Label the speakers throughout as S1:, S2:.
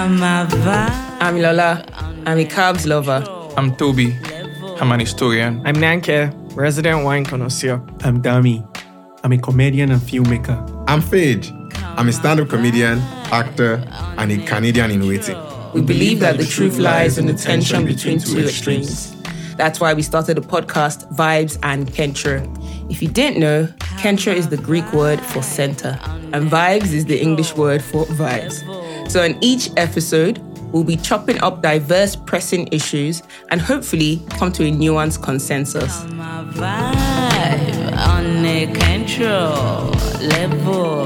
S1: I'm Lola. I'm a Cubs lover.
S2: I'm Toby. I'm an historian.
S3: I'm Nanke, resident wine connoisseur.
S4: I'm Dami. I'm a comedian and filmmaker.
S5: I'm Fage. I'm a stand up comedian, actor, and a Canadian in waiting.
S1: We believe that the truth lies in the tension between two extremes. That's why we started the podcast Vibes and Kentra. If you didn't know, Kentra is the Greek word for center, and vibes is the English word for vibes. So, in each episode, we'll be chopping up diverse pressing issues and hopefully come to a nuanced consensus.
S6: my vibe on a control level.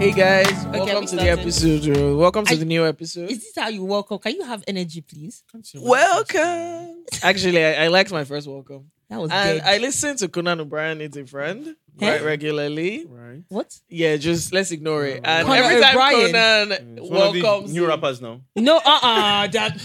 S7: Hey guys,
S6: we
S7: welcome to the
S6: started.
S7: episode. uh, Welcome to
S6: I-
S7: the new episode.
S6: Is this how you walk up? Can you have energy, please?
S7: Welcome. Actually, I, I liked my first welcome.
S6: That
S1: Um,
S6: was
S7: And
S6: good.
S7: I listen to Conan O'Brien is a friend
S6: Huh?
S7: right regularly.
S4: Right.
S6: what?
S7: Yeah, just let's ignore it. And
S6: Conan
S7: every time
S6: O'Brien.
S7: Conan
S4: Mm, It's one of
S7: welcomes
S4: the new
S7: him-
S4: rappers now.
S6: No, uh
S1: uh-uh,
S6: uh that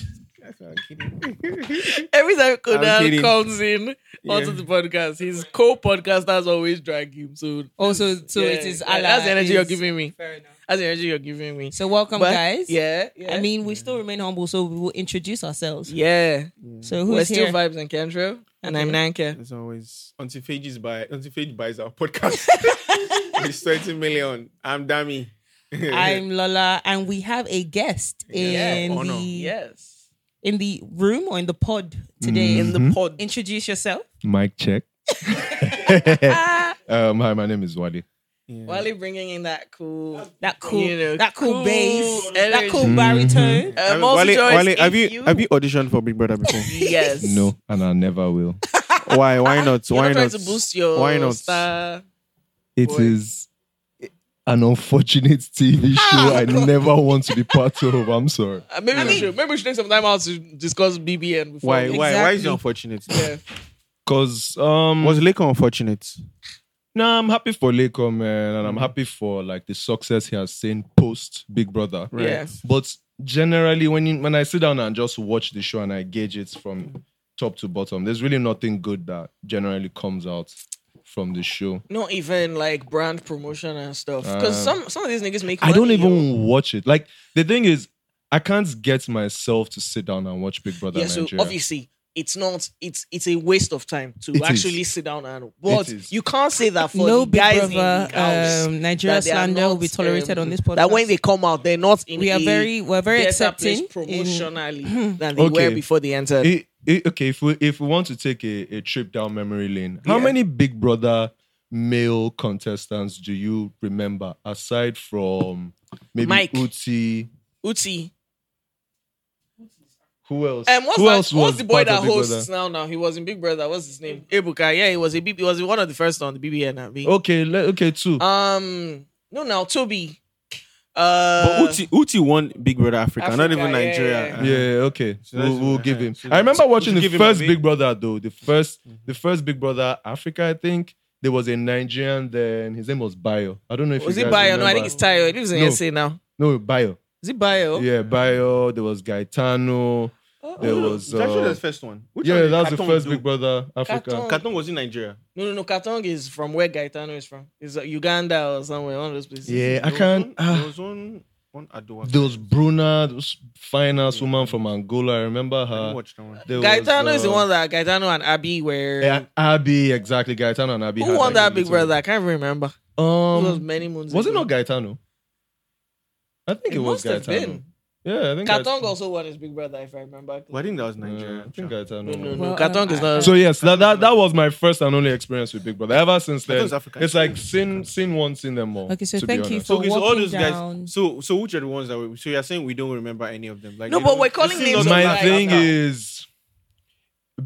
S7: every time
S4: I'm
S7: Conan
S4: kidding.
S7: comes in onto
S4: Yeah.
S7: the podcast, his co-podcasters always drag him. So
S6: also Oh, so
S7: yeah,
S6: it is
S7: yeah,
S6: Allah.
S7: That's the energy
S6: is-
S7: you're giving me.
S6: Fair enough.
S7: That's the energy you're giving me.
S6: So welcome
S7: But-
S6: guys.
S7: Yeah, yeah.
S6: I mean, we still remain humble, so we will introduce ourselves.
S7: yeah.
S6: So
S7: Mm. We're
S6: who's
S7: still
S6: here?
S7: vibes and Kendra, and I'm Nanka.
S4: As always, Antifage is by Antifage buys our podcast. it's 20 million. I'm Dami.
S6: I'm Lola, and we have a guest
S4: Yeah.
S6: in
S4: Honor.
S6: the
S7: Yes.
S6: in the room or in the pod today.
S8: In
S4: Mm-hmm.
S7: The pod.
S6: Introduce yourself.
S8: Mic check. um, hi, my name is Wally.
S4: Yeah.
S7: Wally bringing in that cool.
S6: That cool,
S7: You know,
S6: that cool,
S7: cool
S6: bass, that cool
S7: energy.
S6: baritone.
S7: Uh,
S4: Um,
S7: multi
S4: Wale-
S7: choice.
S4: Wale, have you, have you auditioned for Big Brother before?
S7: Yes.
S8: No, and I never will.
S4: why? Why not?
S7: You're
S4: Why
S7: not trying
S4: not?
S7: to boost your
S4: Why not?
S7: star.
S8: It is
S7: Boy.
S8: an unfortunate TV show I never want to be part of. I'm sorry.
S7: Uh, maybe we should maybe we should take some time out to discuss BBN. Before
S4: Why?
S7: we-
S4: Why? Why is it
S6: Exactly.
S4: unfortunate?
S7: Yeah.
S8: Cause um,
S4: Was Lake unfortunate?
S8: nah, I'm happy for Leko, man, and I'm
S7: Mm.
S8: happy for like the success he has seen post Big Brother.
S7: Yeah.
S8: But generally, when you, when I sit down and just watch the show and I gauge it from top to bottom, there's really nothing good that generally comes out from the show.
S7: Not even like brand promotion and stuff. Because
S8: Uh,
S7: some some of these niggas make.
S8: I don't
S7: money, yo.
S8: even watch it. Like the thing is, I can't get myself to sit down and watch Big Brother
S7: Yeah. So
S8: Nigeria.
S7: obviously. It's not. It's it's a waste of time to
S8: It
S7: actually
S8: is.
S7: sit down and. But
S8: is.
S7: you can't say that for
S6: no
S7: the
S6: big
S7: guys in Big
S6: brother
S7: House,
S6: um, Nigeria
S7: that they are
S6: slander will
S7: not,
S6: be tolerated
S7: um,
S6: on this podcast.
S7: That when they come out, they're not in.
S6: we are
S7: a
S6: very we're very
S7: better place
S6: accepting. in-
S7: promotionally than they
S8: Okay.
S7: were before they entered.
S8: It- it- okay, if we if we want to take a, a trip down memory lane, how
S7: Yeah.
S8: many Big Brother male contestants do you remember aside from maybe
S7: Mike.
S8: Uti?
S7: Uti.
S8: Who else?
S7: And Um, what's,
S8: Who
S7: that,
S8: else
S7: what's
S8: was
S7: the boy
S8: part
S7: that
S8: of Big
S7: hosts now? Now he was in Big Brother. What's his name? Ebuka. Yeah, he was a BB. He was one of the first on the BBN. I mean.
S8: Okay, le- okay, two.
S7: Um, no, now Toby. Uh,
S4: but Uti, Uti won Big Brother Africa, not
S7: Africa,
S4: even
S7: yeah,
S4: Nigeria.
S7: yeah,
S8: Yeah, okay.
S4: So that's-
S8: we'll we'll
S4: uh,
S8: give him.
S4: so
S8: I remember
S4: that's-
S8: watching
S4: we should
S8: the
S4: give him a
S8: first
S4: big-
S8: Big Brother though. The 1st the first Big Brother Africa, I think. There was a Nigerian then. His name was Bio. I don't know if
S7: was
S8: you
S7: it
S8: guys
S7: Bio? No, I think
S8: remember.
S7: it's Tayo. He lives in
S8: No.
S7: SA now.
S8: No, Bio.
S7: Is it Bio?
S8: Yeah, Bio. There was Gaetano.
S7: Oh.
S8: There was.
S4: It's actually
S8: uh,
S4: the first one. Which
S8: yeah,
S4: one did
S8: that was the
S4: Katon
S8: first
S4: do?
S8: Big Brother Africa.
S7: Katon.
S4: Katon was in Nigeria.
S7: No, no, no. Katong is from where Gaetano is from. It's uh, Uganda or somewhere. One of those places.
S8: Yeah, I
S4: There was
S8: can't.
S4: one- There
S8: ah,
S4: was one one Adowa.
S8: There was Bruna, those fine ass woman from Angola. I remember
S4: I didn't
S8: her.
S4: watch that one.
S8: There
S7: Gaetano
S8: was,
S7: is the
S8: uh,
S7: one that Gaetano and Abi were.
S8: Yeah, Abi, exactly. Gaetano and Abi.
S7: Who
S8: had,
S7: won
S8: like,
S7: that
S8: a
S7: Big
S8: little-
S7: Brother? I can't remember. it was
S8: Um,
S7: many moons.
S8: Was it
S7: ago.
S8: not Gaetano? I think it, was
S7: must have
S8: Gaetano.
S7: been.
S8: Yeah, I think
S7: Katong also won his Big Brother, if I remember.
S4: Well, Uh, I think that was Nigeria.
S8: Nigeria. I think Gaetano.
S7: No, no, no.
S6: Well,
S7: Katong is
S6: um,
S7: not.
S8: So yes, that, that that was my first and only experience with Big Brother. Ever since
S4: Gaetano
S8: then,
S4: is African.
S8: it's like seen seen one, seen them all.
S6: Okay, so
S8: to be
S6: thank you
S8: honest.
S6: for
S4: So it's all
S6: walking
S4: those
S6: down.
S4: guys. So so which are the ones that we? So you're saying we don't remember any of them? Like
S7: No,
S4: they
S7: but
S4: don't-
S7: we're
S4: they
S7: calling
S4: seem
S7: names
S4: not
S7: of
S4: like
S8: my
S7: like-
S4: that.
S8: thing
S7: now.
S8: is,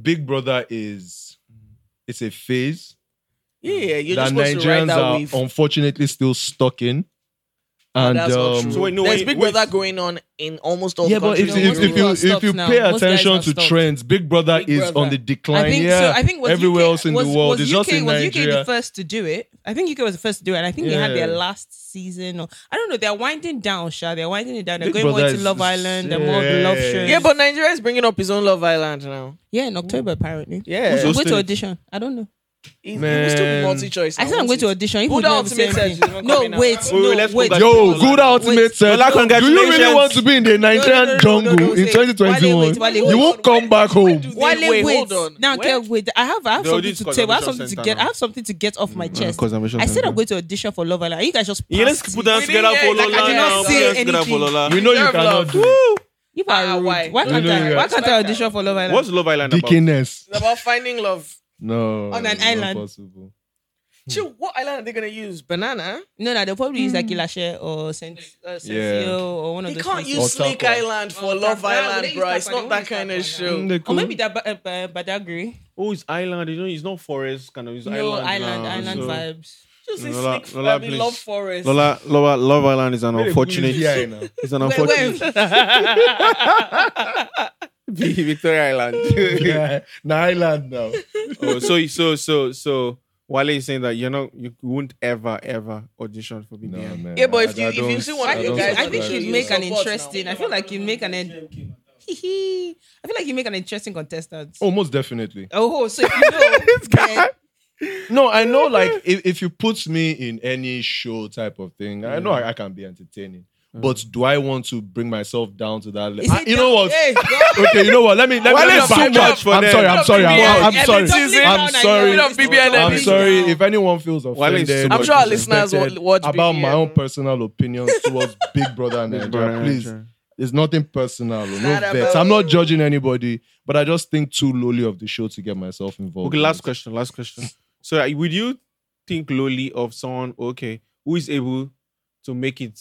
S8: Big Brother is it's a phase
S7: Yeah, yeah, you're just
S8: that
S7: supposed to ride
S8: Nigerians
S7: that
S8: are
S7: wave.
S8: unfortunately still stuck in, and
S7: That's not
S8: um,
S7: true.
S4: So wait, no,
S7: There's
S4: wait,
S7: Big
S4: wait.
S7: Brother going on in almost all
S8: yeah, but
S7: countries.
S6: No,
S8: if, if,
S6: most
S8: if
S6: people
S8: you
S6: are
S8: if
S6: stopped
S8: you
S6: now.
S8: pay
S6: Most guys
S8: attention
S6: are
S8: to
S6: stopped.
S8: trends, Big Brother
S7: Big
S8: is on
S7: Brother.
S8: the decline.
S6: I think
S8: yeah,
S6: so. I think was
S8: everywhere
S6: UK,
S8: else in
S6: was,
S8: the world,
S6: was
S8: it's
S6: UK,
S8: just in
S6: was
S8: Nigeria.
S6: UK the first to do it? I think UK was the first to do it. And I think they had their
S8: Yeah.
S6: last season. Or I don't know. They're winding down, Sha. They're winding it down. They're
S8: Big
S6: going more
S8: Brother
S6: to
S8: is-
S6: Love
S8: is-
S6: Island. They're more love
S8: yeah.
S6: shows.
S7: yeah, but Nigeria is bringing up his own Love Island now.
S6: yeah, in October apparently.
S7: Yeah.
S6: So
S4: Who's
S6: wait to
S4: hosting it?
S6: audition. I don't know.
S7: It, it was too
S8: Man.
S7: multi choice.
S6: I said I'm going to audition. If
S7: Who
S6: we
S7: the
S6: don't have the
S7: ultimate
S6: same
S7: said
S6: thing-
S7: she's not
S6: No,
S7: coming out?
S6: wait,
S2: Wait,
S6: no,
S2: wait, let's go
S6: wait.
S2: back to
S8: Yo, good ultimate
S2: Lola,
S8: set. Do you really
S2: congratulations.
S8: want to be in the Nigerian
S7: no, no,
S8: jungle
S7: no, no,
S8: in
S7: wait.
S8: 2021?
S6: Wale, wait, Wale,
S8: you
S6: wait.
S8: won't come back home.
S6: Wale,
S7: Wait,
S6: wait,
S7: hold on.
S6: Now,
S7: Wait.
S6: okay, wait. I have, I have
S4: The
S6: something
S4: audit
S6: to tell. I have
S4: conservation
S6: something to
S4: center
S6: get. I
S4: now.
S6: have something to get off my chest.
S8: conservation
S6: I said
S8: center.
S6: I'm going to audition for Love Island. Are You guys just
S2: Yeah, let's
S6: passed
S2: put that
S7: We
S2: together
S7: didn't-
S2: for
S7: yeah,
S2: Lola.
S7: like, I did
S6: not
S2: now.
S6: say
S2: Put that together for
S6: anything.
S2: Lola.
S8: We know you
S7: Deserve
S8: cannot
S7: love.
S8: do it.
S6: You are
S7: Ah,
S6: rude.
S7: why?
S6: Why
S8: No,
S6: can't
S8: no,
S6: I?
S8: no.
S6: Why can't I audition for Love Island?
S4: What's Love Island about?
S8: Dickiness.
S7: It's about finding love.
S8: No.
S6: On an
S8: it's not
S6: island.
S8: possible.
S7: Chill, what island are they going to use? Banana?
S6: No, no, they'll probably use like Ilashe or Saint uh, Senseo or one of
S7: Hmm. They
S6: those.
S7: can't
S6: things.
S8: Or
S7: use Snake
S8: Tapua.
S7: Island for
S6: Oh,
S7: Love
S6: Tapua.
S7: Island,
S6: They use
S7: bro. It's
S6: Tapua.
S7: not
S6: They
S7: that
S6: won't use
S7: kind
S6: Tapua
S7: of
S6: now.
S7: show.
S8: Mm,
S4: Mm,
S8: They
S6: Or
S8: could-
S6: maybe that uh, uh, Badagry.
S4: Oh, it's island. You know, it's not forest. Kind of, it's
S6: No,
S4: island.
S6: island,
S4: now,
S6: island
S4: so-
S6: vibes.
S7: Just say
S4: Lola-
S7: Snake
S4: Lola,
S7: I mean, Love
S4: please.
S7: Forest.
S4: Lola, Lola, Love Island is an unfortunate.
S8: Yeah, I know.
S4: It's an
S6: Wait,
S4: unfortunate.
S6: wait.
S4: Victoria Island.
S8: Yeah, an island now.
S4: oh, so, so, so, so, Wale is saying that you're not, you won't ever, ever audition for
S8: No,
S4: BBM.
S8: man.
S7: Yeah, but
S8: I-
S7: if you-
S8: I
S7: if you
S8: don't-
S7: see one
S6: I
S7: of
S8: I
S7: your
S8: don't
S7: guys
S6: think
S7: on the show,
S6: you'd
S7: you
S6: make an
S7: support now.
S6: interesting. I feel like you make an. en- I feel like you make an interesting contestant.
S8: Oh, most definitely.
S6: Oh, so if you know, then-
S8: No, I know. Like, if, if you put me in any show type of thing, I know
S7: Mm.
S8: I, I can be entertaining. But do I want to bring myself down to that
S6: Is
S8: level?
S6: it
S8: I- Ah, You
S6: down-
S8: know what?
S6: Hey,
S8: Okay, you know what? Let me let me.
S4: Wale
S8: let me
S4: is too
S8: back
S4: much
S8: up.
S4: for
S8: I'm
S4: them.
S8: sorry. I'm sorry. I'm,
S7: BBL.
S8: I'm sorry.
S7: Every season
S8: I'm
S6: now,
S8: sorry.
S7: Bit of BBL
S8: I'm
S7: is
S8: sorry
S7: down.
S8: if anyone feels
S4: is too
S8: offended.
S4: much
S8: or
S7: I'm sure our listeners
S8: disrespected
S7: will watch E.
S8: about my
S7: BBL.
S8: own personal opinions towards Big Brother and
S4: Big
S8: Nigeria.
S4: Brother and
S8: Please,
S4: Nigeria.
S8: it's nothing personal. No
S7: not
S8: vets.
S7: about-
S8: I'm not judging anybody, but I just think too lowly of the show to get myself involved.
S4: Okay,
S8: in
S4: last
S8: it.
S4: question. Last question. So, uh, would you think lowly of someone? Okay, who is able to make it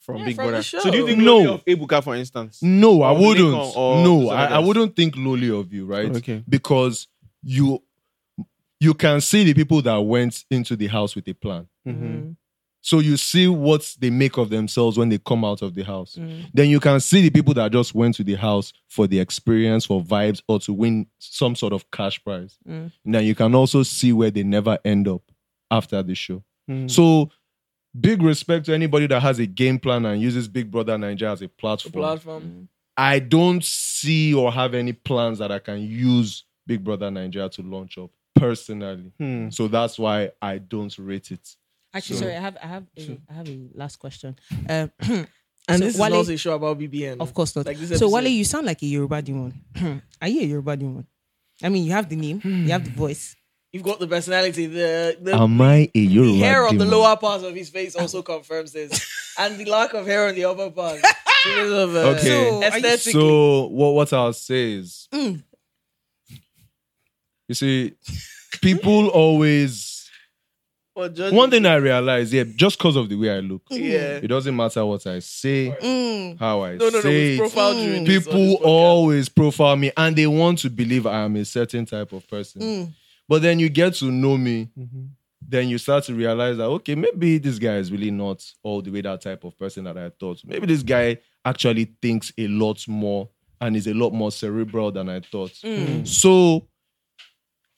S4: from
S7: Yeah,
S4: Big
S7: from the
S4: Brother?
S7: show.
S4: So, do you think
S8: No.
S4: lowly of Ebuka, for instance?
S8: No, I
S4: Or Lincoln
S8: wouldn't.
S4: or
S8: No, I,
S4: somebody
S8: I
S4: else.
S8: wouldn't think lowly of you, right?
S4: Okay.
S8: Because you you can see the people that went into the house with a plan.
S4: Mhm.
S8: So you see what they make of themselves when they come out of the house.
S4: Mm.
S8: Then you can see the people that just went to the house for the experience, for vibes, or to win some sort of cash prize.
S4: Mm.
S8: Now you can also see where they never end up after the show.
S7: Mm-hmm.
S4: Mhm.
S8: So big respect to anybody that has a game plan and uses Big Brother Nigeria as a
S7: The
S8: platform.
S7: platform.
S8: I don't see or have any plans that I can use Big Brother Nigeria to launch up personally.
S4: Hmm.
S8: So that's why I don't rate it.
S6: Actually,
S8: So-
S6: sorry, I have, I have, a, I have a last question. Um,
S7: And
S6: So
S7: this is
S6: Wale-
S7: not a show about BBN.
S6: of course not.
S7: Like this
S6: so,
S7: episode.
S6: Wale, you sound like a Yoruba demon. Are you a Yoruba demon? I mean, you have the name, you have the voice.
S7: You've got the personality. The, the
S8: Am I
S7: The
S8: a Yoruba
S7: hair on the
S8: demon?
S7: lower part of his face also confirms this, and the lack of hair on the upper part. Because of, uh,
S8: Okay. So,
S6: are you-
S7: aesthetically. Hmm.
S8: So what what I'll say is, you see, people always.
S7: But judging-
S8: One thing I realize, yeah, just because of the way I look,
S7: yeah.
S8: it doesn't matter what I say,
S6: Mm.
S8: how I
S7: Hmm. No, no, no.
S8: say
S7: With
S8: it.
S7: profile during Mm. this- on
S8: people
S7: this podcast.
S8: always profile me and they want to believe I am a certain type of person.
S7: Mm.
S8: But then you get to know me, then you start to realize that okay, maybe this guy is really not all the way that type of person that I thought. Maybe this guy actually thinks a lot more and is a lot more cerebral than I thought.
S7: Mm.
S8: So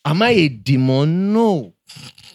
S8: am I a demon? No.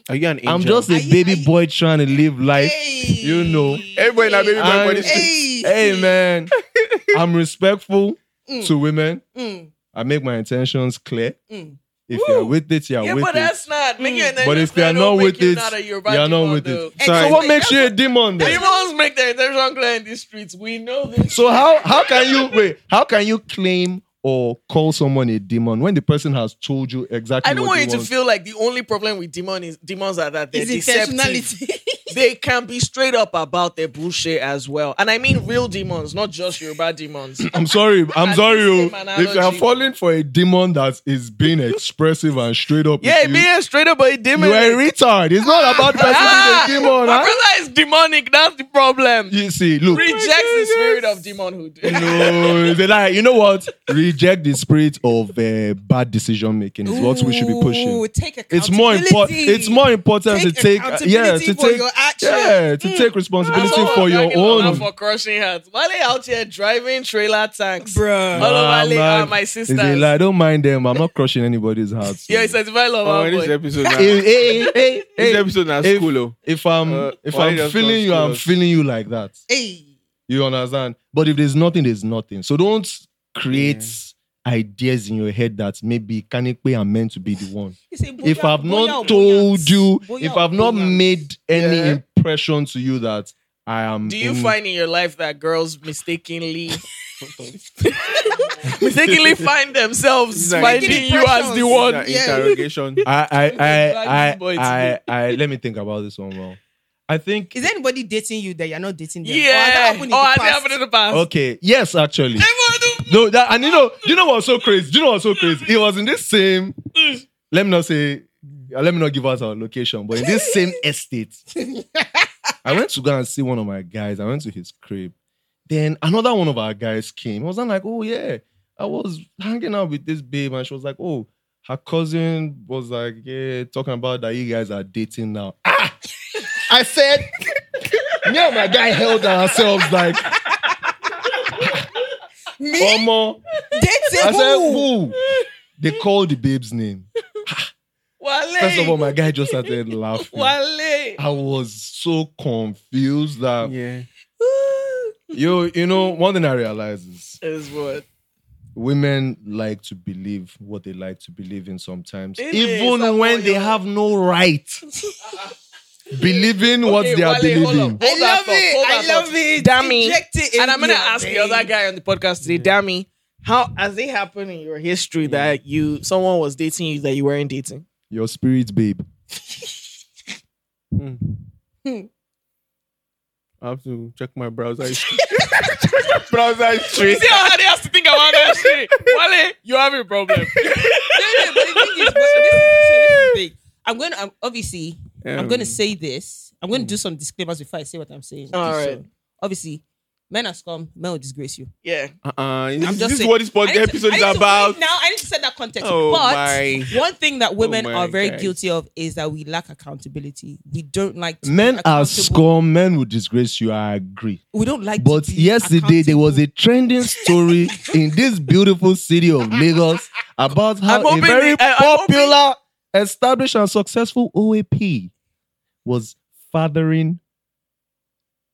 S4: Are you an angel?
S8: I'm just a
S6: you-
S8: baby
S6: are you-
S8: boy trying to live life, you know.
S4: everybody that baby boy for
S8: And-
S4: this thing.
S8: Hey man, I'm respectful to women.
S6: Mm.
S8: I make my intentions clear.
S6: Mm.
S8: If you're with it, you're
S7: Yeah,
S8: with
S7: but
S8: it.
S7: that's not. Making an
S8: But if you're
S7: intention
S8: not
S7: don't
S8: with
S7: make you
S8: it,
S7: not a Yoruba
S8: you're not
S7: demon,
S8: with
S7: though.
S8: it. So what
S7: Like,
S8: makes you a
S7: that's
S8: demon? Then?
S7: Demons make their intention clear in the streets. We know this.
S8: So how how can you wait? How can you claim or call someone a demon when the person has told you exactly?
S7: I don't
S8: what
S7: want
S8: they
S7: you to feel like the only problem with demon is demons are that they're
S6: It's
S7: deceptive.
S6: intentionality.
S7: they can be straight up about their bullshit as well. And I mean real demons, not just Yoruba demons.
S8: I'm sorry. I'm
S7: At
S8: sorry.
S7: the
S8: oh.
S7: same
S8: If you are
S7: analogy.
S8: falling for a demon that is being expressive and straight up,
S7: yeah,
S8: with you,
S7: being straight up a demon.
S8: you are a retard. It's not about person
S7: Ah,
S8: being a demon.
S7: my
S8: huh?
S7: brother is demonic. That's the problem.
S8: You Oh see, look.
S7: Rejects the spirit of demonhood.
S8: No, they like, you know what? Reject the spirit of uh, bad decision making is what we should be pushing.
S6: Ooh, take
S8: It's more important.
S6: accountability.
S8: It's more important to
S6: Take
S8: take, uh, yeah,
S6: accountability
S8: to
S6: for
S8: take,
S6: your actions.
S8: yeah, to take
S7: Hmm. That's
S8: responsibility
S7: what
S8: for
S7: I'm
S8: your
S7: talking about
S8: own.
S7: For crushing hearts. Why they out here driving trailer tanks?
S6: Bruh.
S7: All of my,
S8: man.
S7: uh, my
S8: It's a
S7: sisters.
S8: lie. Don't mind them. I'm not crushing anybody's heart.
S7: Yeah, it's certified love.
S4: Oh,
S7: our
S4: this
S7: boy.
S4: episode now.
S8: Hey, hey, hey,
S4: this
S8: hey.
S4: episode now
S8: if-
S4: school. oh.
S8: If I'm
S4: Uh,
S8: if
S4: why
S8: I'm
S4: you just
S8: feeling you, I'm
S4: confused?
S8: feeling you like that.
S6: Hey.
S8: You understand? But if there's nothing, there's nothing. So don't create ideas in your head that maybe Kanikwe are meant to be the one.
S6: It's a
S8: if
S6: boya-
S8: I've not
S6: boya-
S8: told you,
S6: boya-
S8: if I've not
S6: boya.
S8: made any
S7: Yeah.
S8: impression to you that I am.
S7: Do you
S8: in-
S7: find in your life that girls mistakenly mistakenly find themselves
S4: Like-
S7: finding you as the one?
S4: That interrogation.
S8: I I I
S7: Black boy
S8: I,
S7: too.
S8: I, I, let me think about this one well. I think
S6: Is anybody dating you that you're not dating them?
S7: Yeah.
S6: Or has that happened in
S7: Oh,
S6: the
S7: has it
S6: past?
S7: happened in the past?
S8: okay. Yes, actually.
S7: Everyone do-
S8: No, that, and you know, do you know what's so crazy? Do you know what's so crazy? It was in this same. Let me not say. uh, Let me not give out our location, but in this same estate, I went to go and see one of my guys. I went to his crib. Then another one of our guys came. I was like, oh yeah, I was hanging out with this babe, and she was like, oh, her cousin was like, yeah, talking about that you guys are dating now. Ah! I said, me and my guy held ourselves like,
S6: Me
S8: Omo, Um, I
S6: dating
S8: said,
S6: who?
S8: who? They called the babe's name.
S7: Wale.
S8: First of all, my guy just started laughing.
S7: Wale.
S8: I was so confused that
S4: yeah.
S8: you you know one thing I realized is
S7: Is what?
S8: women like to believe what they like to believe in sometimes,
S7: It is,
S8: even
S7: I'm
S8: when
S7: all
S8: they
S7: yours.
S8: have no right believing what
S7: Okay,
S8: they are
S7: Wale, hold
S8: believing.
S7: up. Hold that thought, hold that thought. Dammy.
S6: Inject it in
S7: And I'm gonna
S6: your
S7: ask the
S6: vein.
S7: other guy on the podcast today, Dammy, how has it happened in your history that you someone was dating you that you weren't dating?
S8: Your spirit, babe.
S4: Hmm. I have to check my browser.
S5: Browser
S7: You
S5: straight.
S7: see how they has to think about that shit? Wale, you have a problem.
S6: no, no, but the thing is, but this is, so this is the thing. I'm going to, I'm, obviously, I'm
S8: Um,
S6: going to say this. I'm going to
S8: mm.
S6: do some disclaimers before I say what I'm saying.
S7: All
S6: Just
S7: right.
S6: So, obviously, men are scum, men will disgrace you.
S7: Yeah.
S4: Uh-uh. This,
S6: I'm just
S4: this is
S6: saying-
S4: what this
S6: I
S4: podcast
S6: need to-
S4: episode
S6: I
S4: is
S6: need to-
S4: about.
S6: Now, I need to set that context.
S4: Oh
S6: but
S4: my.
S6: one thing that women
S4: Oh my
S6: are very
S4: God.
S6: guilty of is that we lack accountability. We don't like to be
S8: Men are
S6: accountable.
S8: scum. Men will disgrace you. I agree.
S6: We don't like
S8: But
S6: to be
S8: yesterday there was
S6: accountable.
S8: a trending story in this beautiful city of Lagos about
S7: I'm
S8: how a
S7: hoping
S8: very
S7: the- I-
S6: eh,
S7: I'm hoping-
S8: popular, established, and successful OAP was fathering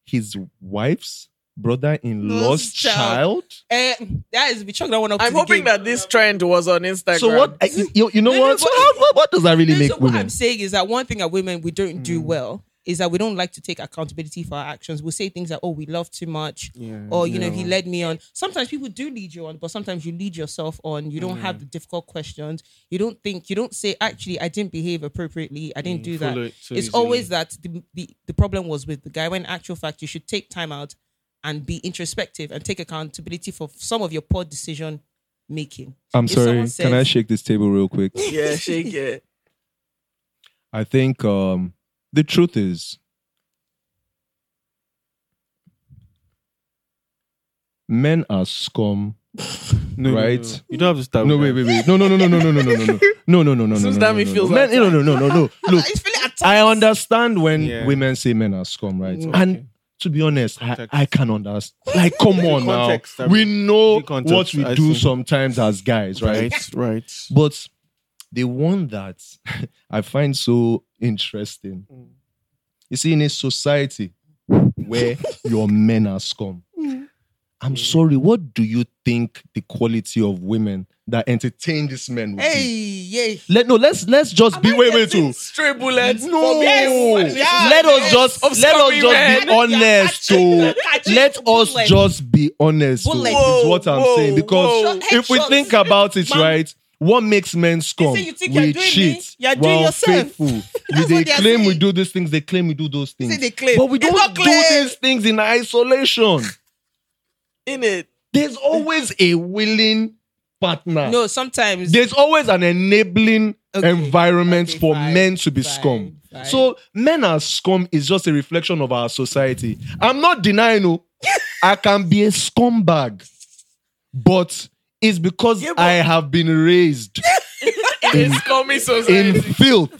S8: his wife's brother-in-law's
S6: Law's
S8: child.
S6: child. Eh, that is we chalk that one up. to
S7: I'm
S6: the
S7: hoping
S6: game.
S7: that this trend was on Instagram.
S8: So what? I- You, you know
S6: No, no,
S8: what? So
S6: but-
S8: how- what? What does that really
S6: No,
S8: make
S6: so what
S8: women?
S6: I'm saying is that one thing that women we don't
S4: Mm.
S6: do well is that we don't like to take accountability for our actions. We'll say things like, "Oh, we love too much," or you know, "He led me on." Sometimes people do lead you on, but sometimes you lead yourself on. You don't
S4: Mm.
S6: have the difficult questions. You don't think. You don't say, "Actually, I didn't behave appropriately. I didn't do that."
S4: Mm, follow it so
S6: it's
S4: easily.
S6: always that the, the the problem was with the guy. When in actual fact, you should take time out and be introspective and take accountability for some of your poor decision making.
S8: I'm
S6: If someone says-
S8: shake this table real quick?
S7: Yeah, shake it.
S8: I think um, the truth is men are scum,
S4: No, no, no,
S8: right?
S4: no. You don't have to stop.
S8: No, wait, wait, wait. No, no, no, no, no, no, no, no, no, no, no, no, no, no, no.
S7: Since
S8: no, no,
S7: Dami
S8: no,
S7: feels
S8: no. men,
S7: attacked.
S8: no, no, no, no, no. Look,
S6: It's feeling attacked.
S8: I understand when
S4: Yeah.
S8: women say men are scum, right?
S4: Mm, okay.
S8: And to be honest, I,
S4: Context.
S8: I can understand. Like, come on
S4: Context,
S8: now.
S4: I mean,
S8: We know
S4: the context,
S8: what we
S4: I
S8: do
S4: see.
S8: sometimes as guys, right?
S4: Right, right.
S8: But the one that I find so interesting, you see, in a society where your men are scum, I'm sorry, what do you think the quality of women that entertain these men would
S6: Hey,
S8: be?
S6: yeah.
S8: Let no, let's let's just be wait wait too.
S7: Straight bullets.
S8: No,
S7: Yes.
S8: let us just
S7: Of
S8: let us
S7: scummy
S8: just
S7: men.
S8: be honest. So
S6: Catching
S8: let us
S6: bullet.
S8: just be honest. So,
S6: Bullet.
S8: is what I'm
S7: Whoa,
S8: saying
S7: whoa.
S8: because if we
S6: Headshots.
S8: think about it,
S6: Man.
S8: right, what makes men scum?
S6: say you think
S8: we
S6: you're doing
S8: cheat.
S6: me, you're
S8: we're
S6: doing yourself.
S8: unfaithful. We, they
S6: what they are
S8: claim we
S6: saying.
S8: do these things. They claim we do those things.
S6: they claim.
S8: But we
S6: It's
S8: don't
S6: not
S8: do
S6: clear.
S8: these things in isolation.
S7: In it.
S8: There's always a willing partner.
S6: No, sometimes
S8: There's always an enabling
S6: Okay.
S8: environment
S6: Okay,
S8: for
S6: fine,
S8: men to be
S6: fine,
S8: scum.
S6: fine.
S8: So men are scum is just a reflection of our society. I'm not denying you. I can be a scumbag, but it's because
S7: Yeah, but-
S8: I have been raised
S7: It's scummy
S8: in
S7: society.
S8: filth.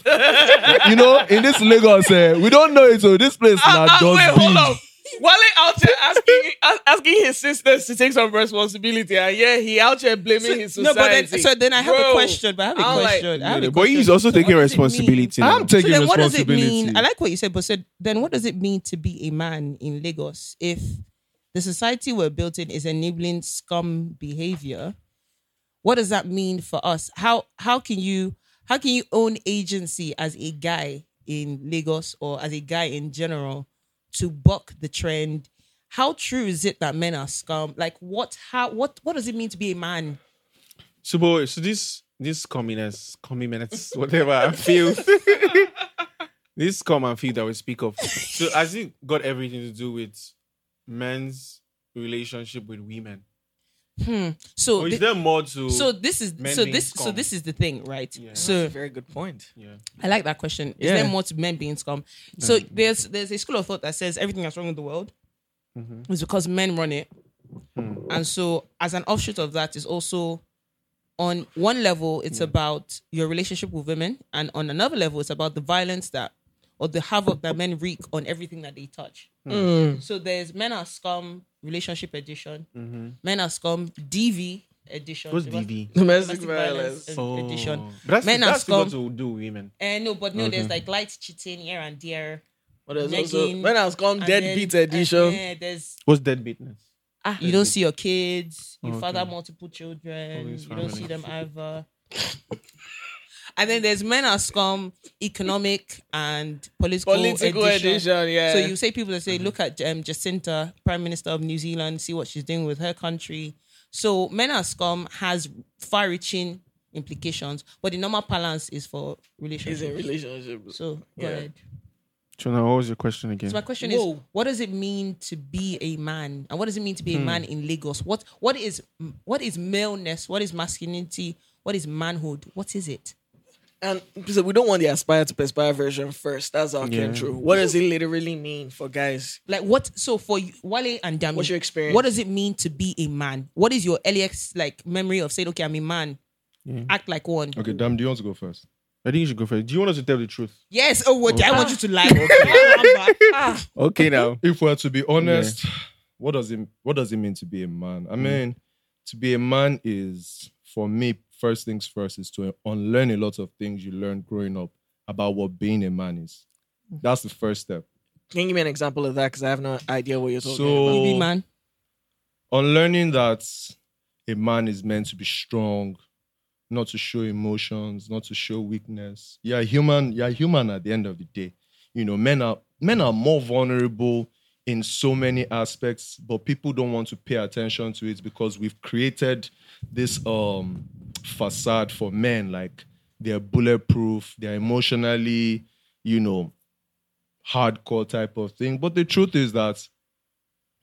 S8: you know, in this Lagos, eh, we don't know it. So this place
S7: Ah,
S8: now
S7: ah, wait,
S8: just
S7: hold
S8: be.
S7: up. Wale out here asking, as- asking his sisters to take some responsibility, and yeah, he out here blaming his
S6: no.
S7: society.
S6: But then, so then I have
S7: Bro.
S6: a question. But I have a
S7: I'm like-
S6: question. I have a
S4: But he's
S6: question.
S4: also
S6: So
S4: taking
S6: what does it mean?
S4: responsibility. now.
S8: I'm taking
S6: So then, what does it
S8: responsibility.
S6: mean? I like what you said, but so then, what does it mean to be a man in Lagos if the society we're built in is enabling scum behavior? what does that mean for us? How how can you how can you own agency as a guy in Lagos or as a guy in general to buck the trend? How true is it that men are scum? Like what how what what does it mean to be a man?
S4: So, boy, so this this communist, communist, whatever field, this common field that we speak of. So, has it got everything to do with men's relationship with women?
S6: Hmm.
S4: Or
S6: So
S4: is
S6: thi-
S4: there more to?
S6: so this is
S4: men
S6: so
S4: being
S6: this so
S4: scum?
S6: this is the thing, right?
S4: Yeah.
S6: So
S7: Very good point.
S4: yeah.
S6: I like that question. Is
S7: Yeah.
S6: there more to men being scum? So there's there's a school of thought that says everything that's wrong with the world is because men run it, and so as an offshoot of that is also on one level it's about your relationship with women, and on another level it's about the violence that or the havoc that men wreak on everything that they touch. So there's men are scum relationship edition, men are scum DV edition.
S4: What's DV?
S6: Domestic
S7: Domestic
S6: violence
S7: violence.
S6: ed- edition.
S4: But that's,
S6: Men are
S4: that's still got
S6: scum.
S4: to do with women.
S6: Eh, no, but no,
S7: Mm-hmm.
S6: there's like light cheating here and there.
S7: But there's
S6: Negging,
S7: also when I was come
S6: and
S7: deadbeat
S6: then- and
S7: edition.
S6: then there's
S4: What's deadbeatness?
S6: ah, you don't see your kids. You
S4: Okay.
S6: father multiple children.
S4: Always
S6: you don't
S4: family.
S6: see them either. and then there's men are scum, economic and political,
S7: Political
S6: edition.
S7: edition, Mm-hmm. yeah.
S6: So you say people that say, look at um, Jacinta, Prime Minister of New Zealand, see what she's doing with her country. So men are scum has far-reaching implications, but the normal balance is for relationships.
S7: is in relationship.
S6: So go
S7: Yeah.
S6: ahead.
S4: So now, what was your question again?
S6: So my question is,
S7: Whoa.
S6: what does it mean to be a man, and what does it mean to
S4: Hmm.
S6: be a man in Lagos? What what is what is maleness? What is masculinity? What is manhood? What is it?
S7: And so we don't want the aspire to perspire version first. That's our
S4: Yeah.
S7: yeah. true. What does it literally mean for guys?
S6: Like what? So for you, Wale and Dami,
S7: What's your experience?
S6: What does it mean to be a man? What is your LEX like memory of saying, okay, I'm a man, act like one?
S8: Okay, damn, do you want to go first?
S4: I think you should go first. Do you want us to tell the truth?
S6: Yes. Oh, what, I want you to lie. Okay.
S4: Okay, now.
S8: If we're to be honest, what does it what does it mean to be a man? I mean, to be a man is for me, first things first, is to unlearn a lot of things you learned growing up about what being a man is. That's the first step.
S7: Can you give me an example of that? Because I have no idea what you're talking about.
S8: So
S4: Oh.
S6: Be man.
S8: on learning that a man is meant to be strong, not to show emotions, not to show weakness. You're a human, you're a human at the end of the day. You know, men are men are more vulnerable in so many aspects, but people don't want to pay attention to it because we've created this um facade for men, like they're bulletproof, they're emotionally, you know, hardcore type of thing. But the truth is that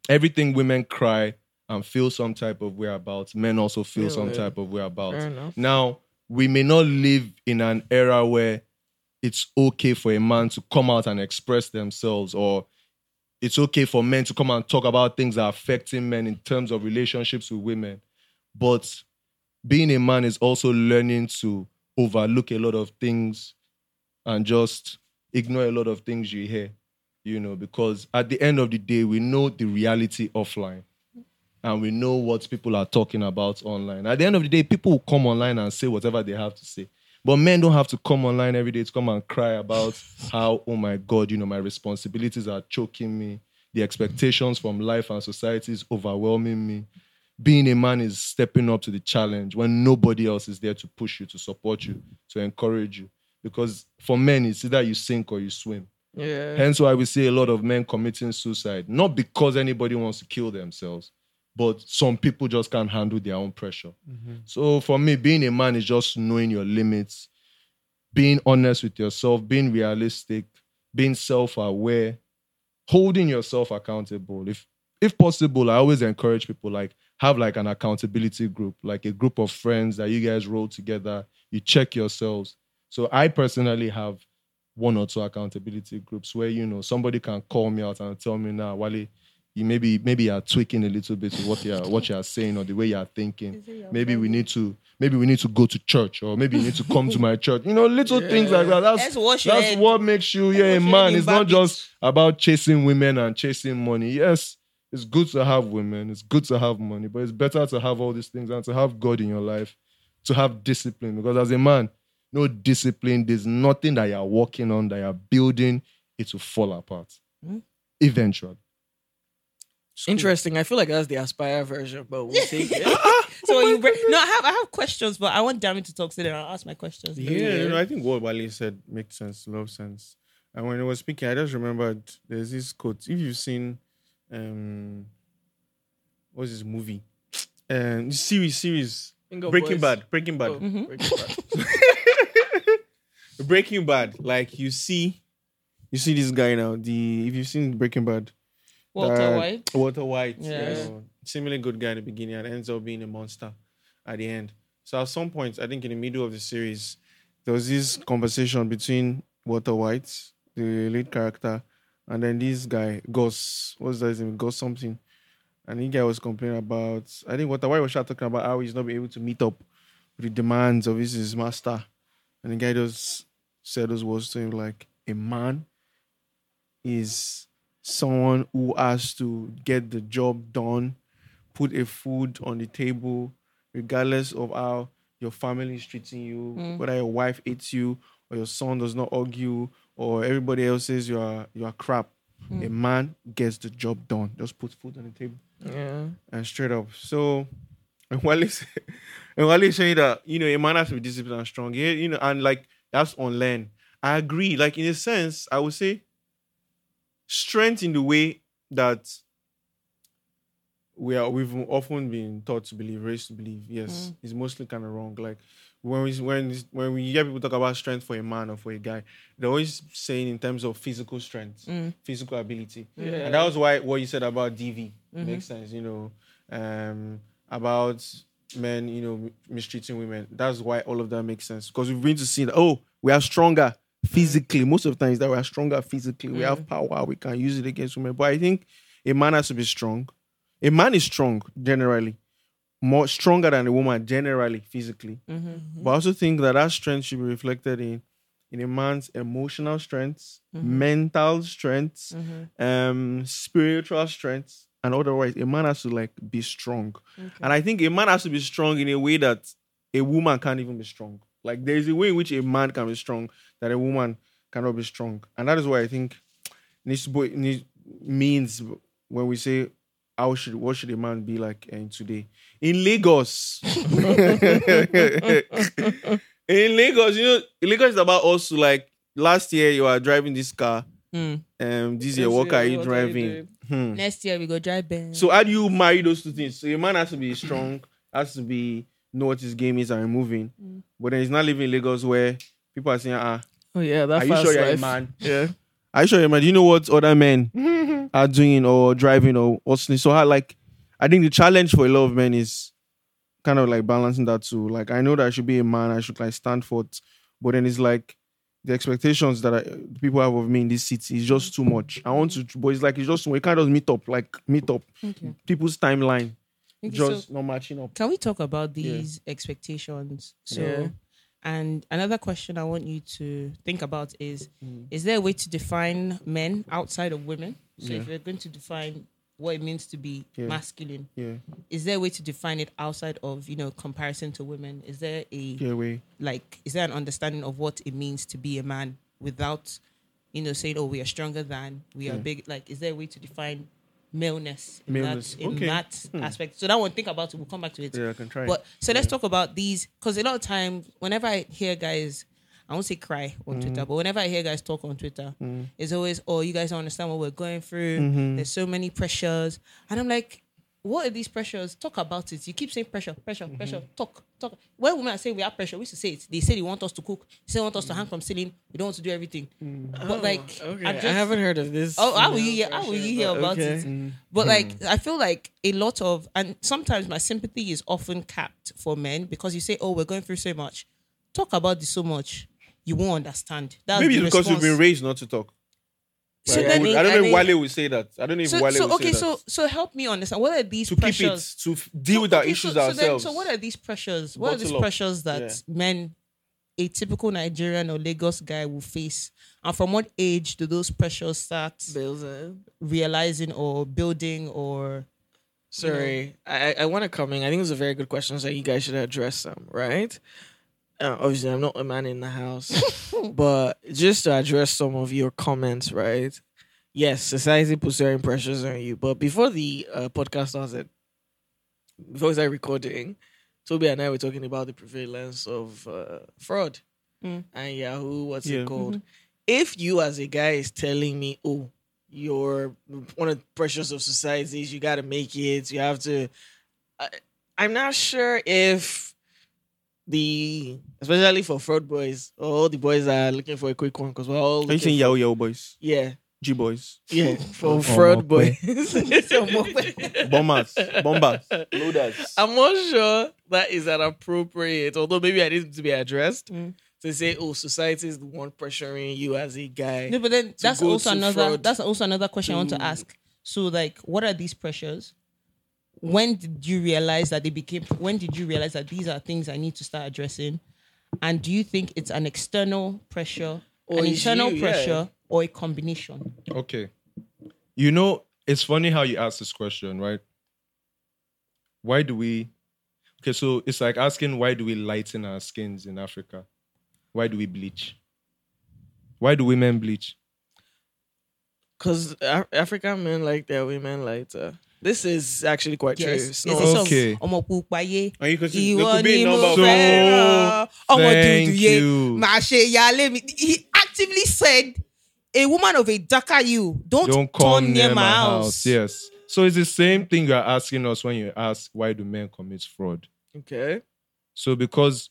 S8: everything women cry and feel some type of way about, men also feel
S7: Feel
S8: some
S7: it.
S8: type of way about.
S7: Fair enough.
S8: Now, we may not live in an era where it's okay for a man to come out and express themselves or it's okay for men to come and talk about things that are affecting men in terms of relationships with women. But being a man is also learning to overlook a lot of things and just ignore a lot of things you hear, you know, because at the end of the day, we know the reality offline and we know what people are talking about online. At the end of the day, people will come online and say whatever they have to say. But men don't have to come online every day to come and cry about how, oh my God, you know, my responsibilities are choking me. The expectations from life and society is overwhelming me. Being a man is stepping up to the challenge when nobody else is there to push you, to support you, to encourage you. Because for men, it's either you sink or you swim.
S7: Yeah.
S8: Hence why we see a lot of men committing suicide, not because anybody wants to kill themselves, but some people just can't handle their own pressure. So for me, being a man is just knowing your limits, being honest with yourself, being realistic, being self-aware, holding yourself accountable. If if possible, I always encourage people like have like an accountability group, like a group of friends that you guys roll together, you check yourselves. So I personally have one or two accountability groups where you know somebody can call me out and tell me now, Wally, you maybe maybe you're tweaking a little bit with what you're what you're saying or the way you're thinking. Maybe we need to maybe we need to go to church or maybe you need to come to my church. You know, little things like that. That's
S6: Let's wash your
S8: that's
S6: head.
S8: what makes you yeah a
S6: wash your head
S8: man.
S6: in
S8: It's not
S6: Barbie.
S8: just about chasing women and chasing money. Yes, it's good to have women. It's good to have money, but it's better to have all these things and to have God in your life, to have discipline. Because as a man, no discipline, there's nothing that you're working on, that you're building, it will fall apart eventually.
S7: Interesting. I feel like that's the Aspire version, but we'll take it.
S4: Oh
S6: So you re- no, I have I have questions, but I want Dami to talk so then I'll ask my questions.
S4: Yeah, you know, I think what Wale said makes sense, love sense. And when he was speaking, I just remembered there's this quote. If you've seen, um, what's this movie? Um, series, series.
S7: Bingo
S4: Breaking
S7: Boys.
S4: Bad, Breaking Bad,
S7: Oh,
S6: Mm-hmm.
S7: Breaking Bad.
S4: Breaking Bad. Like you see, you see this guy now. The if you've seen Breaking Bad,
S6: Walter
S7: Uh,
S4: that-
S6: White.
S4: Walter White.
S6: Yeah.
S4: Yeah. seemingly good guy in the beginning and ends up being a monster at the end. So at some point, I think in the middle of the series, there was this conversation between Walter White, the lead character, and then this guy, Gus. What's that his name? Gus something. And the guy was complaining about, I think Walter White was just talking about how he's not been able to meet up with the demands of his, his master. And the guy just said those words to him like, a man is someone who has to get the job done, put a food on the table, regardless of how your family is treating you, whether your wife hates you or your son does not argue or everybody else says you are you are crap. A man gets the job done. Just put food on the table
S7: Yeah.
S4: and straight up. So and Wale say- and Wale saying that you know a man has to be disciplined and strong. Yeah, you know, and like that's on land. I agree. Like in a sense, I would say strength in the way that we are we've often been taught to believe, raised to believe. Yes, it's mostly kind of wrong. Like when we when when we hear people talk about strength for a man or for a guy, they're always saying in terms of physical strength, physical ability, and that was why what you said about DV makes sense. You know, um, about men, you know, mistreating women. That's why all of that makes sense because we've been to see that oh, we are stronger physically. Most of the times that we are stronger physically. We have power. We can use it against women. But I think a man has to be strong. A man is strong generally, more stronger than a woman generally physically. But I also think that that strength should be reflected in in a man's emotional strengths, mental strengths, um, spiritual strengths, and otherwise, a man has to like be strong. And I think a man has to be strong in a way that a woman can't even be strong. Like there is a way in which a man can be strong that a woman cannot be strong, and that is why I think needs to be- need- means when we say how should what should a man be like in today in Lagos. in Lagos, you know, Lagos is about us to like last year you are driving this car. Um, this year, what car are you driving? Hmm.
S6: Next year we go drive Ben.
S4: So how do you marry those two things? So a man has to be strong, has to be know what his game is and moving. But then he's not living in Lagos where people are saying, ah,
S7: Oh yeah, that
S4: are you
S7: fast
S4: sure you're a
S7: life.
S4: man?
S7: Yeah.
S4: Are you sure you're a man? Do you know what other men are doing or driving or what's so how like I think the challenge for a lot of men is kind of like balancing that too. Like I know that I should be a man, I should like stand for it, but then it's like the expectations that I, people have of me in this city is just too much. I want to, but it's like it's just we can't just meet up, like meet up. People's timeline
S6: Okay,
S4: just
S6: so
S4: not matching up.
S6: can we talk about these expectations? So and another question I want you to think about is
S4: Mm.
S6: is there a way to define men outside of women? So if you're going to define what it means to be masculine,
S4: Yeah,
S6: is there a way to define it outside of, you know, comparison to women? Is there a
S4: yeah, way.
S6: like is there an understanding of what it means to be a man without you know saying oh we are stronger than we are big like is there a way to define maleness in
S4: Maleness.
S6: that, in
S4: Okay. Hmm.
S6: that aspect so that one think about it we'll come back to it
S4: Yeah, I can try.
S6: but so let's talk about these because a lot of times whenever i hear guys I won't say cry on Twitter, but whenever I hear guys talk on Twitter, it's always, oh, you guys don't understand what we're going through. There's so many pressures. And I'm like, what are these pressures? Talk about it. You keep saying pressure, pressure, pressure. Talk, talk. When women are saying we have pressure, we used to say it. They say they want us to cook. They say they want us to hang from ceiling. We don't want to do everything. But like,
S7: Oh, Okay.
S6: I'm just-
S7: I haven't heard of this.
S6: Oh, how will
S7: female
S6: you hear? How will
S7: version,
S6: you hear
S7: but
S6: about
S7: okay.
S6: it? But
S4: Hmm.
S6: like, I feel like a lot of, and sometimes my sympathy is often capped for men because you say, "Oh, we're going through so much." Talk about this so much, you won't understand. That's
S4: Maybe
S6: the
S4: it's because
S6: response.
S4: you've been raised not to talk.
S6: So
S4: Like,
S6: then-
S4: I, would- I don't know
S7: I
S4: if
S7: think-
S4: Wale would say that. I don't know if
S6: So,
S4: Wale
S6: so
S4: would
S6: okay,
S4: say
S6: so
S4: that.
S6: so help me understand. What are these
S4: To keep it,
S6: pressures?
S4: to f- deal with
S6: So-
S4: our
S6: okay,
S4: issues
S6: so, so then-
S4: ourselves.
S6: so what are these pressures? What are these
S4: Bottle up.
S6: pressures that
S4: Yeah.
S6: men, a typical Nigerian or Lagos guy, will face? And from what age do those pressures start
S7: Bills in.
S6: realizing or building or
S7: Sorry, I I want to come in. I think it's a very good question, so you guys should address them, right? Uh, obviously, I'm not a man in the house, but just to address some of your comments, right? yes, society puts their impressions on you. But before the uh, podcast started, before we started recording, Toby and I were talking about the prevalence of uh, fraud
S6: Mm.
S7: and Yahoo. What's
S4: Yeah.
S7: it called? If you, as a guy, is telling me, "Oh, you're one of the pressures of society is you got to make it. You have to," I, I'm not sure if the especially for fraud boys, all the boys are looking for a quick one because we're all
S4: Are you
S7: looking-
S4: saying Yao Yao boys?
S7: yeah.
S4: G boys.
S7: Yeah, for
S8: more
S7: fraud boys. I'm
S4: Bombers. Bombers. Loaders.
S7: not sure that is an appropriate, although maybe I need to be addressed to say, oh, society is the one pressuring you as a guy.
S6: No, but then that's
S7: go
S6: also
S7: to
S6: another
S7: fraud. Hmm.
S6: that's also another question I want to ask. So like what are these pressures? When did you realize that they became when did you realize that these are things I need to start addressing? And do you think it's an external pressure,
S7: Or
S6: an
S7: it's
S6: internal
S7: you, yeah.
S6: pressure, or a combination?
S8: Okay. You know, it's funny how you ask this question, right? Why do we Okay, so it's like asking why do we lighten our skins in Africa? Why do we bleach? Why do women bleach?
S7: Because African men like their women lighter. This is actually quite true. It's
S6: There's
S7: not-
S6: a song,
S8: Okay.
S6: "Ọmọ pupa yé,
S4: And you could see there
S6: ìwọ
S4: could be
S6: ni
S4: a
S6: mo
S4: number of
S8: So-
S6: fẹ́ràn, ọmọ
S8: Thank
S6: dúdú yé,
S8: you.
S6: máa ṣe ìyálé mi." He actively said, "A woman of a darker you, don't,
S8: Don't come
S6: turn near my house."
S8: Yes. So it's the same thing you're asking us when you ask why do men commit fraud?
S7: Okay.
S8: So because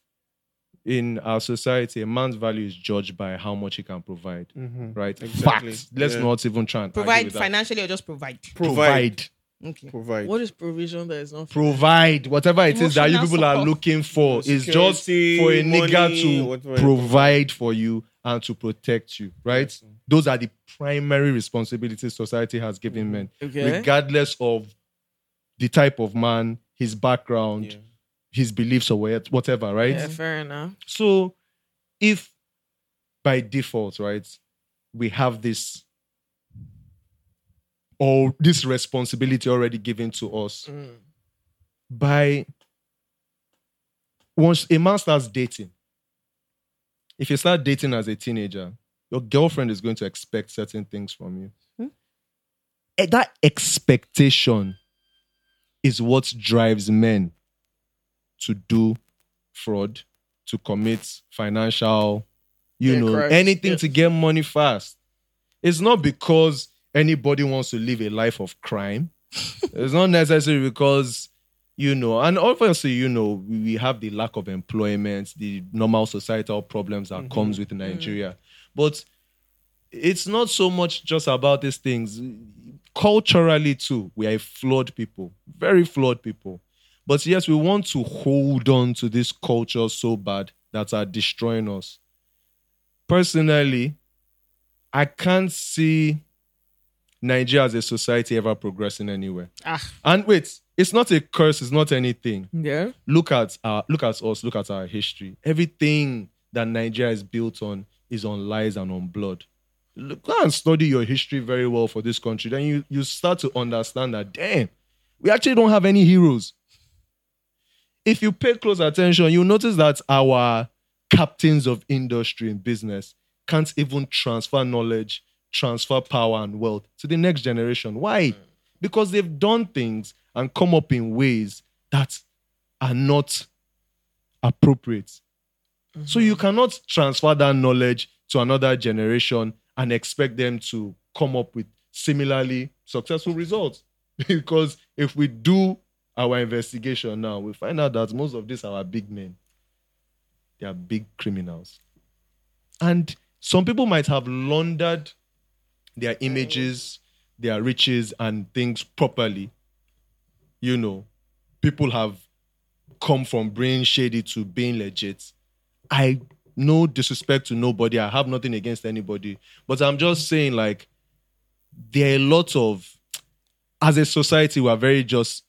S8: in our society, a man's value is judged by how much he can provide,
S4: Mhm.
S8: right?
S4: Exactly.
S8: Fact. Let's
S4: Yeah.
S8: not even try and argue
S6: Provide
S8: with that.
S6: financially or just provide.
S4: Provide.
S6: Okay.
S4: Provide.
S7: What is provision that is not
S8: provide whatever it is that you
S6: Emotional
S8: people are
S6: support.
S8: looking
S4: Oh,
S8: for is just
S4: Security,
S8: for a nigga
S4: money,
S8: to
S4: whatever.
S8: provide for you and to protect you right those are the primary responsibilities society has given men
S7: Okay.
S8: regardless of the type of man his background
S4: Yeah.
S8: his beliefs or what- whatever right
S7: Yeah, fair enough.
S8: so if by default, right, we have this or this responsibility already given to us
S7: Mm.
S8: by once a man starts dating, if you start dating as a teenager, your girlfriend is going to expect certain things from you. And Eh, that expectation is what drives men to do fraud, to commit financial, you
S7: Yeah,
S8: know,
S7: correct.
S8: anything
S7: Yeah.
S8: to get money fast. It's not because anybody wants to live a life of crime. it's not necessary because you know, and obviously, you know, we we have the lack of employment, the normal societal problems
S7: Mm-hmm.
S8: that comes with Nigeria. But it's not so much just about these things. Culturally, too, we are flawed people, very flawed people. But yes, we want to hold on to this culture so bad that are destroying us. Personally, I can't see Nigeria as a society ever progressing anywhere. And wait, it's not a curse, it's not anything.
S7: Yeah.
S8: Look at our look at us, look at our history. Everything that Nigeria is built on is on lies and on blood. Look, go and study your history very well for this country. Then you, you start to understand that damn, we actually don't have any heroes. If you pay close attention, you'll notice that our captains of industry and business can't even transfer knowledge, transfer power and wealth to the next generation. Why? Because they've done things and come up in ways that are not appropriate. So you cannot transfer that knowledge to another generation and expect them to come up with similarly successful results. because if we do our investigation now, we find out that most of these are our big men. They are big criminals. And some people might have laundered their images, their riches, and things properly. You know, people have come from being shady to being legit. I no disrespect to nobody. I have nothing against anybody. But I'm just saying, like, there are a lot of as a society, we are very just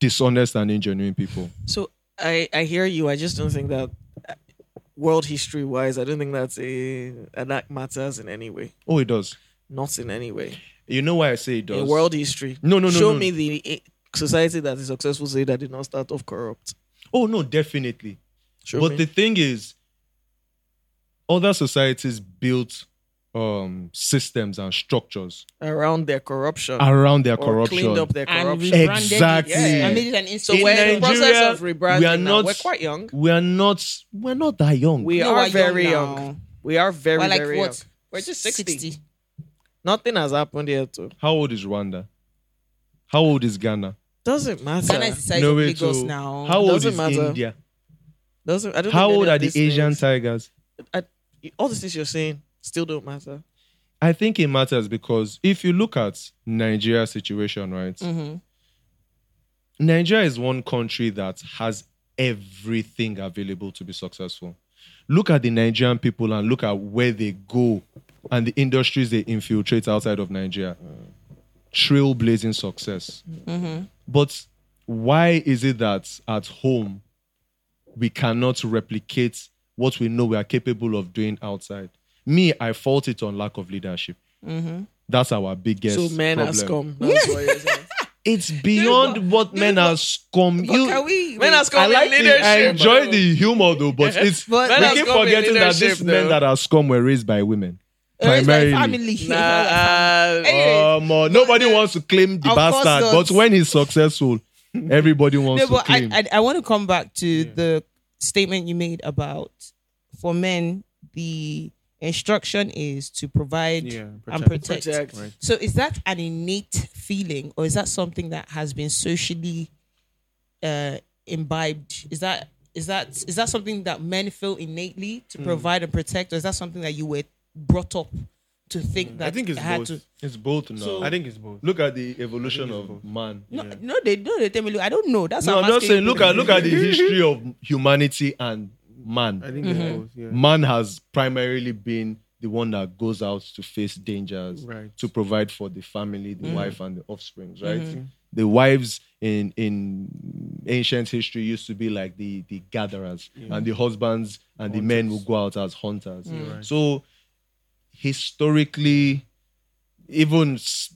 S8: dishonest and ingenuine people.
S7: So I I hear you. I just don't think that uh, world history wise, I don't think that's a uh, that matters in any way.
S8: Oh, it does.
S7: Not in any way.
S8: You know why I say it does?
S7: In world history,
S8: No, no, no,
S7: Show
S8: no.
S7: me the eh, society that is successful say that did not start off corrupt.
S8: Oh no, definitely.
S7: Show
S8: but
S7: me.
S8: the thing is, other societies built um, systems and structures
S7: around their corruption
S8: around their
S7: or
S8: corruption.
S7: cleaned up their
S6: and
S7: corruption.
S6: rebranded it.
S8: Exactly.
S6: Yeah. And made it an
S7: so
S6: institution.
S7: we're in the
S8: Nigeria,
S7: process of rebranding.
S8: we are
S7: now.
S8: not-
S7: We're quite young.
S8: We are not we're not that young.
S7: We
S6: No, we're
S7: are
S6: young
S7: very
S6: now.
S7: young. We are very
S6: We're like
S7: very
S6: what?
S7: young. We're just 60.
S6: 60.
S7: Nothing has happened yet. Too.
S8: How old is Rwanda? How old is Ghana?
S7: Doesn't matter.
S6: Ghana is the size of
S8: way
S6: Lagos
S8: to-
S6: now.
S8: How old
S7: Doesn't
S8: is
S7: matter.
S8: India?
S7: Doesn't. I don't
S8: How
S7: think
S8: old
S7: any of
S8: are the
S7: these
S8: Asian
S7: things-
S8: tigers?
S7: All the things you're saying still don't matter.
S8: I think it matters because if you look at Nigeria's situation, right? Nigeria is one country that has everything available to be successful. Look at the Nigerian people and look at where they go and the industries they infiltrate outside of Nigeria. Trailblazing success. But why is it that at home we cannot replicate what we know we are capable of doing outside? Me, I fault it on lack of leadership. That's our biggest
S7: so men
S8: problem.
S7: has come. That's what you're saying.
S8: It's beyond what men are scum. You,
S6: Can we?
S7: men has come
S8: I like
S7: in
S8: the,
S7: leadership.
S8: I enjoy the humor though, but it's
S6: But- Men
S8: we
S6: are
S8: keep
S7: scum in
S8: forgetting that these
S7: leadership,
S8: men
S7: though.
S8: that are scum were raised by women.
S6: Raised by
S8: Primarily.
S6: family.
S7: Nah, uh,
S8: Um, uh, nobody wants to claim the
S6: Of course not.
S8: bastard, but when he's successful, everybody wants
S6: No,
S8: to
S6: but I,
S8: claim.
S6: I, I want to come back to the statement you made about for men, the instruction is to provide
S4: Yeah,
S6: and
S4: protect.
S6: protect.
S7: Protect.
S6: So is that an innate feeling or is that something that has been socially uh, imbibed? Is that is that is that something that men feel innately to
S4: Hmm.
S6: provide and protect, or is that something that you were brought up to think that
S4: Hmm. I think it's
S6: had
S4: both.
S6: to
S8: it's both now.
S4: I think it's both.
S8: look at the evolution of man.
S6: no, no, they no, they tell me. Look, I don't know. That's
S8: No,
S6: how
S8: I'm not saying look at look at the history of humanity and
S4: I
S8: man.
S4: think
S6: Mm-hmm.
S4: it's both. Yeah.
S8: Man has primarily been the one that goes out to face dangers,
S4: Right. Mm.
S8: to provide for the family, the wife, and the offsprings, right?
S4: Mm-hmm.
S8: The wives in in ancient history used to be like the the gatherers, and the husbands and the men will go out as hunters. So historically, even s-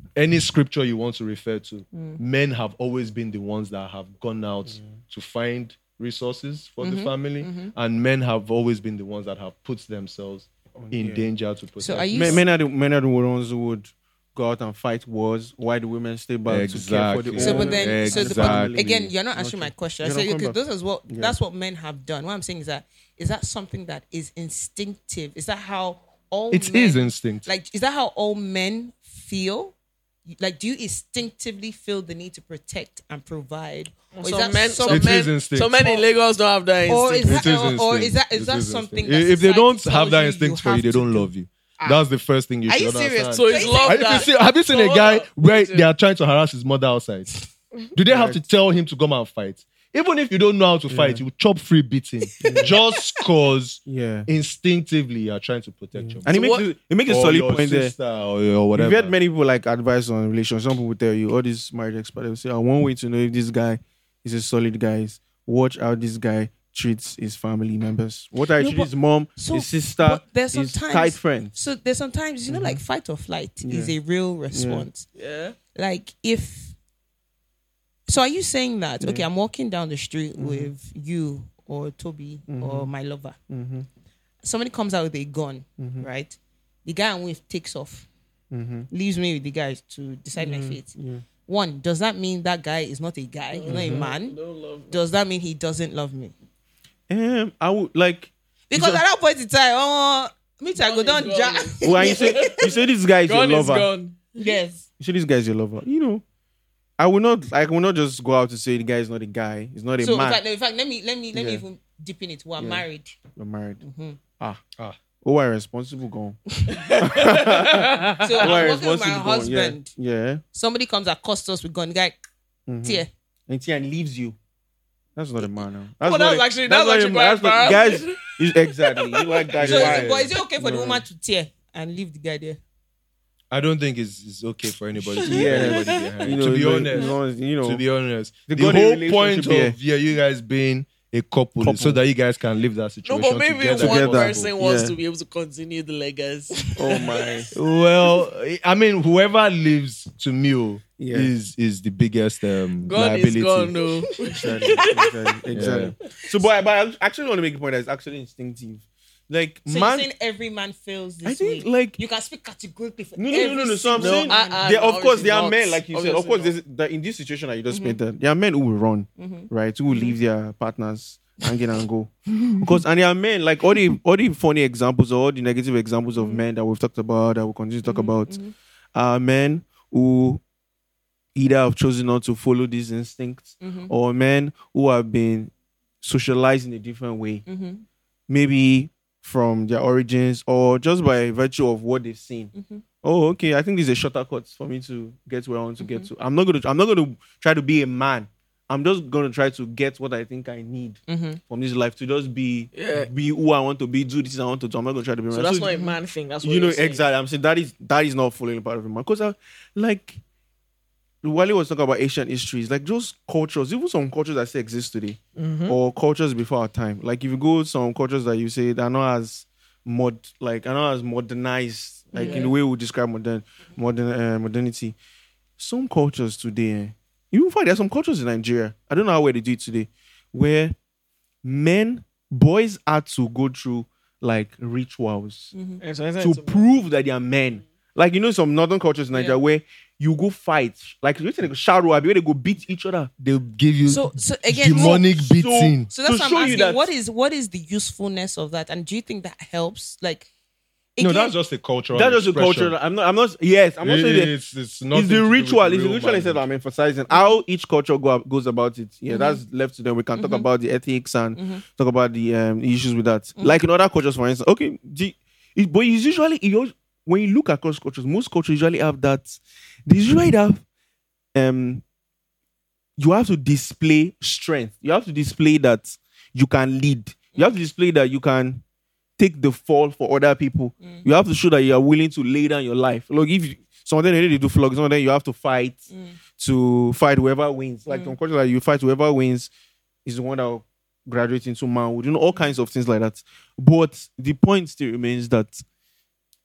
S6: Hmm.
S8: any scripture you want to refer to, men have always been the ones that have gone out
S6: Hmm.
S8: to find resources for
S6: Mm-hmm.
S8: the family, and men have always been the ones that have put themselves in
S4: yeah.
S8: danger to protect.
S6: Oh, So are you?
S4: Men, men, are the, men are the ones who would go out and fight wars while the women stay back to care for the
S8: Exactly.
S6: So, but
S4: own-
S6: then, so the, but
S8: Exactly.
S6: again, you're not answering my question. I
S4: No, no,
S6: said,
S4: come
S6: okay,
S4: back.
S6: this is what that's what men have done. What I'm saying is that is that something that is instinctive? Is that how all
S8: It
S6: men,
S8: is instinct.
S6: like is that how all men feel? Like, do you instinctively feel the need to protect and provide? Or is
S7: some
S6: that
S7: men,
S6: some-
S7: some
S8: It is
S7: men,
S8: instinct.
S7: some men in Lagos don't have that
S6: or
S7: instinct.
S6: is that,
S8: It is
S6: or, or is
S8: instinct.
S6: that
S8: It
S6: is that
S8: is
S6: something?
S8: instinct.
S6: That
S8: if they
S6: society
S8: don't
S6: tells
S8: have that
S6: you
S8: instinct for you,
S6: have
S8: they
S6: to
S8: don't
S6: do? Ah.
S8: love you. That's the first thing you
S7: are
S8: should
S7: you serious?
S8: understand.
S7: So it's love
S8: have you
S7: that.
S8: seen, have you seen
S7: So
S8: a guy
S7: love-
S8: where they are trying to harass his mother outside? Do they have to tell him to come and fight? Even if you don't know how to fight, you chop free beating just cause
S4: yeah.
S8: instinctively you are trying to protect your
S4: And it
S7: So
S4: makes
S7: what-
S4: it, it makes a
S8: Or
S4: solid
S8: your
S4: point there.
S8: sister or your whatever.
S4: We've had many people like advice on relations. Some people tell you, all these marriage experts will say, "Ah, one way to know if this guy is a solid guy is watch how this guy treats his family members. What I
S6: No,
S4: treat
S6: but-
S4: his mom,
S6: so-
S4: his sister,
S6: but there's
S4: his
S6: sometimes-
S4: tight friends.
S6: So there's sometimes you know, like fight or flight is a real response.
S7: yeah.
S6: like if so are you saying that
S4: Mm.
S6: okay i'm walking down the street
S4: Mm-hmm.
S6: with you or toby or my lover
S4: Mm-hmm,
S6: somebody comes out with a gun right the guy i'm with takes off
S4: mm-hmm.
S6: leaves me with the guys to decide
S4: Mm,
S6: my fate one does that mean that guy is not a guy he's not
S4: Mm-hmm.
S6: a man does that mean he doesn't love me
S4: Um, I would like.
S6: because at that point in time oh me too, I go down ja-
S4: Why you say you say this guy is
S7: Gone
S4: your
S7: is
S4: lover?
S7: gone.
S6: yes
S4: You say this guy is your lover. You know, I will not. I will not just go out to say the guy is not a guy. He's not a
S6: so in
S4: man.
S6: fact, no, in fact let me let me let me
S4: Yeah.
S6: even deepen it we're married
S4: You're married.
S6: Mm-hmm.
S4: Ah ah. Oh, I responsible gone.
S6: so
S4: Oh, I
S6: i'm walking with my
S4: responsible gone.
S6: husband
S4: Yeah. yeah.
S6: somebody comes across us with gun guy tear
S4: and Tian leaves you. That's not a man. no.
S7: Well,
S4: That's not
S7: that's
S4: a-
S7: actually- that's
S4: not a
S7: actually
S4: man.
S7: quite
S4: not-
S7: bad.
S4: guys. is- Exactly. You like guys.
S6: so is
S4: right.
S6: it, but is it okay for the woman to tear and leave the guy there
S8: I don't think it's, it's okay for anybody to
S4: Yeah.
S8: leave anybody behind.
S4: You know,
S8: to be
S4: but-
S8: honest,
S4: you know,
S8: to be honest, the,
S4: The God in
S8: whole
S4: relationship
S8: point
S4: here.
S8: of yeah, you guys being a couple, is so
S4: Couple.
S8: that you guys can live that
S7: No,
S8: situation
S7: but maybe
S8: together.
S7: one
S4: Together.
S7: person wants
S4: Yeah.
S7: to be able to continue the legacy.
S4: oh my.
S8: Well, I mean, whoever lives to me oh,
S4: Yeah.
S8: is is the biggest um,
S7: God
S8: liability.
S7: is gone, no.
S4: Exactly. Exactly. exactly. So, but, I- but I actually want to make a point that it's actually instinctive. Like
S6: So
S4: man,
S6: you're saying every man fails this
S4: I think
S6: way?
S4: like
S6: you can speak categorically for
S4: no, no, no,
S6: every
S4: no, no. So I'm
S6: single
S4: saying,
S6: man.
S7: uh,
S4: they, of course,
S7: obviously
S4: they are
S7: not.
S4: men, like you said. Of
S7: Obviously
S4: course,
S7: not. Mm-hmm.
S4: there's, that in this situation that you just painted, there are men who will run, right? Who will leave their partners
S7: Mm-hmm.
S4: hanging and go. because and there are men like all the all the funny examples or all the negative examples
S7: Mm-hmm.
S4: of men that we've talked about that we'll continue to talk about are men who either have chosen not to follow these instincts
S7: Mm-hmm.
S4: or men who have been socialized in a different way.
S7: Mm-hmm.
S4: Maybe from their origins or just by virtue of what they've seen. Oh, okay. I think this is a shorter cut for me to get where I want to get to. I'm not gonna I'm not gonna try to be a man. I'm just gonna try to get what I think I need
S6: Mm-hmm.
S4: from this life to just be
S7: Yeah.
S4: be who I want to be, do this I want to do. I'm not gonna try to be a
S7: So
S4: man.
S7: that's
S4: So
S7: not a man thing. That's what
S4: you know
S7: you're saying.
S4: exactly. I'm saying that is that is not following the part of a man. Because I uh, like Wally was talking about ancient histories, like those cultures, even some cultures that still exist today,
S7: Mm-hmm.
S4: or cultures before our time. Like if you go to some cultures that you say that are not as mod, like are not as modernized, like in the way we describe modern modern uh, modernity. Some cultures today, eh, you will find there are some cultures in Nigeria. I don't know how well they do it today, where men, boys had to go through like rituals
S7: And so I said
S4: to
S7: to-
S4: prove that they are men. Like you know, some northern cultures in Nigeria where you go fight, like you think Sharu Abi, where they go beat each other.
S8: They'll give you
S6: So, so again,
S8: demonic beating.
S6: So that's
S4: to
S6: what
S4: show
S6: I'm
S4: you
S6: asking.
S4: that-
S6: What is what is the usefulness of that? And do you think that helps? Like,
S8: no,
S6: again,
S8: that's just a cultural.
S4: That's just a
S8: expression.
S4: culture. I'm not. I'm not. Yes, I'm not
S8: It-
S4: saying that.
S8: it's, it's,
S4: It's
S8: nothing to
S4: the
S8: do with
S4: ritual. It's the
S8: real
S4: ritual itself.
S8: marriage.
S4: I'm emphasizing how each culture go, goes about it. Yeah, that's left to them. We can talk about the ethics and talk about the um, issues with that. Like in other cultures, for instance. Okay, the, it, but it's usually it, al- when you look across cultures, most cultures usually have that. They usually have um. You have to display strength. You have to display that you can lead. You have to display that you can take the fall for other people. You have to show that you are willing to lay down your life. Look, if you, some of them they do flog, some of them you have to fight to fight whoever wins. Like some cultures, like you fight whoever wins is the one that will graduate into manhood. You know all kinds of things like that. But the point still remains that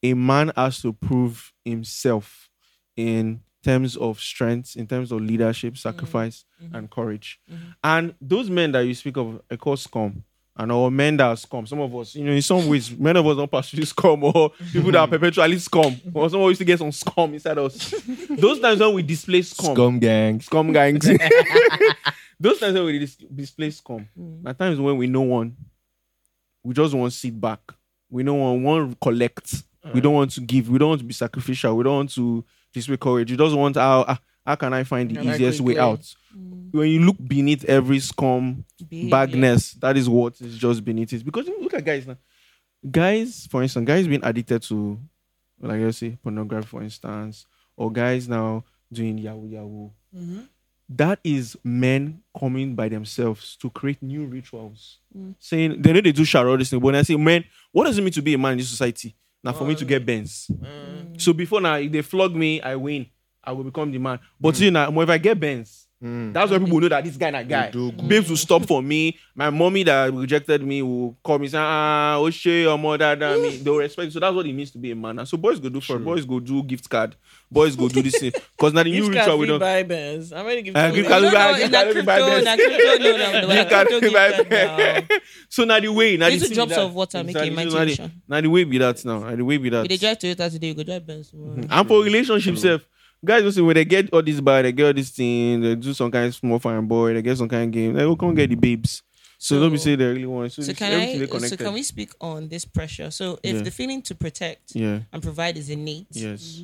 S4: a man has to prove himself in terms of strength, in terms of leadership, sacrifice, and courage. And those men that you speak of, of course, scum. And our men that are scum, some of us, you know, in some ways, many of us don't pass through scum or people that are perpetually scum. Or some of us used to get some scum inside us. Those times when we display scum,
S8: Scum gangs.
S4: scum gangs. Those times when we dis- display scum, at times when we know one, we just want to sit back. We don't want one collect. We don't want to give. We don't want to be sacrificial. We don't want to display courage. We just want how ah, how can I find the
S7: Can I
S4: easiest way
S7: quickly-
S4: out? When you look beneath every scum bagness, that is what is just beneath it. Because look at guys now. Guys, for instance, guys being addicted to like let's say pornography, for instance, or guys now doing yahoo yahoo. That is men coming by themselves to create new rituals.
S7: Mm.
S4: Saying they know they do shadow this thing, but when I say men, what does it mean to be a man in this society? Now for me
S7: Uh,
S4: to get bends.
S7: mm.
S4: So before now, if they flog me, I win. I will become the man. But you know, if I get bends, that's when people will know that this guy na guy. Babes will stop for me. My mommy that rejected me will call me say, ah, Oshe, your mother than me. They'll respect you. So that's what it means to be a man. And so boys go do for boys go do gift card. Boys go do this thing. Because now the new
S7: Gift
S4: ritual we
S7: card free
S4: don't
S7: buy bands. I'm gonna give
S4: Uh,
S7: you
S4: gift
S6: No,
S4: card-
S7: away.
S6: no,
S4: Can we
S6: in
S4: buy-
S6: that
S4: can we buy
S6: crypto, in that
S4: this?
S6: crypto, no, no, no,
S4: You
S6: that
S4: can
S6: crypto
S4: buy
S6: gift card, no.
S4: So now the way now the
S6: Little
S4: thing
S6: drops
S4: be that.
S6: of water make
S4: Exactly.
S6: a
S4: So now the-
S6: imagination.
S4: Now the way be that now. Now the way be
S6: If they
S4: that.
S6: drive Toyota today, you go drive Benz tomorrow.
S4: And for
S6: Mm.
S4: relationship self, guys listen when they get all this bar, they get all this thing, they do some kind of small fine boy, they get some kind of game, they go come get the babes. So,
S6: Mm. So-
S4: don't be saying they really want. So,
S6: So
S4: it's
S6: can
S4: everything they
S6: I? So
S4: connected.
S6: can we speak on this pressure? So if
S4: Yeah.
S6: the feeling to protect
S4: Yeah.
S6: and provide is innate,
S4: Yes.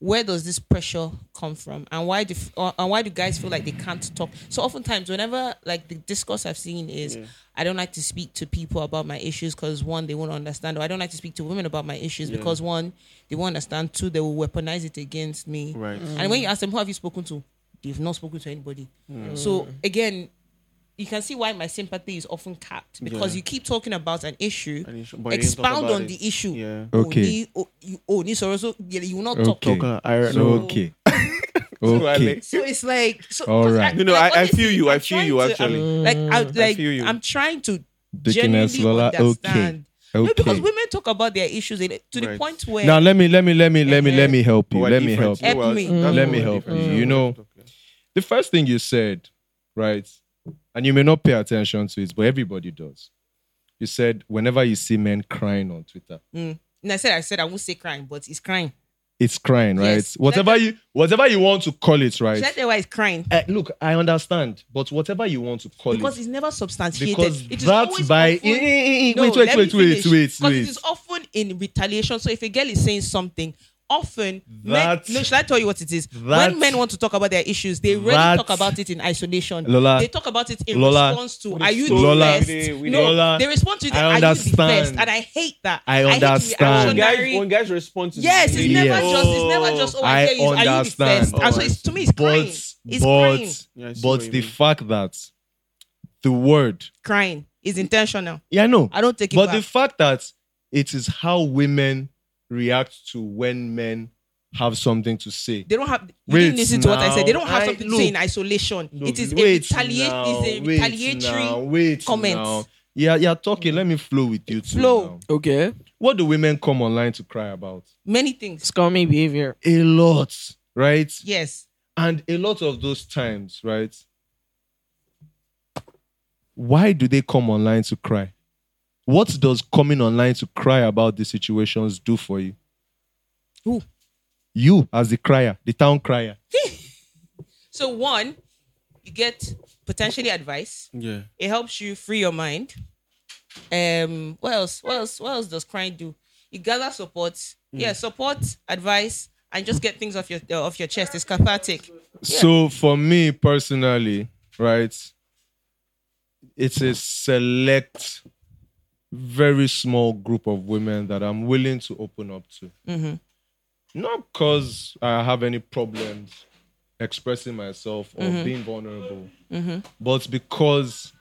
S6: where does this pressure come from and why do or, and why do guys feel like they can't talk so oftentimes whenever like the discourse i've seen is i don't like to speak to people about my issues because one they won't understand or i don't like to speak to women about my issues because one they won't understand two they will weaponize it against me
S4: Right.
S6: and when you ask them who have you spoken to they've not spoken to anybody so again you can see why my sympathy is often capped because
S4: Yeah.
S6: you keep talking about an issue,
S4: An issue, but you didn't talk
S6: expound
S4: about
S6: on
S4: it.
S6: the issue.
S4: Yeah.
S8: Okay.
S6: Oh, you, oh, you also, you will not talk
S8: Okay.
S4: Talk, I-
S8: So,
S4: no.
S8: okay. okay.
S6: So it's like, so,
S8: All
S6: 'cause
S8: right.
S4: No, no,
S6: like,
S4: I, I
S6: honestly,
S4: feel you. I
S6: I'm
S4: feel
S6: trying
S4: you
S6: to-
S4: actually.
S6: I'm, like, I, like, I
S4: feel you.
S6: am trying to
S8: Dickens
S6: genuinely
S8: Lola, okay.
S6: understand. No, because
S8: Okay.
S6: women talk about their issues in- to the
S4: Right.
S6: point where
S8: Now let me let me let me let me let me help you.
S4: We're
S8: Let me
S4: different.
S8: help you.
S6: Help
S4: Well,
S6: me.
S4: that's
S8: Let
S4: what
S8: me
S4: we're
S8: help
S4: different.
S8: you. You know, the first thing you said, right? And you may not pay attention to it, but everybody does. you said whenever you see men crying on Twitter,
S6: And I said, I said I won't say crying, but it's crying.
S8: it's crying, right?
S6: Yes.
S8: Whatever you whatever you want to call it, right?
S6: Should I tell why it's crying?
S8: Uh, look, I understand, but whatever you want to call
S6: Because
S8: it,
S6: it's never substantiated.
S8: because
S6: it is
S8: that
S6: always
S8: by Eh,
S6: awful.
S8: wait,
S6: No,
S8: wait,
S6: let
S8: wait,
S6: me
S8: wait, wait,
S6: finish.
S8: wait,
S6: 'Cause
S8: wait.
S6: It is often in retaliation. So if a girl is saying something, often men,
S8: That-
S6: no, should I tell you what it is?
S8: that-
S6: when men want to talk about their issues, they really
S8: that-
S6: talk about it in isolation.
S8: Lola,
S6: they talk about it in
S8: Lola,
S6: response to "Are you the
S8: Lola,
S4: we
S6: best?"
S4: dey- we
S6: no,
S8: dey- Lola,
S6: they respond to the
S8: I
S6: "Are you the best?"
S8: understand.
S6: And I hate that.
S8: I
S6: hate the
S8: understand.
S4: When guys,
S6: reactionary-
S4: when guys respond to
S6: Yes, it's
S4: media-
S6: never
S8: Yes.
S6: just. It's never just. Oh, I,
S8: I
S6: hear you. Are you the
S8: understand.
S6: best? and so it's, to me, it's crying.
S8: but
S6: it's crying.
S8: but
S4: Yeah, I see
S8: but
S4: what you
S8: the
S4: mean.
S8: fact that the word,
S6: Crying is intentional.
S8: yeah, no,
S6: I don't take it
S8: but
S6: back.
S8: the fact that it is how women react to when men have something to say.
S6: They don't have. You
S8: Wait
S6: didn't listen to what I said. They don't have
S8: now.
S6: something
S8: I-
S6: to say
S8: look.
S6: in isolation.
S8: No,
S6: it is a,
S8: wait
S6: retaliate,
S8: now,
S6: it's a
S8: wait
S6: retaliatory.
S8: now, wait
S6: comment. Mm.
S8: now. Yeah, yeah, talking. Let me flow with you too.
S6: Flow.
S8: now.
S7: Okay.
S8: What do women come online to cry about?
S6: Many things.
S7: Scummy behavior.
S8: A lot, right?
S6: Yes.
S8: And a lot of those times, right? Why do they come online to cry? What does coming online to cry about these situations do for you?
S6: Who?
S8: You, as the crier, the town crier.
S6: So one, you get potentially advice.
S4: Yeah.
S6: It helps you free your mind. Um. What else? What else? What else does crying do? You gather support.
S8: Hmm.
S6: Yeah, support, advice, and just get things off your uh, off your chest. It's cathartic.
S8: So for me personally, right, it's a select, very small group of women that I'm willing to open up to. Not because I have any problems expressing myself or being vulnerable, but because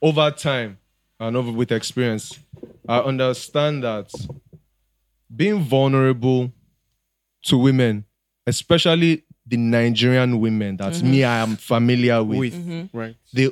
S8: over time and over with experience, I understand that being vulnerable to women, especially the Nigerian women that me I am familiar with,
S4: With
S6: Mm-hmm.
S4: right.
S8: they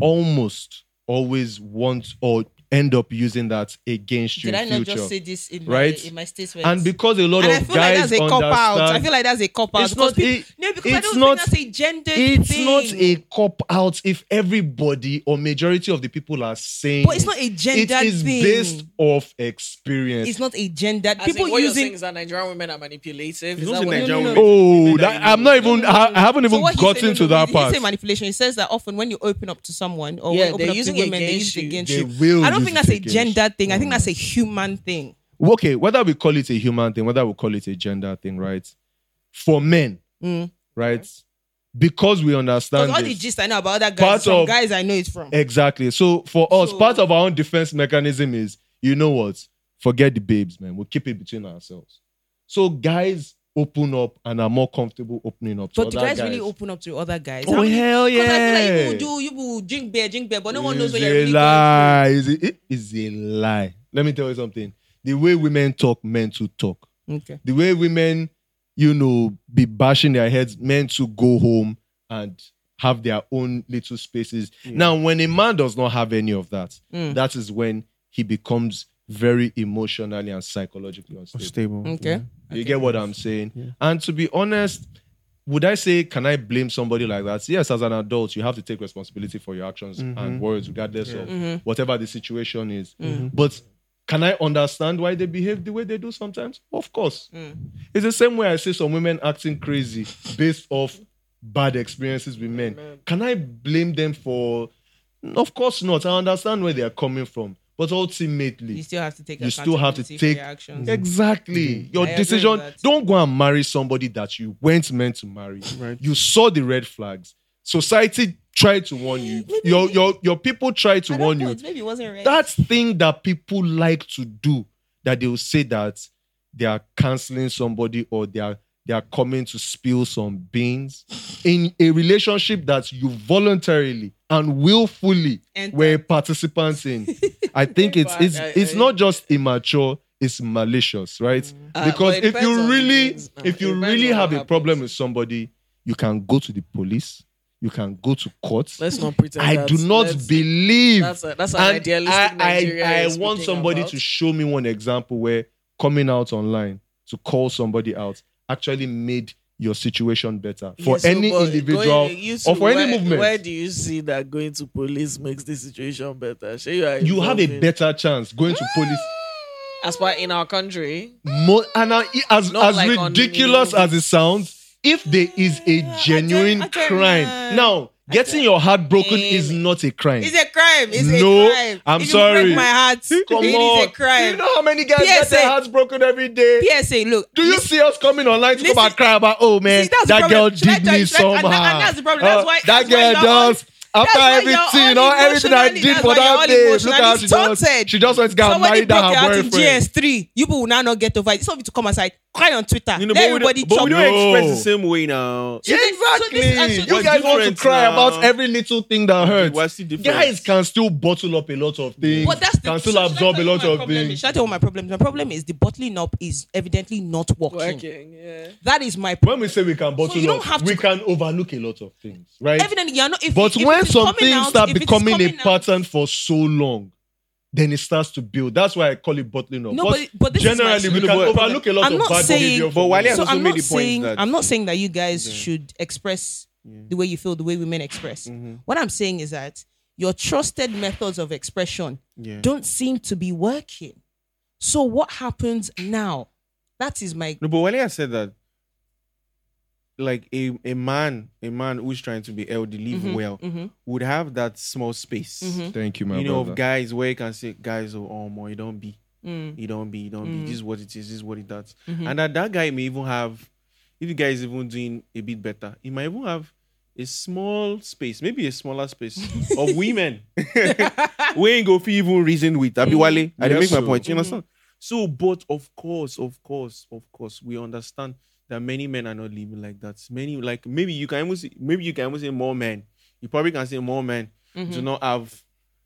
S8: almost always want or end up using that against you
S6: Did I
S8: in
S6: not
S8: future.
S6: just say this in
S8: right?
S6: my in my statement?
S8: and because a lot
S6: and I
S8: of
S6: feel like
S8: guys
S6: that's a cop out. I
S8: understand-
S6: feel like that's a cop out.
S8: It's
S6: because
S8: not a-
S6: peop- no, because I
S8: it's
S6: don't
S8: not-
S6: think that's a gender
S8: it's
S6: thing.
S8: not a cop out if everybody or majority of the people are saying
S6: But it's not a
S8: it
S6: gender
S8: is
S6: thing.
S8: based off experience.
S6: it's not a gender.
S7: As
S6: People
S7: in, what you're saying
S6: using.
S7: is that Nigerian women are manipulative.
S4: It's
S7: Is
S4: not
S7: that
S4: in
S7: what
S4: Nigerian
S7: No, no,
S4: women.
S7: no.
S8: Oh,
S4: that
S8: that,
S4: you-
S8: I'm not even. I, I haven't
S6: So
S8: even
S6: what he
S8: gotten
S6: said-
S8: to
S6: no, no,
S8: that
S6: he
S8: part.
S6: didn't say manipulation. He says that often when you open up to someone or when you
S7: Yeah, they're
S6: open up to
S7: using it
S6: women, they
S7: against
S6: use it
S7: you.
S6: against
S8: They
S6: you.
S8: will
S6: I don't
S8: use
S6: think
S8: it
S6: that's a
S8: against
S6: gender thing. I think that's a human thing.
S8: okay, whether we call it a human thing, whether we call it a gender thing, right? For men,
S6: Mm.
S8: right? Because we understand
S6: Because all the
S8: this.
S6: gist I know about other
S8: Part
S6: guys, some
S8: of- eh,
S6: guys I know it's from.
S8: exactly. So for us,
S6: So-
S8: part of our own defense mechanism is, you know what? Forget the babes, man. We'll keep it between ourselves. So guys open up and are more comfortable opening up. To
S6: But the
S8: other
S6: guys, really open up to other guys.
S8: Oh hell yeah!
S6: Because I feel like you will do, you will drink beer, drink beer, but no one knows what
S8: It's
S6: you're
S8: a
S6: really going
S8: lie. It's a, it is a lie. Let me tell you something. The way women talk, men to talk.
S6: through. Okay.
S8: the way women, you know, be bashing their heads, men to go home and have their own little spaces. Now, when a man does not have any of that,
S6: Mm.
S8: that is when he becomes very emotionally and psychologically unstable.
S4: Stable.
S8: Mm.
S6: Okay.
S8: You get what I'm saying? And to be honest, would I say, can I blame somebody like that? Yes, as an adult, you have to take responsibility for your actions and words, regardless of whatever the situation is. But can I understand why they behave the way they do sometimes? Of course. It's the same way I see some women acting crazy based off bad experiences with men. Can I blame them for? Of course not. I understand where they are coming from. But ultimately,
S6: You still have to take.
S8: You still have to
S6: accountability for
S8: take-
S6: your actions.
S8: Exactly. Your
S6: Mm-hmm. I agree with
S8: decision.
S6: that.
S8: Don't go and marry somebody that you weren't meant to marry.
S4: Right.
S8: You saw the red flags. Society tried to warn you. Your your your people tried to
S6: At that
S8: warn you.
S6: point, Maybe it wasn't right.
S8: That thing that people like to do, that they will say that they are canceling somebody or they are they are coming to spill some beans in a relationship that you voluntarily and willfully
S6: Enter.
S8: were participants in. I think it's
S7: But
S8: it's
S7: I-
S8: it's
S7: I-
S8: not just immature, it's malicious, right?
S7: Uh,
S8: Because
S7: but it
S8: if
S7: depends
S8: you
S7: on the
S8: really
S7: things, uh,
S8: if
S7: it
S8: you
S7: depends
S8: really
S7: on what
S8: have a
S7: happens.
S8: problem with somebody, you can go to the police, you can go to court.
S7: Let's not pretend.
S8: I
S7: that's-
S8: do not
S7: let's-
S8: believe
S7: That's, a, that's an
S8: and
S7: idealistic Nigeria
S8: I,
S7: is
S8: want
S7: speaking
S8: somebody
S7: about.
S8: to show me one example where coming out online to call somebody out actually made your situation better for
S7: Yeah, so,
S8: any
S7: but
S8: individual
S7: going- you
S8: or
S7: two,
S8: for any
S7: where-
S8: movement.
S7: Where do you see that going to police makes the situation better? Sure, you Mm. are
S8: you have a
S7: involved in-
S8: better chance going to police.
S7: As far in our country,
S8: Mo- and I- as,
S7: Not
S8: as
S7: like on
S8: ridiculous
S7: mini
S8: as it sounds, if there is a genuine
S6: I don't
S8: crime,
S6: know.
S8: now getting your heart broken
S6: Mm.
S8: is not a crime.
S6: It's a crime. It's
S8: No,
S6: a crime.
S8: I'm
S6: It will
S8: sorry.
S6: Break my heart.
S8: Come
S6: it
S8: on.
S6: is a crime.
S8: Do you know how many guys get
S6: PSA.
S8: their hearts broken every day?
S6: PSA, look.
S8: Do you
S6: listen-
S8: see us coming online to come
S6: listen-
S8: and cry about, oh man,
S6: See, that's the
S8: that
S6: problem.
S8: girl
S6: Should I
S8: did
S6: tell
S8: me
S6: you- should I-
S8: somehow.
S6: and that- and that's the problem. That's
S8: Uh,
S6: why-
S8: that
S6: that's why
S8: girl
S6: you're all-
S8: just, after
S6: that's why you're
S8: everything,
S6: all
S8: all everything I
S6: emotionally-
S8: did
S6: that's
S8: for
S6: why
S8: that
S6: you're all
S8: day, look how she
S6: emotionally
S8: just,
S6: taunted.
S8: she just went to go and
S6: Somebody
S8: marry
S6: broke
S8: that
S6: your
S8: her
S6: out in
S8: boyfriend.
S6: GS3. You people will now not get over it. Some of you to come aside, cry on Twitter.
S4: You
S6: Let
S4: know, but we don't-
S6: everybody
S4: but
S6: chop.
S4: we don't
S8: No.
S4: express the same way now.
S6: So
S8: Yeah,
S6: this- so
S8: exactly.
S6: this- and so
S8: you
S6: this-
S8: guys want to
S4: different
S8: cry
S4: now.
S8: about every little thing that hurts.
S4: What's the difference?
S8: Guys can still bottle up a lot of things.
S6: But that's the
S8: can still
S6: so should I
S8: absorb
S6: tell
S8: a
S6: you
S8: lot
S6: my
S8: of
S6: problem is?
S8: things.
S6: Should I tell you my problem? My problem is the bottling up is evidently not working.
S7: working, yeah.
S6: That is my problem.
S8: When we say we can bottle
S6: you don't
S8: up,
S6: have
S8: we
S6: to-
S8: can overlook a lot of things, right?
S6: Evidently, you're not. If
S8: but
S6: if
S8: when
S6: it is
S8: some
S6: coming
S8: things
S6: out,
S8: start
S6: if it is
S8: becoming a
S6: coming out-
S8: pattern for so long, then it starts to build. That's why I call it bottling up.
S6: No, but- but this is my
S8: generally we
S6: issue.
S8: can
S4: But-
S8: overlook a lot
S6: I'm
S8: of
S6: not
S8: bad
S6: saying-
S8: behavior.
S4: But Wale has
S6: so
S4: also
S6: I'm
S4: made
S6: not
S4: the point
S6: saying
S4: that-
S6: I'm not saying that you guys should express the way you feel the way women express.
S4: Mm-hmm.
S6: What I'm saying is that your trusted methods of expression
S4: Yeah.
S6: don't seem to be working. So what happens now? That is my
S4: No, but Wale has said that, like a, a man, a man who's trying to be elderly,
S6: Mm-hmm.
S4: live well,
S6: Mm.
S4: would have that small space.
S8: Thank you, my
S4: You know, of guys where you can say, guys, oh, oh more, you don't be,
S6: Mm.
S4: you don't be, you don't be. This is what it is. This is what it does.
S6: Mm-hmm.
S4: And that that guy may even have, if the guy is even doing a bit better, he might even have a small space, maybe a smaller space of women. we ain't go for even reason with
S6: Mm-hmm.
S4: Abiwale. I didn't
S8: Yes,
S4: make my
S8: so.
S4: point. You understand? So, but of course, of course, of course, we understand that many men are not living like that. Many like maybe you can almost maybe you can almost say more men. You probably can say more men
S6: Mm-hmm.
S4: do not have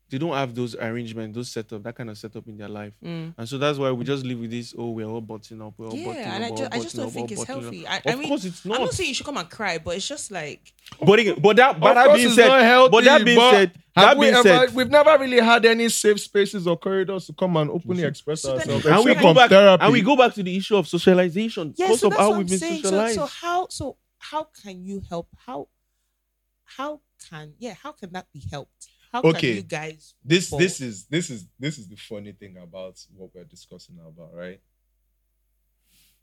S4: they don't have those arrangements, those setup, that kind of setup in their life. And so that's why we just live with this, oh, we're all butting up, we're all
S6: Mm. yeah,
S4: butting up.
S6: and I
S4: we're all
S6: just, I just
S4: butting
S6: don't
S4: up,
S6: think
S4: we're all
S6: it's
S4: butting up."
S6: healthy. I, I
S4: of
S6: mean,
S4: course it's
S6: I'm
S4: not.
S6: not saying you should come and cry, but it's just like
S4: But, again, but that but that being said, but that being said, that being said,
S8: we've never really had any safe spaces or corridors to come and openly express
S6: So then-
S8: ourselves.
S6: And
S4: and we
S8: except
S4: go
S8: from
S4: back
S8: therapy.
S4: and we go back to the issue of socialization.
S6: yeah,
S4: Most
S6: so
S4: of
S6: that's
S4: how
S6: what
S4: we've
S6: I'm
S4: been
S6: saying. So,
S4: socialized.
S6: so how so how can you help? How how can yeah how can that be helped? How
S8: Okay.
S6: can you guys
S8: this
S6: But-
S8: this is this is this is the funny thing about what we're discussing about right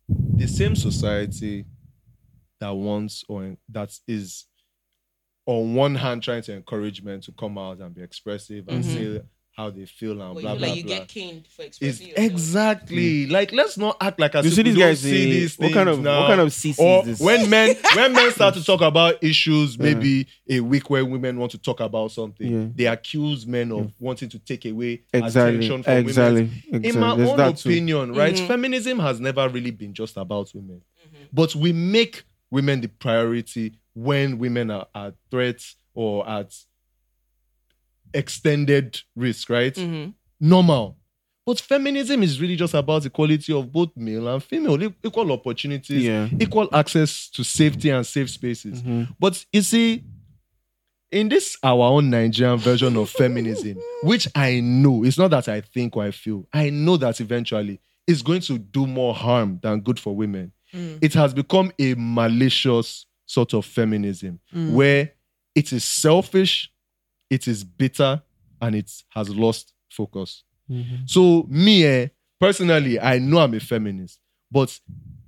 S8: the same society that wants or that is on one hand trying to encourage men to come out and be expressive and say how they feel and
S6: Well,
S8: blah
S6: you,
S8: blah
S6: like you
S8: blah
S6: get caned for
S8: It's
S6: expressing yourself.
S8: exactly like let's not act like as
S4: You
S8: if
S4: see
S8: we
S4: these
S8: don't
S4: guys,
S8: see
S4: eh,
S8: these
S4: what kind
S8: things
S4: of-
S8: now.
S4: what kind of sis
S8: or
S4: is this?
S8: when men when men start to talk about issues maybe a week where women want to talk about something
S4: Yeah.
S8: they accuse men of wanting to take away
S4: Exactly,
S8: attention from
S4: exactly,
S8: women
S4: exactly.
S8: in my
S4: There's
S8: own
S4: that too.
S8: opinion right feminism has never really been just about women but we make women the priority when women are at threats or at extended risk right
S6: Mm-hmm.
S7: Mm-hmm.
S8: normal. But feminism is really just about equality of both male and female, e- equal opportunities,
S4: Yeah.
S8: equal access to safety and safe spaces.
S4: Mm-hmm.
S8: But you see, in this our own Nigerian version of feminism, which I know, it's not that I think or I feel, I know that eventually it's going to do more harm than good for women. It has become a malicious sort of feminism
S4: Mm.
S8: where it is selfish, it is bitter, and it has lost focus.
S4: Mm-hmm.
S8: So me, eh, personally, I know I'm a feminist, but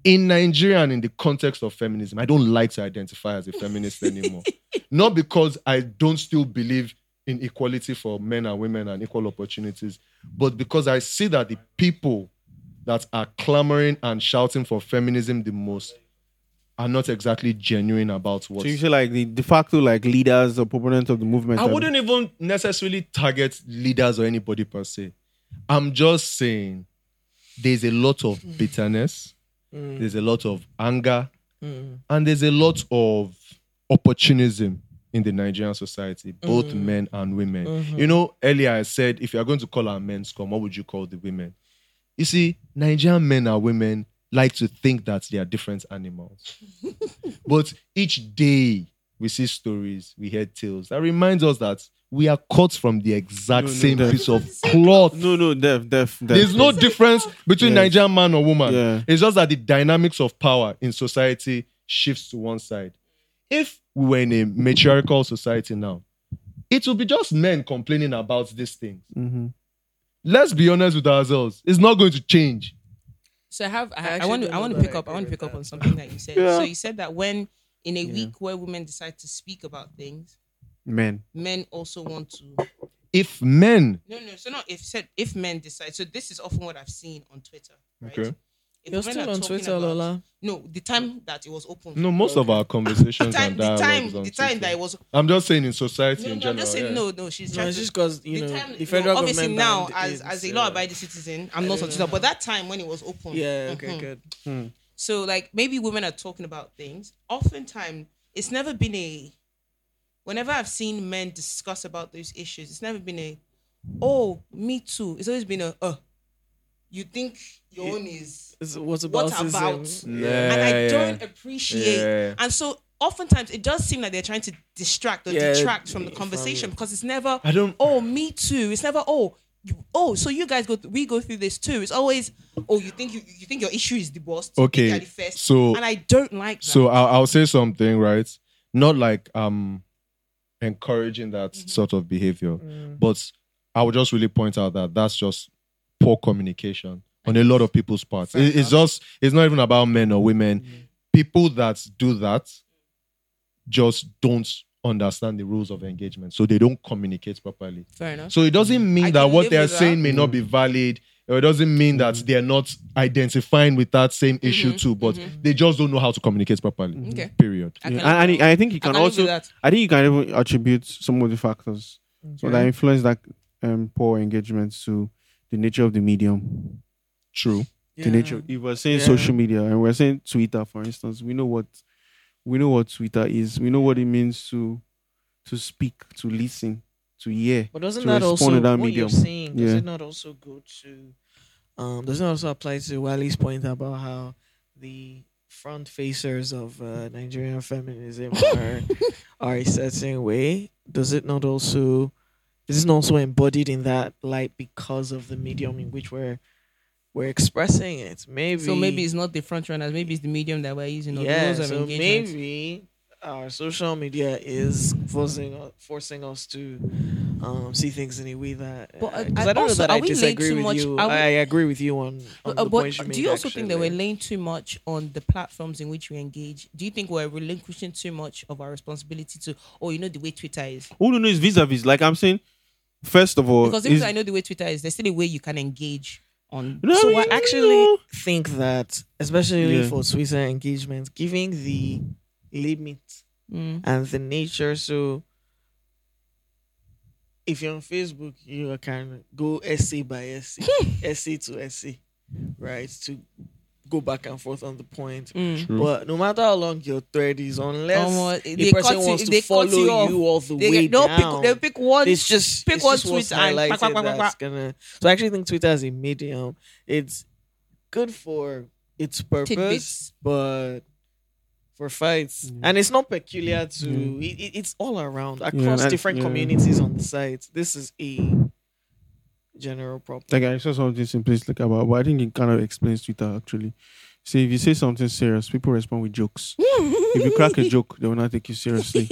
S8: in Nigeria and in the context of feminism, I don't like to identify as a feminist anymore. Not because I don't still believe in equality for men and women and equal opportunities, but because I see that the people that are clamoring and shouting for feminism the most are not exactly genuine about what
S4: So you say like the de facto like leaders or proponents of the movement.
S8: I
S4: are-
S8: wouldn't even necessarily target leaders or anybody per se. I'm just saying there's a lot of bitterness, there's a lot of anger, and there's a lot of opportunism in the Nigerian society, both men and women. You know, earlier I said if you are going to call our men scum, what would you call the women? You see, Nigerian men and women like to think that they are different animals. But each day we see stories, we hear tales that reminds us that we are cut from the exact
S4: No, no,
S8: same
S4: that-
S8: piece of cloth.
S4: No, no, def, def, def.
S8: There's no difference between
S4: Yes.
S8: Nigerian man or woman.
S4: Yeah.
S8: It's just that the dynamics of power in society shifts to one side. If we were in a matriarchal society now, it will be just men complaining about these things.
S4: Mm-hmm.
S8: Let's be honest with ourselves. It's not going to change.
S6: So I have. I, I
S7: actually
S6: want to.
S7: don't
S6: I want to
S7: know
S6: pick
S7: that I
S6: up. I
S7: agree
S6: want to
S7: with
S6: pick up
S7: that.
S6: on something that you said. So you said that when in a week where women decide to speak about things,
S4: Man.
S6: men also want to.
S8: If men
S6: No, no. So not if said if men decide. So this is often what I've seen on Twitter. Right?
S8: Okay.
S6: If
S7: You're
S6: women are
S7: still on
S6: talking
S7: Twitter,
S6: about-
S7: Lola.
S6: No, the time that it was open.
S8: no, most of our conversations
S6: the time,
S8: and
S6: the
S8: dialogues
S6: time,
S8: on
S6: the time
S8: Twitter.
S6: that it was.
S8: I'm just saying in society
S6: No, no,
S8: in
S6: I'm
S8: general.
S6: just saying
S8: yeah.
S6: no, no. She's
S7: No,
S6: trying
S7: it's
S6: to-
S7: just because you
S6: the
S7: know
S6: time,
S7: the federal
S6: no, obviously
S7: government
S6: now
S7: banned
S6: as
S7: it,
S6: as a
S7: so-
S6: law-abiding citizen, I'm not on Twitter, but that time when it was open,
S7: Yeah. Okay.
S6: mhm.
S7: Good.
S6: So like maybe women are talking about things. Oftentimes, it's never been a. Whenever I've seen men discuss about those issues, it's never been a, oh, me too. It's always been a, uh, you think your own is
S7: It's- What about?
S6: what about?
S7: sism?
S6: and I
S8: Yeah,
S6: don't
S8: yeah.
S6: appreciate.
S8: Yeah.
S6: And so oftentimes it does seem like they're trying to distract or
S7: Yeah,
S6: detract from the conversation because it's never
S8: I don't-
S6: oh me too. It's never oh you, oh so you guys go th- we go through this too. It's always oh you think you, you think your issue is the worst. You think
S8: Okay,
S6: you're the first.
S8: so-
S6: and I don't like that.
S8: So I'll, I'll say something, right? Not like um encouraging that
S6: Mm-hmm.
S8: sort of behavior,
S6: Mm.
S8: but I would just really point out that that's just poor communication on a lot of people's parts. It- it's just it's not even about men or women.
S6: Mm-hmm.
S8: People that do that just don't understand the rules of engagement, so they don't communicate properly.
S6: fair enough.
S8: So it doesn't mean
S6: Mm. I
S8: that
S6: can
S8: what
S6: live
S8: they're
S6: with that.
S8: saying may not be valid. Or it doesn't mean that
S6: Mm.
S8: they're not identifying with that same
S6: Mm-hmm.
S8: issue too, but they just don't know how to communicate properly.
S6: Okay.
S8: Period.
S6: I
S4: Yeah,
S6: can-
S4: Mm-hmm. and, and I think you can,
S6: can live
S4: also.
S6: with that.
S4: I think you can even attribute some of the factors so that influence that um, poor engagement to the nature of the medium.
S8: True.
S4: The nature. If we're saying social media and we're saying Twitter, for instance, we know what we know what Twitter is. We know what it means to to speak, to listen, to hear.
S7: But doesn't
S4: to
S7: that
S4: respond
S7: also
S4: to that
S7: what
S4: medium.
S7: you're saying? Does
S4: Yeah.
S7: it not also go to? Um, does it also apply to Wally's point about how the front facers of uh, Nigerian feminism are are a certain way? Does it not also? Is it not also embodied in that light because of the medium in which we're we're expressing it? Maybe
S6: So maybe it's not the front runners. Maybe it's the medium that we're using or the
S7: yeah.
S6: rules of
S7: So
S6: engagement.
S7: maybe our social media is forcing us, forcing us to um, see things in a way that.
S6: But, uh,
S7: 'cause
S6: I-
S7: I don't
S6: also,
S7: know that
S6: are
S7: I
S6: we laid
S7: disagree
S6: too
S7: with
S6: much-
S7: you.
S6: are we-
S7: I agree with you on, on
S6: But,
S7: the
S6: uh, but
S7: points you made.
S6: do you also think that we're
S7: actually.
S6: laying too much on the platforms in which we engage? Do you think we're relinquishing too much of our responsibility to, oh, you know, the way Twitter is?
S4: All no, is vis-a-vis. Like I'm saying, first of all,
S6: Because
S4: is-
S6: even though I know the way Twitter is, there's still a way you can engage on.
S4: No,
S7: So
S4: you
S7: I actually
S4: know.
S7: think that, especially
S4: Yeah.
S7: for Twitter engagement, giving the limit
S6: Mm.
S7: and the nature. So if you're on Facebook, you can go essay by essay, essay to essay, right? To go back and forth on the point.
S6: Mm.
S8: True.
S7: But no matter how long your thread is, unless
S6: Omo,
S7: the
S6: they
S7: person
S6: cut you-
S7: wants
S6: they
S7: to
S6: cut
S7: follow
S6: you off.
S7: you, all the
S6: They,
S7: way
S6: get- they'll
S7: down,
S6: pick, they'll pick one.
S7: it's just
S6: pick
S7: it's
S6: one
S7: just what's
S6: tweet and
S7: highlighted
S6: quack, quack, quack, quack,
S7: that's
S6: quack.
S7: gonna. So I actually think Twitter is a medium. It's good for its purpose,
S6: Tidbits.
S7: but for fights, and it's not peculiar to. It, it- it's all around across
S4: that-
S7: different
S4: Mm. yeah.
S7: communities on the site. This is a general problem.
S4: like I saw something simplistic about, but I think it kind of explains Twitter actually. See, if you say something serious, people respond with jokes. if you crack a joke, they will not take you seriously.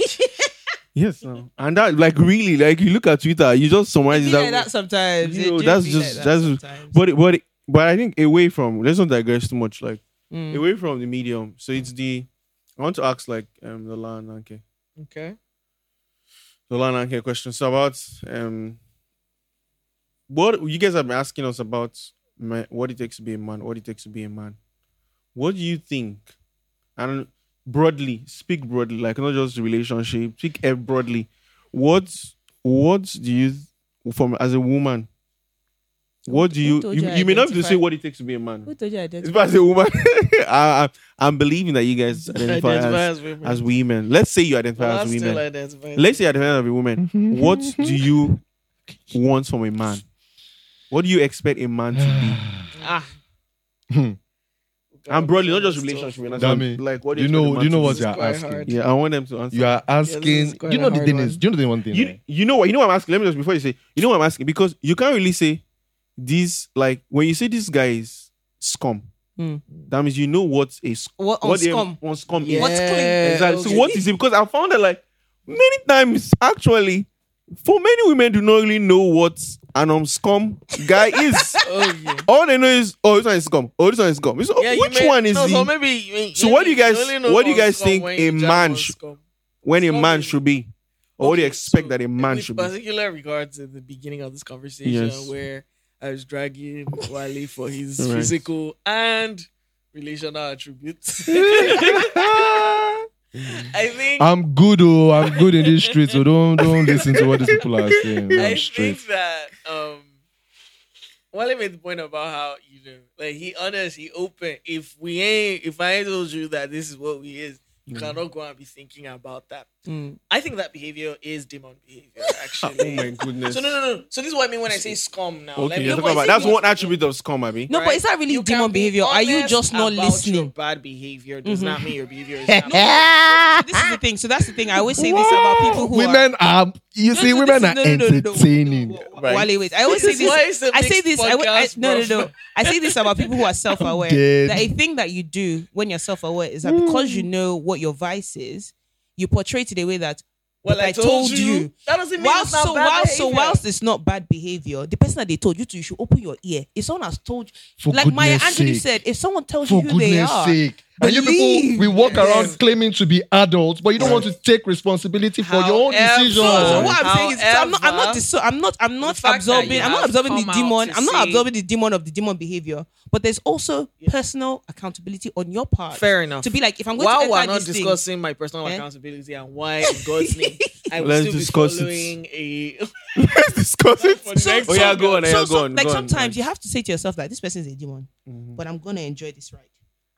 S4: yes, no. and that like really, like you look at Twitter, you just summarize
S6: Be
S4: it
S6: like
S4: that.
S6: that sometimes.
S4: you
S6: They
S4: know,
S6: do
S4: that's
S6: be
S4: just
S6: like that
S4: that's
S6: sometimes.
S4: but it- but it- but I think away from let's not digress too much. Like
S6: Mm.
S4: away from the medium, so it's the. I want to ask like um the land okay.
S7: Okay.
S4: So Lana, here question. So about um, what you guys have been asking us about ma- what it takes to be a man, what it takes to be a man. What do you think? And broadly, speak broadly, like not just relationship. Speak eh, broadly. What what do you from as a woman? What do
S6: Who
S4: you
S6: told
S4: you,
S6: you I
S4: you may not have to
S6: identify-
S4: say what it takes to be a man.
S6: Who told you I
S4: It's
S6: did?
S4: about as a woman. I, I, I'm believing that you guys identify, as,
S7: women.
S4: as women. Let's say you identify
S7: Well, I
S4: as
S7: still
S4: women
S7: identify as-
S4: let's say at the end of a woman, what
S6: Mm-hmm.
S4: do you want from a man? What do you expect a man to be?
S7: ah.
S8: Hmm.
S4: And broadly, not just
S7: It's
S4: relationship.
S7: tough.
S4: relationship,
S8: Dami,
S4: like what do
S8: you
S4: expect a
S8: know,
S4: man
S8: you know
S4: to
S8: what
S4: be?
S8: you're
S7: is quite
S8: asking.
S7: hard.
S4: Yeah, I want them to answer.
S8: You are
S7: is
S8: asking.
S7: quite
S8: you know
S7: a
S8: the
S7: hard
S8: thing
S7: one.
S8: is. Do you know the one thing?
S4: you,
S8: right?
S4: you know what you know what I'm asking. Let me just before you say you know what I'm asking because you can't really say these like when you say this guy is scum. That means you know what a sc-
S6: What Hmm. on
S4: what they-
S6: scum.
S4: on scum is.
S6: What's clean?
S4: Exactly.
S6: Okay.
S4: So what is it? Because I found that like many times actually, for many women do not really know what an um scum guy is.
S7: Oh,
S4: All they know is oh this one is scum. Oh this one is scum. It's, oh,
S7: Yeah, you
S4: which
S7: may-
S4: one is
S7: no,
S4: the,
S7: So maybe. you-
S4: So what do you guys-
S7: only know
S4: what do you
S7: about
S4: guys
S7: scum
S4: think
S7: when
S4: a
S7: you jab
S4: man
S7: on
S4: should-
S7: scum.
S4: when a
S7: Scum
S4: man
S7: is-
S4: should be? Or what do you
S7: Okay,
S4: expect
S7: so
S4: that a man
S7: with
S4: should be?
S7: particular regards at the beginning of this conversation
S4: Yes.
S7: where I was dragging Wally for his
S4: Right.
S7: physical and relational attributes.
S4: Ah!
S7: I think
S8: I'm good, oh, I'm good in this street, so don't don't listen to what these people are saying.
S7: I
S8: I'm straight.
S7: think that um Wally made the point about how you know like he honest, he open. If we ain't if I ain't told you that this is what we is,
S4: Mm.
S7: you cannot go and be thinking about that.
S6: Mm.
S7: I think that behavior is demon behavior, actually.
S4: Oh my goodness.
S7: So no, no, no. So this is what I mean when I say scum now.
S4: Okay,
S7: Like,
S4: you're
S7: no,
S4: talking
S7: but
S4: about
S7: I
S4: that's
S7: think
S4: one attribute of scum, Abby.
S6: No, but is that really
S7: you can
S6: demon
S7: be
S6: behavior? Are you
S7: honest
S6: just not
S7: about Your
S6: listening? Mm-hmm.
S7: bad behavior does not mean your behavior is not.
S6: This is the thing. So that's the thing. I always say this about people who are.
S8: women are you see,
S6: No, no,
S8: women
S6: this
S8: are
S6: is- no, no, no, no, no.
S8: entertaining.
S4: Right.
S6: Wale, wait. I always
S7: This
S6: say
S7: is why
S6: this.
S7: it's a
S6: I say
S7: mixed
S6: this. I, will- I,
S7: podcast,
S6: no, no,
S7: bro.
S6: no. I say this about people who are self-aware.
S8: dead.
S6: That a thing that you do when you're self-aware is that because you know what your vice is, you portray it in a way that.
S7: Well,
S6: "But I told you.
S7: That doesn't mean
S6: Whilst
S7: it's not
S6: so
S7: bad
S6: whilst so
S7: behavior.
S6: whilst it's not bad behavior, the person that they told you to, you should open your ear. If someone has told you,
S8: For
S6: like Maya
S8: goodness
S6: Angelou
S8: sake.
S6: said, if someone tells
S8: For
S6: you who they
S8: goodness
S6: are,
S8: sake. And you people
S6: believe.
S8: we walk around claiming to be adults, but you don't want to take responsibility for your own
S7: However-
S8: decisions.
S6: So, so what I'm saying is, so I'm not, I'm
S7: However,
S6: not, dis- I'm not, I'm not
S7: fact that you
S6: absorbing, I'm not
S7: have
S6: absorbing the
S7: come out
S6: demon,
S7: to
S6: I'm not
S7: say-
S6: absorbing the demon of the demon behavior. But there's also personal accountability on your part.
S7: Fair enough.
S6: To be like, if I'm going
S7: While
S6: to
S7: we're
S6: enter
S7: not
S6: this thing-
S7: discussing my personal
S6: Eh?
S7: accountability and why, in God's name, I will
S4: Let's
S7: still
S4: discuss
S7: be
S4: it.
S7: following a.
S4: Let's discuss it.
S7: for the next
S4: Oh, yeah, go on, yeah,
S6: so, so,
S4: go on,
S6: like
S4: go on. Mm-hmm.
S6: sometimes you have to say to yourself that this person is a demon, but I'm gonna enjoy this ride.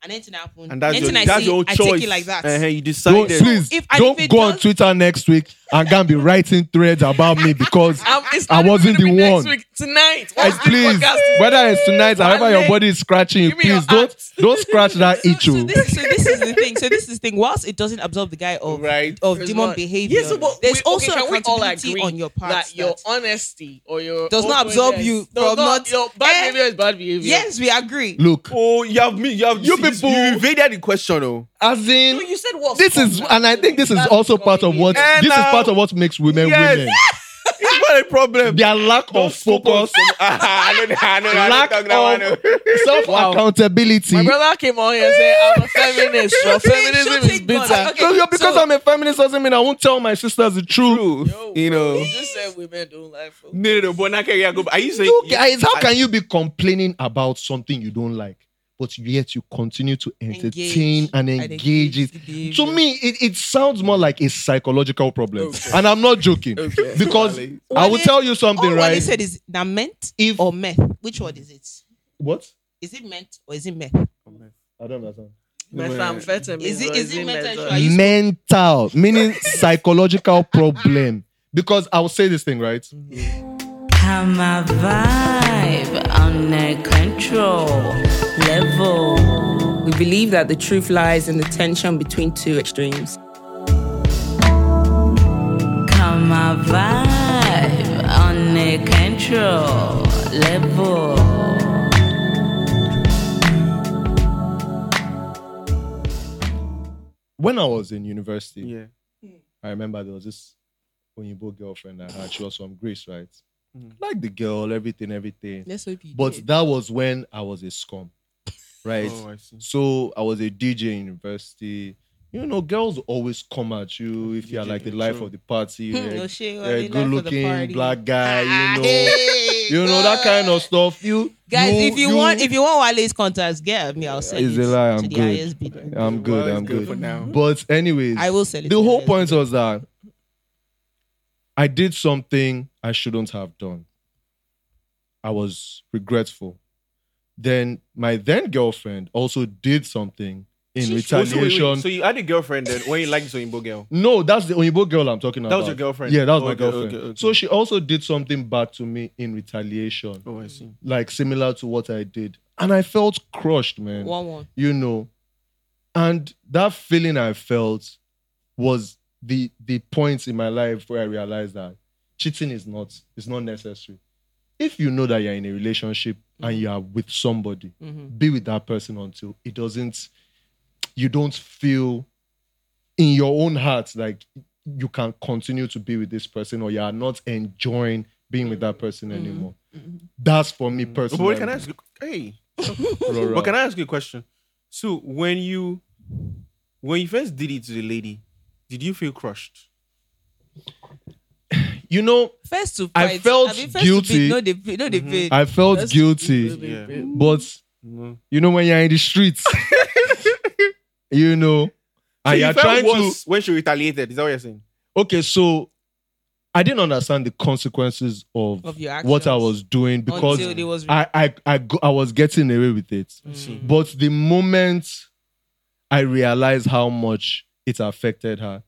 S6: And anything happens,
S4: And that's your,
S6: anything I
S4: that's
S6: see,
S4: your own
S6: I
S4: choice.
S6: take it like that.
S4: Uh-huh, you
S8: Don't,
S4: decided.
S8: please
S6: If- and
S8: don't
S6: if it
S8: go on
S6: does-
S8: Twitter next week and gonna be writing threads about me because
S7: I'm- it's
S8: I
S7: not even
S8: wasn't
S7: gonna
S8: the
S7: be
S8: one.
S7: Next week, tonight,
S8: I-
S7: what's
S8: please, whether it's tonight, however your body is scratching you,
S7: Give me your
S8: please don't
S7: axe.
S8: don't scratch that itch.
S6: so,
S8: oh.
S6: this, so this is the thing. So this is the thing. Whilst it doesn't absorb the guy of
S4: Right.
S6: of
S7: There's
S6: demon
S7: not-
S6: behavior,
S7: Yes, but
S6: there's
S7: we- okay,
S6: also
S7: can we all
S6: accountability
S7: agree
S6: on your part.
S7: that your
S6: that-
S7: honesty or your
S6: Does not
S7: openness-
S6: absolve you
S7: does
S6: from not-
S7: your bad
S6: Eh?
S7: behavior is bad behavior.
S6: yes, we agree.
S8: Look,
S4: Oh, you have me. You have
S8: You
S4: see,
S8: people-
S9: Ah.
S4: You evaded the question, oh.
S8: as in
S7: No, you said what?
S8: this is and I think this is also part of what
S4: Eh,
S8: this is
S4: now.
S8: part of what makes women
S4: Yes.
S8: women.
S4: It's not a problem.
S8: Their lack
S4: Don't
S8: of focus,
S4: Ah, I know that. I know that.
S8: lack
S4: I know that.
S8: of self accountability.
S7: My brother came on here and said, "I'm a feminist. Your feminism is bitter."
S6: Okay,
S8: So, yeah, because
S6: so-
S8: I'm a feminist doesn't mean I won't tell my sisters the truth.
S7: Yo,
S4: You know.
S7: you just said women don't like food.
S4: No, no, no, but now can you go? Are you saying?
S8: You guys, how can you be complaining about something you don't like, but yet you continue to entertain
S6: Engage
S8: and
S6: and
S8: engage
S6: engage
S8: it?
S6: the behavior.
S8: To me, it, it sounds more like a psychological problem, and I'm not joking because I will
S6: Wale-
S8: tell you something,
S6: All
S8: right?
S6: Wale said is that meant
S8: If-
S6: or meth. Which word is it?
S8: what?
S6: Is it meant or is it meth?
S8: I don't understand.
S7: Methamphetamine.
S6: Is it-
S7: or
S6: is it mental
S7: mental?
S6: Are you-
S8: mental, meaning psychological problem. Because I will say this thing, right?
S1: Have my vibe under control level. We believe that the truth lies in the tension between two extremes. Come my vibe under control level.
S8: When I was in university,
S4: Yeah.
S8: I remember there was this Onyibo girlfriend I had. She was from Greece, right?
S4: Mm-hmm.
S8: Like the girl, everything, everything.
S6: Let's hope you.
S8: But that was when I was a scum, right?
S4: Oh, I see.
S8: So I was a DJ in university. You know, girls always come at you if you're like the life of the party. you're a-
S6: Hmm, no shit,
S8: you're a
S6: Wale,
S8: good
S6: life of the
S8: looking
S6: party. Ah,
S8: black guy, you know. you know, that kind of stuff. You
S6: Guys,
S8: you-
S6: if you, want, if you want Wale's contacts, get me. I'll sell
S8: It's
S6: it
S8: a lie, I'm
S6: to the
S8: good.
S6: highest bidder.
S8: I'm good,
S4: Well,
S8: I'm
S4: it's good
S8: good.
S4: for now.
S8: But anyways,
S6: I will sell it.
S8: the
S6: to
S8: whole
S6: highest
S8: point was that I did something I shouldn't have done. I was regretful. Then my then girlfriend also did something in
S4: Wait, so wait, wait.
S8: retaliation.
S4: So you had a girlfriend then when you liked this Oyinbo girl.
S8: no, that's the Onyibo girl I'm talking
S4: That
S8: about.
S4: was your girlfriend?
S8: Yeah, that was my
S4: Okay,
S8: girlfriend.
S4: okay, okay.
S8: So she also did something back to me in retaliation,
S4: Oh, I see.
S8: like similar to what I did. And I felt crushed, man
S6: bidder. One one.
S8: you know and that feeling i felt was the the point in my life where i realized that cheating is not is not necessary if you know that you're in a relationship
S4: Mm-hmm.
S8: and you are with somebody, be with that person until it doesn't, you don't feel in your own heart like you can continue to be with this person or you are not enjoying being with that person anymore. That's for me
S4: Mm-hmm.
S8: personally.
S4: But can I ask you? Hey, but can I ask you a question? So when you when you first did it to the lady, did you feel crushed?
S8: you know,
S6: First to
S8: I
S6: fight.
S8: felt
S6: Abi, first
S8: guilty. Mm-hmm.
S6: To beat, no, they beat, no, they beat.
S8: I felt
S6: That's-
S8: guilty,
S4: Yeah.
S8: but
S4: No.
S8: you know when you're in the streets, you know, and
S4: you
S8: you're
S4: felt
S8: trying to.
S4: worse when she retaliated. Is that what you're saying?
S8: Okay, so I didn't understand the consequences of,
S6: Of your
S8: what I
S6: actions.
S8: was doing because
S6: Until it was Mm. re-
S8: I I I, go, I was getting away with it. But the moment I realized how much it affected her,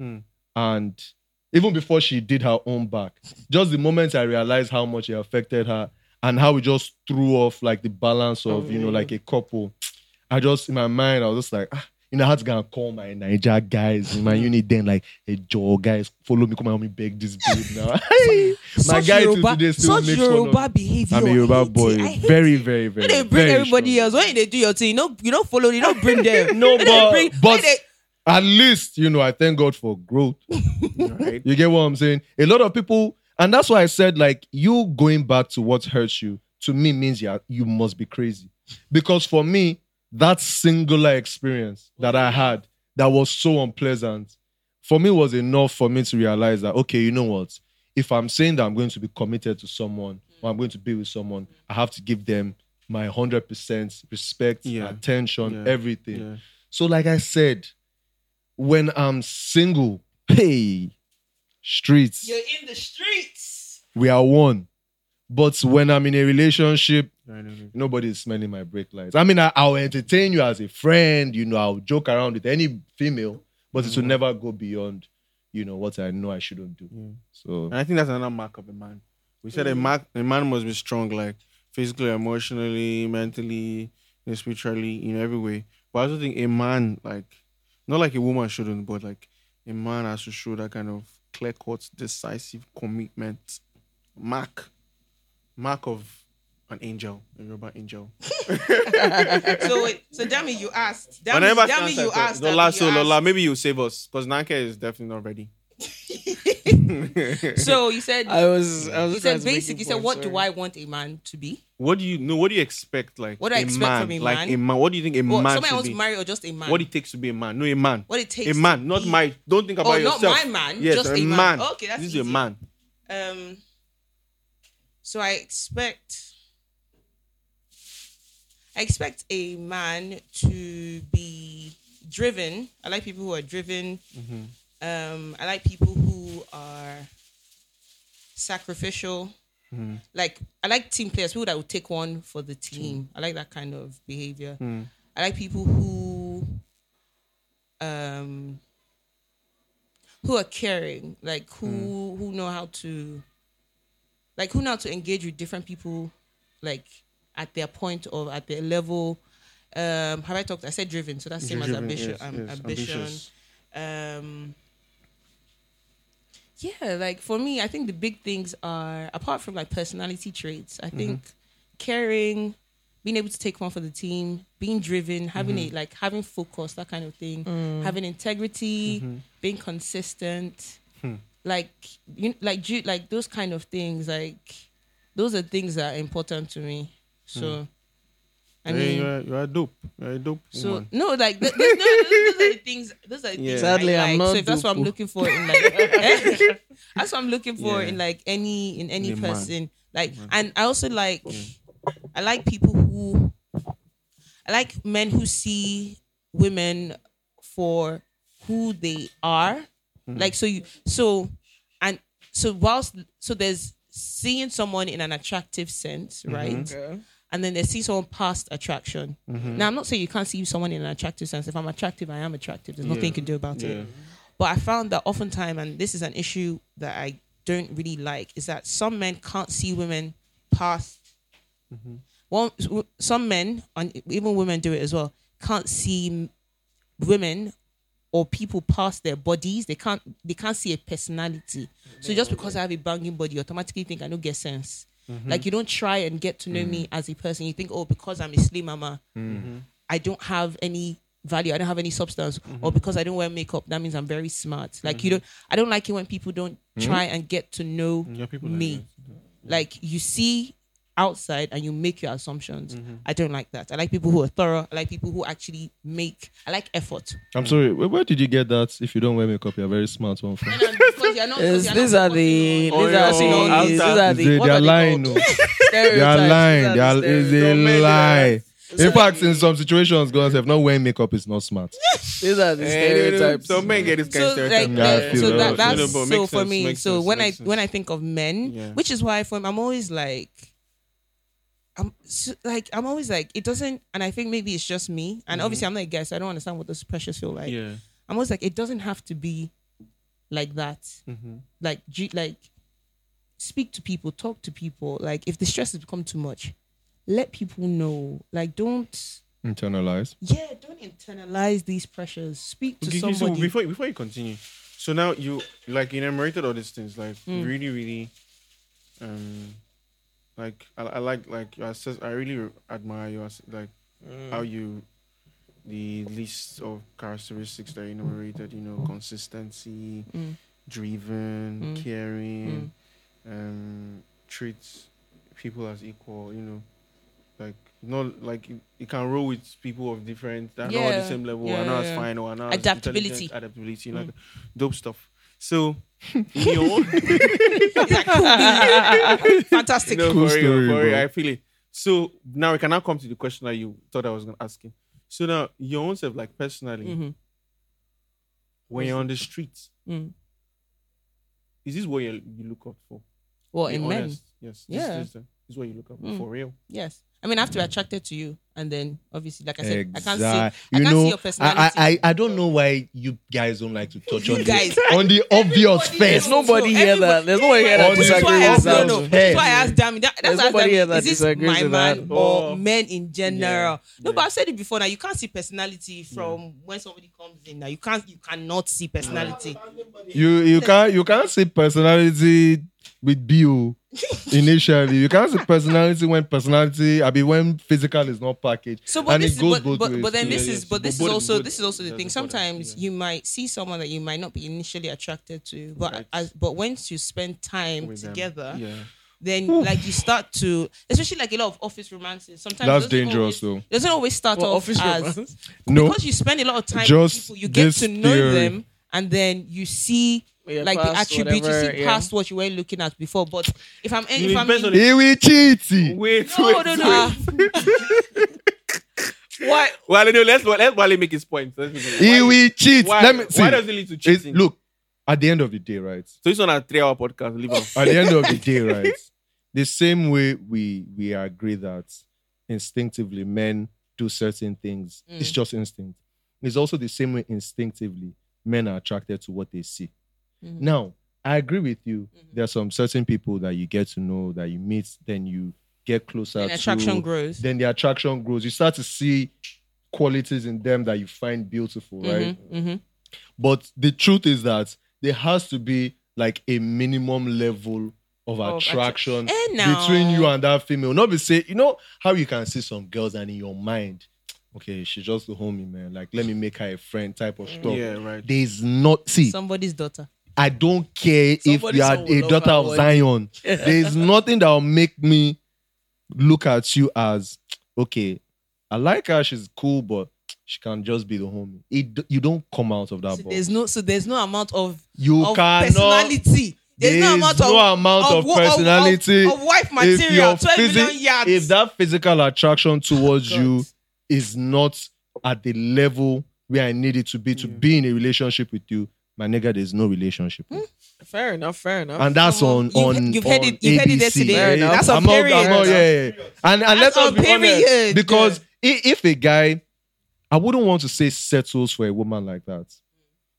S4: Hmm.
S8: and even before she did her own back, just the moment I realized how much it affected her and how it just threw off like the balance of you know
S6: Oh.
S8: like a couple, I just in my mind I was just like. "Ah," You know, I had to go and call my Niger guys
S6: Hmm.
S8: in my unit then, like, hey, Joe, guys, follow me, come and help me beg this dude now. my
S6: such
S8: guy till
S6: Yoruba,
S8: today still
S6: such
S8: makes fun of
S6: Yoruba
S8: me.
S6: behavior.
S8: I'm a
S6: I
S8: Yoruba
S6: hate
S8: boy.
S6: it. I hate
S8: Very,
S6: it.
S8: very, very.
S6: When they bring
S8: very
S6: everybody
S8: strong.
S6: else, when they do your thing, you don't, you don't follow, you don't bring them.
S8: No,
S6: When they
S8: but,
S6: bring- when
S8: but
S6: they-
S8: at least, you know, I thank God for growth.
S4: Right.
S8: You get what I'm saying? A lot of people, and that's why I said, like, you going back to what hurts you, to me, means you, are, you must be crazy. Because for me, that singular experience that I had that was so unpleasant, for me, was enough for me to realize that, okay, you know what? If I'm saying that I'm going to be committed to someone or I'm going to be with someone, I have to give them my 100% respect,
S4: Yeah.
S8: attention,
S4: Yeah.
S8: everything.
S4: Yeah.
S8: So, like I said, when I'm single, hey, streets,
S6: You're in the streets.
S8: we are one. But when I'm in a relationship,
S4: I know.
S8: nobody's smelling my brake lights. I mean, I, I'll entertain you as a friend, you know, I'll joke around with any female, but
S4: Mm.
S8: it will never go beyond, you know, what I know I shouldn't do.
S4: Mm.
S8: So,
S4: And I think that's another mark of a man. We said
S6: Mm.
S4: a man, a man must be strong, like physically, emotionally, mentally, and spiritually, in every way. But I also think a man, like, not like a woman shouldn't, but like a man has to show that kind of clear cut, decisive commitment. Mark, mark of an angel, a Yoruba angel.
S6: so wait, so Dami, you asked. Dami,
S4: But I never
S6: Dami, you asked.
S4: Lola,
S6: Dami,
S4: so
S6: you
S4: Lola,
S6: asked.
S4: maybe you save us because Nanke is definitely not ready.
S6: So you said,
S7: I was. I was
S6: you
S7: trying
S6: said
S7: to make
S6: basic.
S7: a
S6: You said,
S7: point,
S6: what do
S7: sorry.
S6: I want a man to be?
S4: What do you know? What do you expect? Like
S6: What do I expect
S4: man,
S6: from a
S4: Like
S6: man?
S4: a man. What do you think a
S6: What,
S4: man
S6: somebody I
S4: should
S6: wants
S4: be?
S6: to marry or just a man?
S4: What it takes to be a man. No, a man.
S6: What it
S4: a
S6: takes
S4: man,
S6: to
S4: not
S6: be-
S4: my. Don't think about
S6: Oh, not my
S4: yourself.
S6: man,
S4: Yes,
S6: just
S4: a,
S6: a man.
S4: man.
S6: Okay, that's
S4: this is
S6: easy.
S4: a man.
S6: Um. So I expect. I expect a man to be driven. I like people who are driven. Um, I like people who are sacrificial.
S4: Mm.
S6: Like I like team players, people that will take one for the team. I like that kind of behavior.
S4: Mm.
S6: I like people who um who are caring, like who
S4: Mm.
S6: who know how to like who know how to engage with different people like at their point or at their level. Um have I talked I said driven, so that's same as
S4: Driven,
S6: ambition
S4: yes,
S6: um,
S4: yes,
S6: ambition.
S4: ambitious.
S6: Um yeah, like for me, I think the big things are apart from like personality traits, I think
S4: Mm-hmm.
S6: caring, being able to take one for the team, being driven, having
S4: Mm-hmm.
S6: a like having focus, that kind of thing,
S4: Mm.
S6: having integrity,
S4: Mm-hmm.
S6: being consistent,
S4: Hmm.
S6: like you like ju- like those kind of things. Like those are things that are important to me. So, I
S4: Hey,
S6: mean,
S4: Hmm. you are, you are dope. You are a dope
S6: so
S4: woman.
S6: no, like th- th- no, those, those are the things. Those are the things.
S7: Sadly,
S6: I
S7: I'm
S6: like.
S7: not
S6: So if that's what I'm
S7: Dupu.
S6: looking for in like, eh? that's what I'm looking for
S4: Yeah.
S6: in like any in any
S4: In a man.
S6: person. Like, and I also like, I like people who, I like men who see women for who they are. Like, so you, so, and so whilst so there's seeing someone in an attractive sense, right?
S7: Okay.
S6: and then they see someone past attraction. Now, I'm not saying you can't see someone in an attractive sense. If I'm attractive, I am attractive. There's nothing you can do about it. But I found that oftentimes, and this is an issue that I don't really like, is that some men can't see women past. Well, some men, and even women do it as well, can't see m- women or people past their bodies. They can't. They can't see a personality. So just because I have a banging body, automatically think I don't get sense.
S4: Mm-hmm.
S6: Like you don't try and get to know
S4: Mm.
S6: me as a person. You think, oh, because I'm a slim mama,
S4: Mm-hmm.
S6: I don't have any value. I don't have any substance.
S4: Mm-hmm.
S6: Or because I don't wear makeup, that means I'm very smart. Like you don't. I don't like it when people don't try and get to know
S4: Mm-hmm. Yeah, people like
S6: me.
S4: that.
S6: Like you see outside and you make your assumptions.
S4: Mm-hmm.
S6: I don't like that. I like people who are thorough. I like people who actually make. I like effort.
S8: I'm sorry. Where, where did you get that? If you don't wear makeup, you're a very smart one. From.
S6: Because you're not- because
S10: Is-
S6: you're not
S10: these are
S6: supposed to
S10: the
S6: know.
S4: Oh,
S10: these
S4: yeah,
S10: are
S4: oh,
S10: the these
S4: after-
S10: are
S8: They,
S10: the
S8: they
S10: what
S8: are
S10: they
S8: lying.
S10: called?
S8: oh. They
S10: Stereotypes.
S8: are
S10: These
S8: lying. They
S10: the
S8: are, it's
S10: stereotypes.
S8: a
S4: Don't make it
S8: lie. In
S10: like-
S8: fact, in some situations, girls, if not wearing makeup, it's not smart.
S10: These are the stereotypes.
S4: Don't make it this kind of
S6: so
S4: stereotype.
S6: like
S8: Yeah, I
S6: the-
S8: feel
S6: so
S8: that.
S6: that, that's
S4: No, no,
S6: so
S4: but makes
S6: for
S4: sense,
S6: me
S4: makes
S6: so
S4: sense,
S6: when i
S4: makes
S6: when i
S4: sense.
S6: think of men
S4: Yeah.
S6: which is why for i'm always like i'm s- like i'm always like it doesn't and i think maybe it's just me and obviously i'm not a guy so i don't understand what those pressures feel like
S4: Mm-hmm. Yeah.
S6: i'm always like it doesn't have to be like that
S4: Mm-hmm.
S6: like g- like speak to people talk to people like if the stress has become too much let people know like don't
S8: Internalize.
S6: yeah don't internalize these pressures speak to
S4: Okay, okay, so
S6: somebody
S4: before before you continue, so now you like enumerated all these things, like
S6: Hmm.
S4: really, really, um, like I, I like like your assess. I really admire your ass- like how you the list of characteristics that you enumerated. You know, consistency,
S6: Hmm.
S4: driven, caring, um, treats people as equal. You know, like. Not like you, you can roll with people of different, that are not at the
S6: Yeah.
S4: same level,
S6: Yeah,
S4: and not as
S6: yeah.
S4: fine, or are not as
S6: Adaptability. Mm.
S4: intelligent, adaptability, like dope stuff. So, in your own,
S6: fantastic
S4: no,
S8: Cool
S4: for real,
S8: story,
S4: for real,
S8: bro.
S4: I feel it. So now we can now come to the question that you thought I was gonna ask him. So now your own self, like personally,
S6: Mhm.
S4: when you're on the street,
S6: Mm.
S4: is this what you, you look up for?
S6: Well,
S4: Be
S6: in men,
S4: honest. yes,
S6: Yeah.
S4: this, this, is what you look up for,
S6: Mm.
S4: for real.
S6: yes. I mean, I have
S4: Mm.
S6: to be attracted to you, and then obviously, like I said, I can't
S8: Exact-
S6: see. I
S8: you
S6: can't
S8: know,
S6: see your personality.
S8: I, I, I, I don't know why you guys don't like to touch
S6: You
S8: on
S6: guys.
S8: the, on the obvious
S10: There's
S8: first.
S10: nobody here that there's nobody here that
S8: Everybody-
S6: Which is why I
S10: disagrees.
S6: asked,
S8: Everybody-
S6: no,
S10: that.
S6: no.
S8: Hey.
S6: Which is why I asked Dami. That, that's
S10: There's
S6: why I asked
S10: nobody
S6: Dami,
S10: here that
S6: is this
S10: disagrees
S6: my
S10: with
S6: man
S10: that.
S6: or
S4: Oh.
S6: men in general? No,
S4: Yeah.
S6: but I've said it before. Now you can't see personality from when somebody comes in. Now you can't, you cannot see personality.
S8: You you can't you can't see personality with bio initially. You can't see personality when personality I mean when physical is not packaged.
S6: So, but
S8: and
S6: this
S8: it
S6: is,
S8: goes
S6: but,
S8: both
S6: but,
S8: ways.
S6: but then
S4: Yeah,
S6: this
S4: yeah,
S6: is,
S4: yeah.
S6: but this
S4: But
S6: is
S4: both-
S6: also,
S4: both-
S6: this is also the
S4: that's
S6: thing.
S4: important,
S6: Sometimes
S4: yeah.
S6: you might see someone that you might not be initially attracted to, but
S4: Right.
S6: as, but once you spend time
S4: With them.
S6: together,
S4: Yeah.
S6: then like you start to, especially like a lot of office romances. Sometimes
S8: That's
S6: it doesn't Always,
S8: dangerous, though.
S6: it doesn't always start
S7: What,
S6: off
S7: office
S6: as
S7: romance?
S8: no.
S6: because you spend a lot of time
S8: Just
S6: with people, you get
S8: this
S6: to know
S8: theory.
S6: them, and then you see.
S7: Yeah,
S6: like the
S7: past
S6: attributes you
S7: whatever,
S6: see
S7: yeah.
S6: past what you were looking at before, but if I'm
S4: It
S6: if I'm
S4: depends
S6: in-
S4: on the-
S8: He will cheat.
S4: Wait,
S6: no no no uh,
S7: Why?
S4: Wale, no, let's let Wale make his point. Let's make his
S8: He
S4: point.
S8: will cheat.
S4: Why,
S8: Let me see.
S4: why does it lead to
S8: It's-
S4: cheating?
S8: look, at the end of the day, right?
S4: so it's on a three-hour podcast. Leave off.
S8: At the end of the day, right? The same way we we agree that instinctively men do certain things. It's
S6: Mm.
S8: just instinct. It's also the same way instinctively men are attracted to what they see.
S6: Mm.
S8: Now, I agree with you.
S6: Mm-hmm.
S8: There are some certain people that you get to know, that you meet, then you get closer
S6: and
S8: to
S6: attraction grows.
S8: then the attraction grows. You start to see qualities in them that you find beautiful, right?
S6: mhm.
S8: But the truth is that there has to be like a minimum level of attraction
S6: Eh, now.
S8: between you and that female. Not be say, you know how you can see some girls and in your mind, okay, she just a homie, man. Like, let me make her a friend type
S7: Mm.
S8: of stuff.
S4: Yeah, right.
S8: There's not see.
S6: Somebody's daughter.
S4: Ah,
S8: I don't care
S7: Somebody
S8: if
S7: someone
S8: you
S7: will
S8: are a
S7: love
S8: daughter
S7: her
S8: of
S7: one
S8: Zion. There's nothing that will make me look at you as okay. I like her; she's cool, but she can just be the homie. It, d- you don't come out of that
S6: So
S8: box.
S6: there's no so there's no amount of
S8: You
S6: of
S8: cannot.
S6: personality. There's, no
S8: There's
S6: amount
S8: no
S6: of,
S8: amount of
S6: wo-
S8: personality.
S6: Of, of wife
S8: If
S6: material,
S8: your
S6: 12 million
S8: physi-
S6: yards. Oh
S8: If that physical attraction towards
S6: God.
S8: you is not at the level where I need it to be to be in a relationship with you, my nigga, there's no relationship.
S7: Fair enough. Fair enough.
S8: and that's on
S6: You've-
S8: on
S6: you've heard
S8: on
S6: it- you've heard it there
S8: ABC.
S6: today.
S7: Fair enough.
S8: I'm
S7: That's
S6: on
S8: not- I'm
S6: period.
S8: not- yeah, yeah, yeah. And and
S6: That's
S8: let us
S6: on
S8: be
S6: period.
S8: honest, because i- if a guy, I wouldn't want to say settles for a woman like that.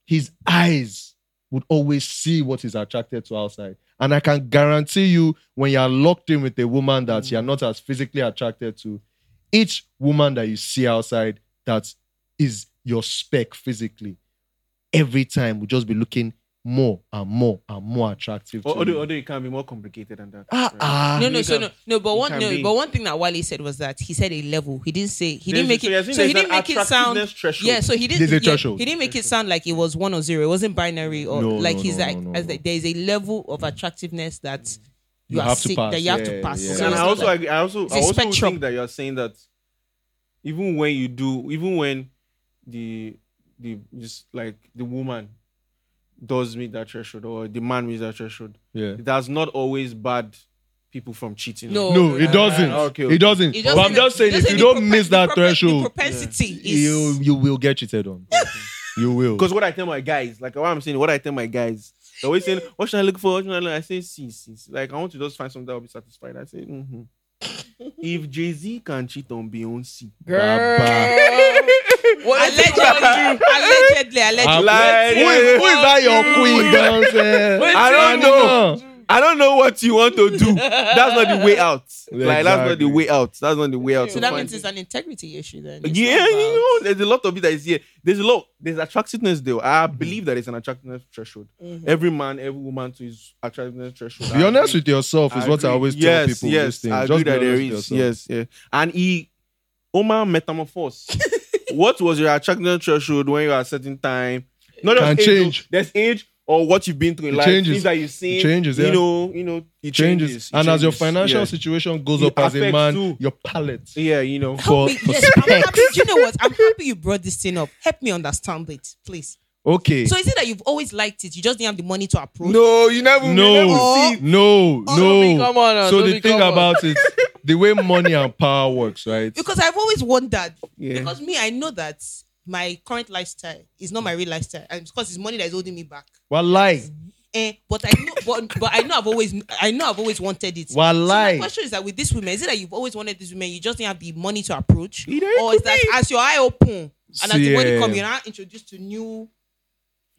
S8: His eyes would always see what he's attracted to outside, and I can guarantee you, when you're locked in with a woman
S6: Mm.
S8: that you're not as physically attracted to, each woman that you see outside that is your spec physically, every time will just be looking more and more and more attractive.
S4: Or,
S8: to
S4: although,
S8: you.
S4: although it can be more complicated than that.
S8: Ah,
S4: right?
S8: ah.
S6: No, no,
S4: You
S6: so
S4: can-
S6: no, no. But one,
S4: can
S6: no,
S4: be.
S6: but one thing that Wale said was that he said a level. He didn't say he didn't
S4: There's-
S6: make
S4: so you're
S6: it.
S4: saying
S6: So he
S4: there's
S6: didn't
S4: an
S6: make it sound.
S4: attractiveness threshold.
S6: Yeah, so he didn't.
S8: There's a
S6: yeah,
S8: threshold.
S6: he didn't make it sound like it was one or zero. It wasn't binary or
S8: No,
S6: like
S8: no,
S6: he's
S8: no,
S6: like
S8: no, no,
S6: as
S8: no.
S6: like, there is a level of attractiveness that you,
S8: You
S6: are
S8: have to
S6: seek-
S8: pass.
S6: that you have to
S8: Yeah,
S6: pass.
S8: yeah.
S6: So
S4: And
S6: it's
S4: I
S6: not
S4: also,
S6: like-
S4: agree- I also,
S6: it's
S4: I
S6: a
S4: also
S6: spectrum.
S4: think that you're saying that even when you do, even when the the just like the woman does meet that threshold or the man meets that threshold,
S8: Yeah.
S4: that's not always bad people from cheating.
S6: No.
S8: No, it doesn't.
S4: Ah, okay, okay.
S8: It doesn't.
S6: It
S8: but I'm
S6: doesn't-
S8: just saying,
S6: it
S8: if you
S6: doesn't-
S8: don't
S6: the
S8: miss
S6: propen-
S8: that
S6: the propen-
S8: threshold,
S6: the propensity
S8: you
S6: is
S8: you will get cheated on. you will.
S4: Because what I tell my guys, like what I'm saying, what I tell my guys, they're always saying, "What should I look for?" What should I, look? I say, "See, see." see." Like I want to just find something that will be satisfied. I say, mm-hmm. if Jay Z can cheat on Beyonce,
S8: Baba.
S6: allegedly, allegedly,
S8: Ah,
S6: allegedly.
S4: Like-
S8: who, is, who is that your queen? Beyonce?
S4: I don't know. I don't know what you want to do. That's not the way out. Like that's not the
S8: Exactly.
S4: way out. That's not the way out.
S6: So
S4: to
S6: that
S4: find-
S6: means it's an integrity issue then. It's
S4: yeah,
S6: not about-
S4: you know, there's a lot of it that is here. There's a lot. There's attractiveness there. I believe that it's an attractiveness threshold.
S6: Mm-hmm.
S4: Every man, every woman to his attractiveness threshold.
S8: Be
S4: I
S8: honest
S4: agree.
S8: with yourself is what I
S4: agree.
S8: always
S4: yes,
S8: tell people.
S4: Yes,
S8: this thing.
S4: I
S8: Just
S4: agree
S8: be
S4: that there
S8: honest with
S4: is.
S8: yourself.
S4: Yes, yeah. And he, Omar Metamorphose. what was your attractiveness threshold when you were a certain time? Not
S8: Can
S4: just age,
S8: change.
S4: though. There's age or what you've been through in
S8: It
S4: life.
S8: changes.
S4: Things that you've seen.
S8: It changes,
S4: You
S8: yeah.
S4: know, you know, it
S8: changes.
S4: changes. it
S8: and as your
S4: changes,
S8: financial
S4: yeah.
S8: situation goes
S4: It
S8: up as a
S4: affects
S8: man,
S4: too.
S8: your palate.
S4: Yeah, you know.
S8: For,
S6: Wait,
S8: for
S6: yes, I'm happy.
S8: specs.
S6: Do you know what? I'm happy you brought this thing up. Help me understand it, please.
S8: Okay.
S6: So is it that you've always liked it? You just didn't have the money to approach.
S5: No, you never.
S8: no, no,
S10: Toby,
S8: no.
S10: come on now,
S8: so the
S10: Toby,
S8: thing
S10: come on.
S8: about it, the way money and power works, right?
S6: Because I've always wondered.
S4: Yeah.
S6: Because me, I know that my current lifestyle is not my real lifestyle, and because it's money that is holding me back.
S8: Wallahi,
S6: Eh, but I know, but, but I know I've always, I know I've always wanted it. So my
S8: wallahi.
S6: question is that with this women, is it that you've always wanted this women, you just didn't have the money to approach,
S4: You know, it
S6: or is
S4: could
S6: that as your eye open and as the money
S8: Yeah.
S6: come, you're now introduced to new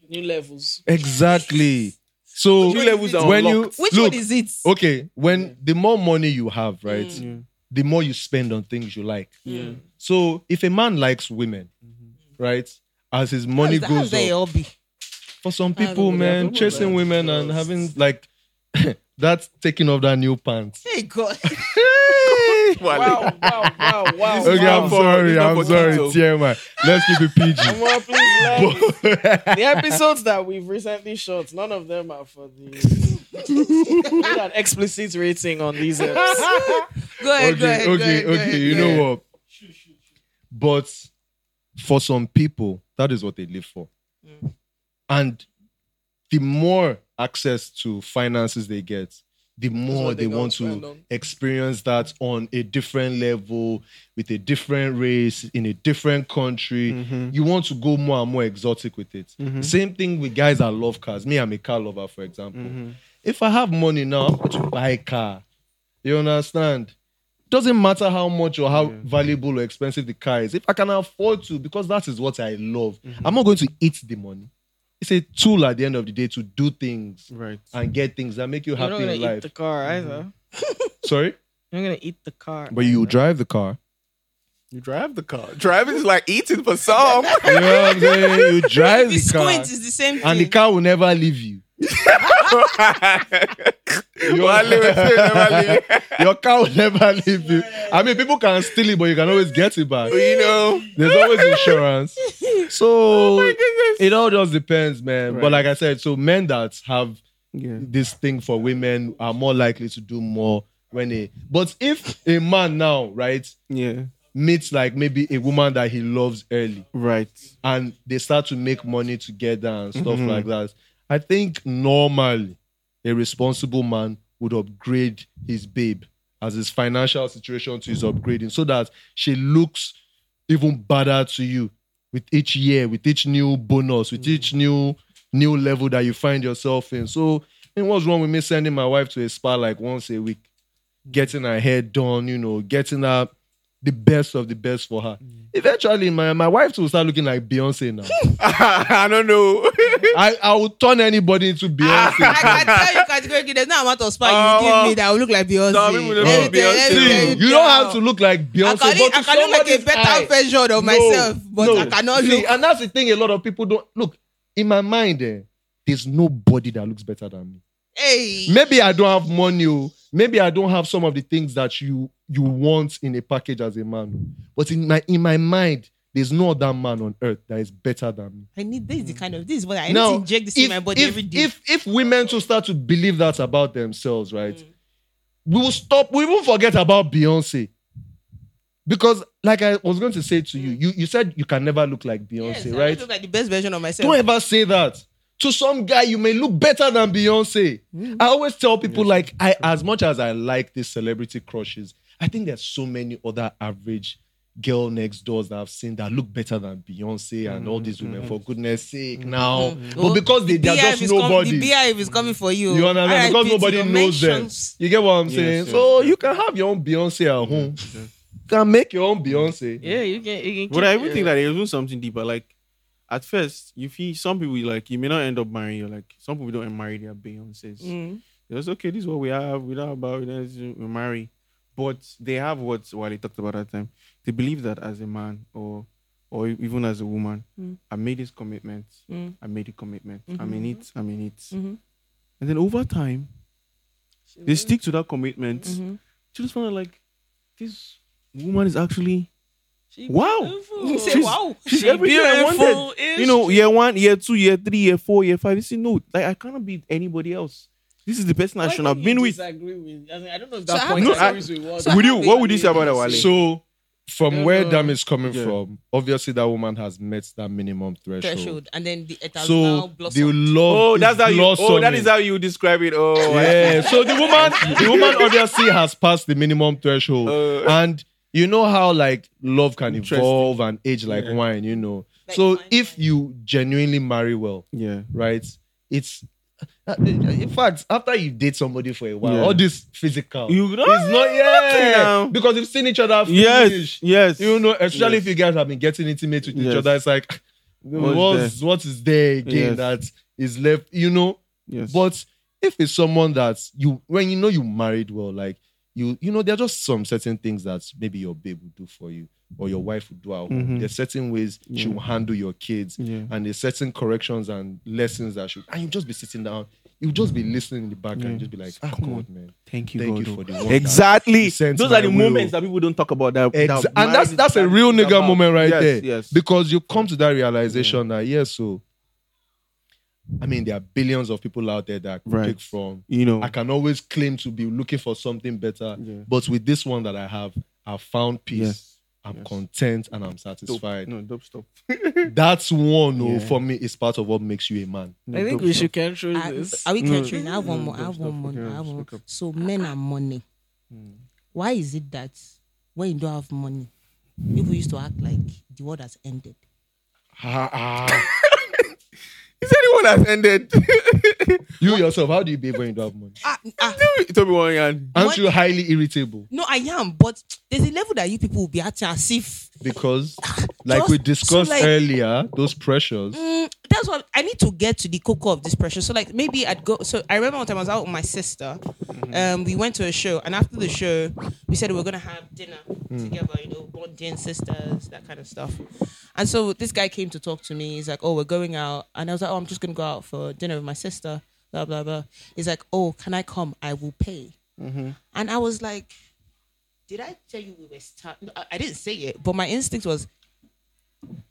S7: New levels.
S8: Exactly. So
S4: New levels are
S8: when you
S4: unlocked.
S6: Which
S8: look,
S6: one is it? Mm.
S8: okay, when the more money you have, right,
S4: Yeah.
S8: the more you spend on things you like.
S4: Yeah.
S8: So if a man likes women, right, as his money
S6: How's that- how's
S8: goes
S6: that
S8: up,
S6: your hobby?
S8: for some
S6: don't
S8: people,
S6: know.
S8: man, chasing women and having like that's taking off that new pants.
S6: Hey God.
S7: Wow, wow, wow, wow.
S8: Okay, I'm
S4: for-
S8: sorry.
S4: it's not
S8: I'm
S4: for
S8: sorry,
S4: kids,
S8: TMI. Let's keep it PG.
S7: Omar, please relax. the episodes that we've recently shot, none of them are for the. we need an explicit rating on these episodes.
S6: Go ahead, go ahead,
S8: okay,
S6: go
S8: okay,
S6: ahead, go
S8: okay.
S6: ahead,
S8: You
S6: go ahead.
S8: know what? But for some people, that is what they live for. And the more access to finances they get, the more
S7: what
S8: they,
S7: they gonna
S8: want
S7: spend
S8: to
S7: on.
S8: experience that on a different level, with a different race, in a different country. You want to go more and more exotic with it. Same thing with guys that love cars. Me, I'm a car lover, for example. If I have money now, I'm going to buy a car. You understand? Doesn't matter how much or how valuable or expensive the car is. If I can afford to, because that is what I love, I'm not going to eat the money. It's a tool at the end of the day to do things
S4: Right.
S8: and get things that make you
S7: You're not
S8: happy
S7: gonna
S8: in
S7: eat
S8: life.
S7: the car either.
S8: Sorry?
S7: You're not gonna eat the car.
S8: Mm-hmm. But you drive the car.
S4: You drive the car. Driving is like eating for some.
S8: You know what I'm saying? You drive
S6: It's
S8: the car.
S6: going is the same
S8: And the
S6: thing.
S8: car will never leave you.
S4: Wale will say never leave.
S8: Your car will never leave you. I mean, people can steal it, but you can always get it back.
S4: You know. Oh
S8: There's always insurance. So it all just depends, man. But
S4: Right.
S8: like I said, so men that have
S4: Yeah.
S8: this thing for women are more likely to do more when they. But if a man now, right,
S4: Yeah.
S8: meets like maybe a woman that he loves early
S4: Right.
S8: and they start to make money together and stuff like that, I think normally a responsible man would upgrade his babe as his financial situation to his upgrading so that she looks even better to you with each year, with each new bonus, with each
S4: Mm.
S8: new new level that you find yourself in. So, I mean, what's wrong with me sending my wife to a spa like once a week, getting her hair done, you know, getting her the best of the best for her.
S4: Mm.
S8: Eventually, my, my wife will start looking like Beyonce now.
S4: I don't know.
S8: I, I will turn anybody into
S6: I
S8: Beyonce.
S6: can tell you categorically, there's not amount of spa you
S4: Oh,
S6: give me that will look like Beyonce.
S4: Some people look
S6: Let
S4: like
S6: me tell you, let me
S4: Beyonce.
S6: tell
S8: you don't have
S6: now.
S8: to look like
S6: I can,
S8: Beyonce. but
S6: I
S8: to
S6: can look like a
S8: somebody's
S6: better
S8: eye-
S6: version of
S8: No,
S6: myself, but
S8: no.
S6: I cannot
S8: See,
S6: look.
S8: And that's the thing a lot of people don't look in my mind. Eh, there's nobody that looks better than me.
S6: Hey.
S8: Maybe I don't have money. oh. Maybe I don't have some of the things that you you want in a package as a man. oh. But in my in my mind, there's no other man on earth that is better than me.
S6: I need this is the kind of this is what I need
S8: Now,
S6: to inject this in my body
S8: if,
S6: every day.
S8: If if women to start to believe that about themselves, right? We will stop, we will forget about Beyonce. Because, like I was going to say to you, you, you said you can never look like
S6: Mm. Yes,
S8: Beyonce,
S6: I
S8: right?
S6: look like the best version of myself.
S8: Don't ever say that. To some guy, you may look better than Beyonce.
S6: Mm.
S8: I always tell people, like, I as much as I like these celebrity crushes, I think there's so many other average girl next doors that I've seen that look better than Beyonce and all these women,
S6: Mm-hmm.
S8: for goodness sake, now. But
S6: Oh,
S8: because they, they are
S6: BIF
S8: just
S6: is com-
S8: nobody.
S6: the BIF is coming for you.
S8: You understand?
S6: RIP
S8: Because
S6: to
S8: nobody
S6: your
S8: knows them.
S6: mentions.
S8: You get what I'm
S4: Yes,
S8: saying?
S4: yes,
S8: So
S4: yes.
S8: you can have your own Beyonce at home.
S6: Mm-hmm.
S8: You can make your own Beyonce.
S7: Yeah, you can. You can
S4: But I
S7: keep-
S4: even think that there's even something deeper. Like at first, you feel some people like you may not end up marrying. You're like some people don't marry their Beyonces.
S6: Mm.
S4: It's okay. This is what we have. We don't have about it. let's just- We marry, but they have what Wale talked about that time. They believe that as a man or or even as a woman,
S7: Mm.
S4: I made this commitment. I made a commitment.
S7: Mm-hmm.
S4: I'm in it. I'm in it. And then over time, they stick to that commitment.
S7: Mm-hmm.
S4: You just want to like this woman is actually
S7: She
S4: wow.
S7: beautiful.
S6: Say, wow.
S4: She's
S7: She
S4: everything I
S7: beautiful
S4: wanted.
S7: is
S4: You know, year one, year two, year three, year four, year five. You see, no, like I cannot beat anybody else. This is the person I
S7: Why
S4: should
S7: do
S4: have
S7: you
S4: been with.
S7: disagree with- I mean, I don't know if
S6: So
S7: that
S6: I
S7: point
S4: have
S7: is
S4: to-
S7: always with words.
S4: Would you? What would you say about that, Wale?
S8: So, from
S7: Yeah.
S8: where Dam is coming
S4: Yeah.
S8: from, obviously that woman has met that minimum threshold.
S6: Threshold. And then the it has now
S8: So the
S6: blossomed.
S8: love.
S4: oh,
S8: is
S4: that's how you. Oh, that
S8: blossoming.
S4: is how you describe it. Oh, I-
S8: Yeah. So the woman, the woman obviously has passed the minimum threshold,
S4: Uh.
S8: and you know how like love can
S4: Interesting.
S8: evolve and age like
S4: Yeah.
S8: wine. You know.
S6: Like
S8: so
S6: wine,
S8: if
S6: wine.
S8: you genuinely marry well,
S4: yeah.
S8: right? It's uh, in fact after you date somebody for a while,
S4: Yeah.
S8: all this physical,
S4: You know,
S8: it's not yeah
S4: now.
S8: because you've seen each other.
S4: Yes.
S8: finish.
S4: Yes.
S8: You know, especially
S4: Yes.
S8: if you guys have been getting intimate with
S4: Yes.
S8: each other, it's like
S4: What's
S8: what's what is there
S4: Yes.
S8: again that is left? You know.
S4: Yes.
S8: But if it's someone that you, when you know you married well, like you, you know, there are just some certain things that maybe your babe will do for you or your wife will do at home.
S4: Mhm.
S8: There's certain ways she
S4: Yeah.
S8: will handle your kids,
S4: Yeah.
S8: and there's certain corrections and lessons that should. And you just be sitting down, you just be listening in the back,
S4: Yeah.
S8: and just be like, "Ah,
S4: Come
S8: God, man,
S4: Thank you,
S8: thank
S4: God. oh.
S8: you for the one that
S4: Exactly.
S8: you sent
S4: Those
S8: my
S4: are the
S8: way,
S4: moments
S8: oh."
S4: that people don't talk about. That,
S8: Ex-
S4: that
S8: and that's
S4: marriage
S8: that's a
S4: is
S8: real nigga
S4: about.
S8: moment right
S4: Yes,
S8: there.
S4: Yes.
S8: Because you come to that realization that yes, so I mean there are billions of people out there that I could
S4: Right.
S8: pick from.
S4: you know.
S8: I can always claim to be looking for something better.
S4: Yeah.
S8: But with this one that I have, I found peace.
S4: Yes.
S8: I'm
S4: Yes.
S8: content and I'm
S4: Dope.
S8: satisfied.
S4: No, dope stop.
S8: That's one oh,
S4: Yeah.
S8: for me is part of what makes you a man.
S4: No,
S7: I think
S4: dope
S7: we
S4: stop.
S7: should control
S6: I-
S7: this.
S6: Are we
S4: No,
S6: catching? I have one
S4: no,
S6: more. I have
S4: stop,
S6: one more.
S4: okay,
S6: I have
S4: let's
S6: one.
S4: pick up.
S6: So men are money. Why is it that when you don't have money, people used to act like the world has ended?
S5: Is anyone has ended?
S8: You yourself, how do you behave when you don't have money?
S6: Ah,
S4: Toby Wanyan.
S8: Aren't
S6: What?
S8: you highly irritable?
S6: No, I am, but there's a level that you people will be acting as if
S8: Because, like we
S6: Just- so,
S8: discussed
S6: like-
S8: earlier, those pressures.
S6: Mm, that's what I need to get to the cocoa of this pressure. So like maybe I'd go. So I remember one time I was out with my sister. Um, we went to a show, and after the show, we said we were gonna have dinner together. You know, bonding sisters, that kind of stuff. And so this guy came to talk to me. He's like, "Oh, we're going out," and I was like, "Oh, I'm just gonna go out for dinner with my sister." Blah blah blah. He's like, "Oh, can I come? I will pay." And I was like, "Did I tell you we were starving?" I I didn't say it, but my instinct was,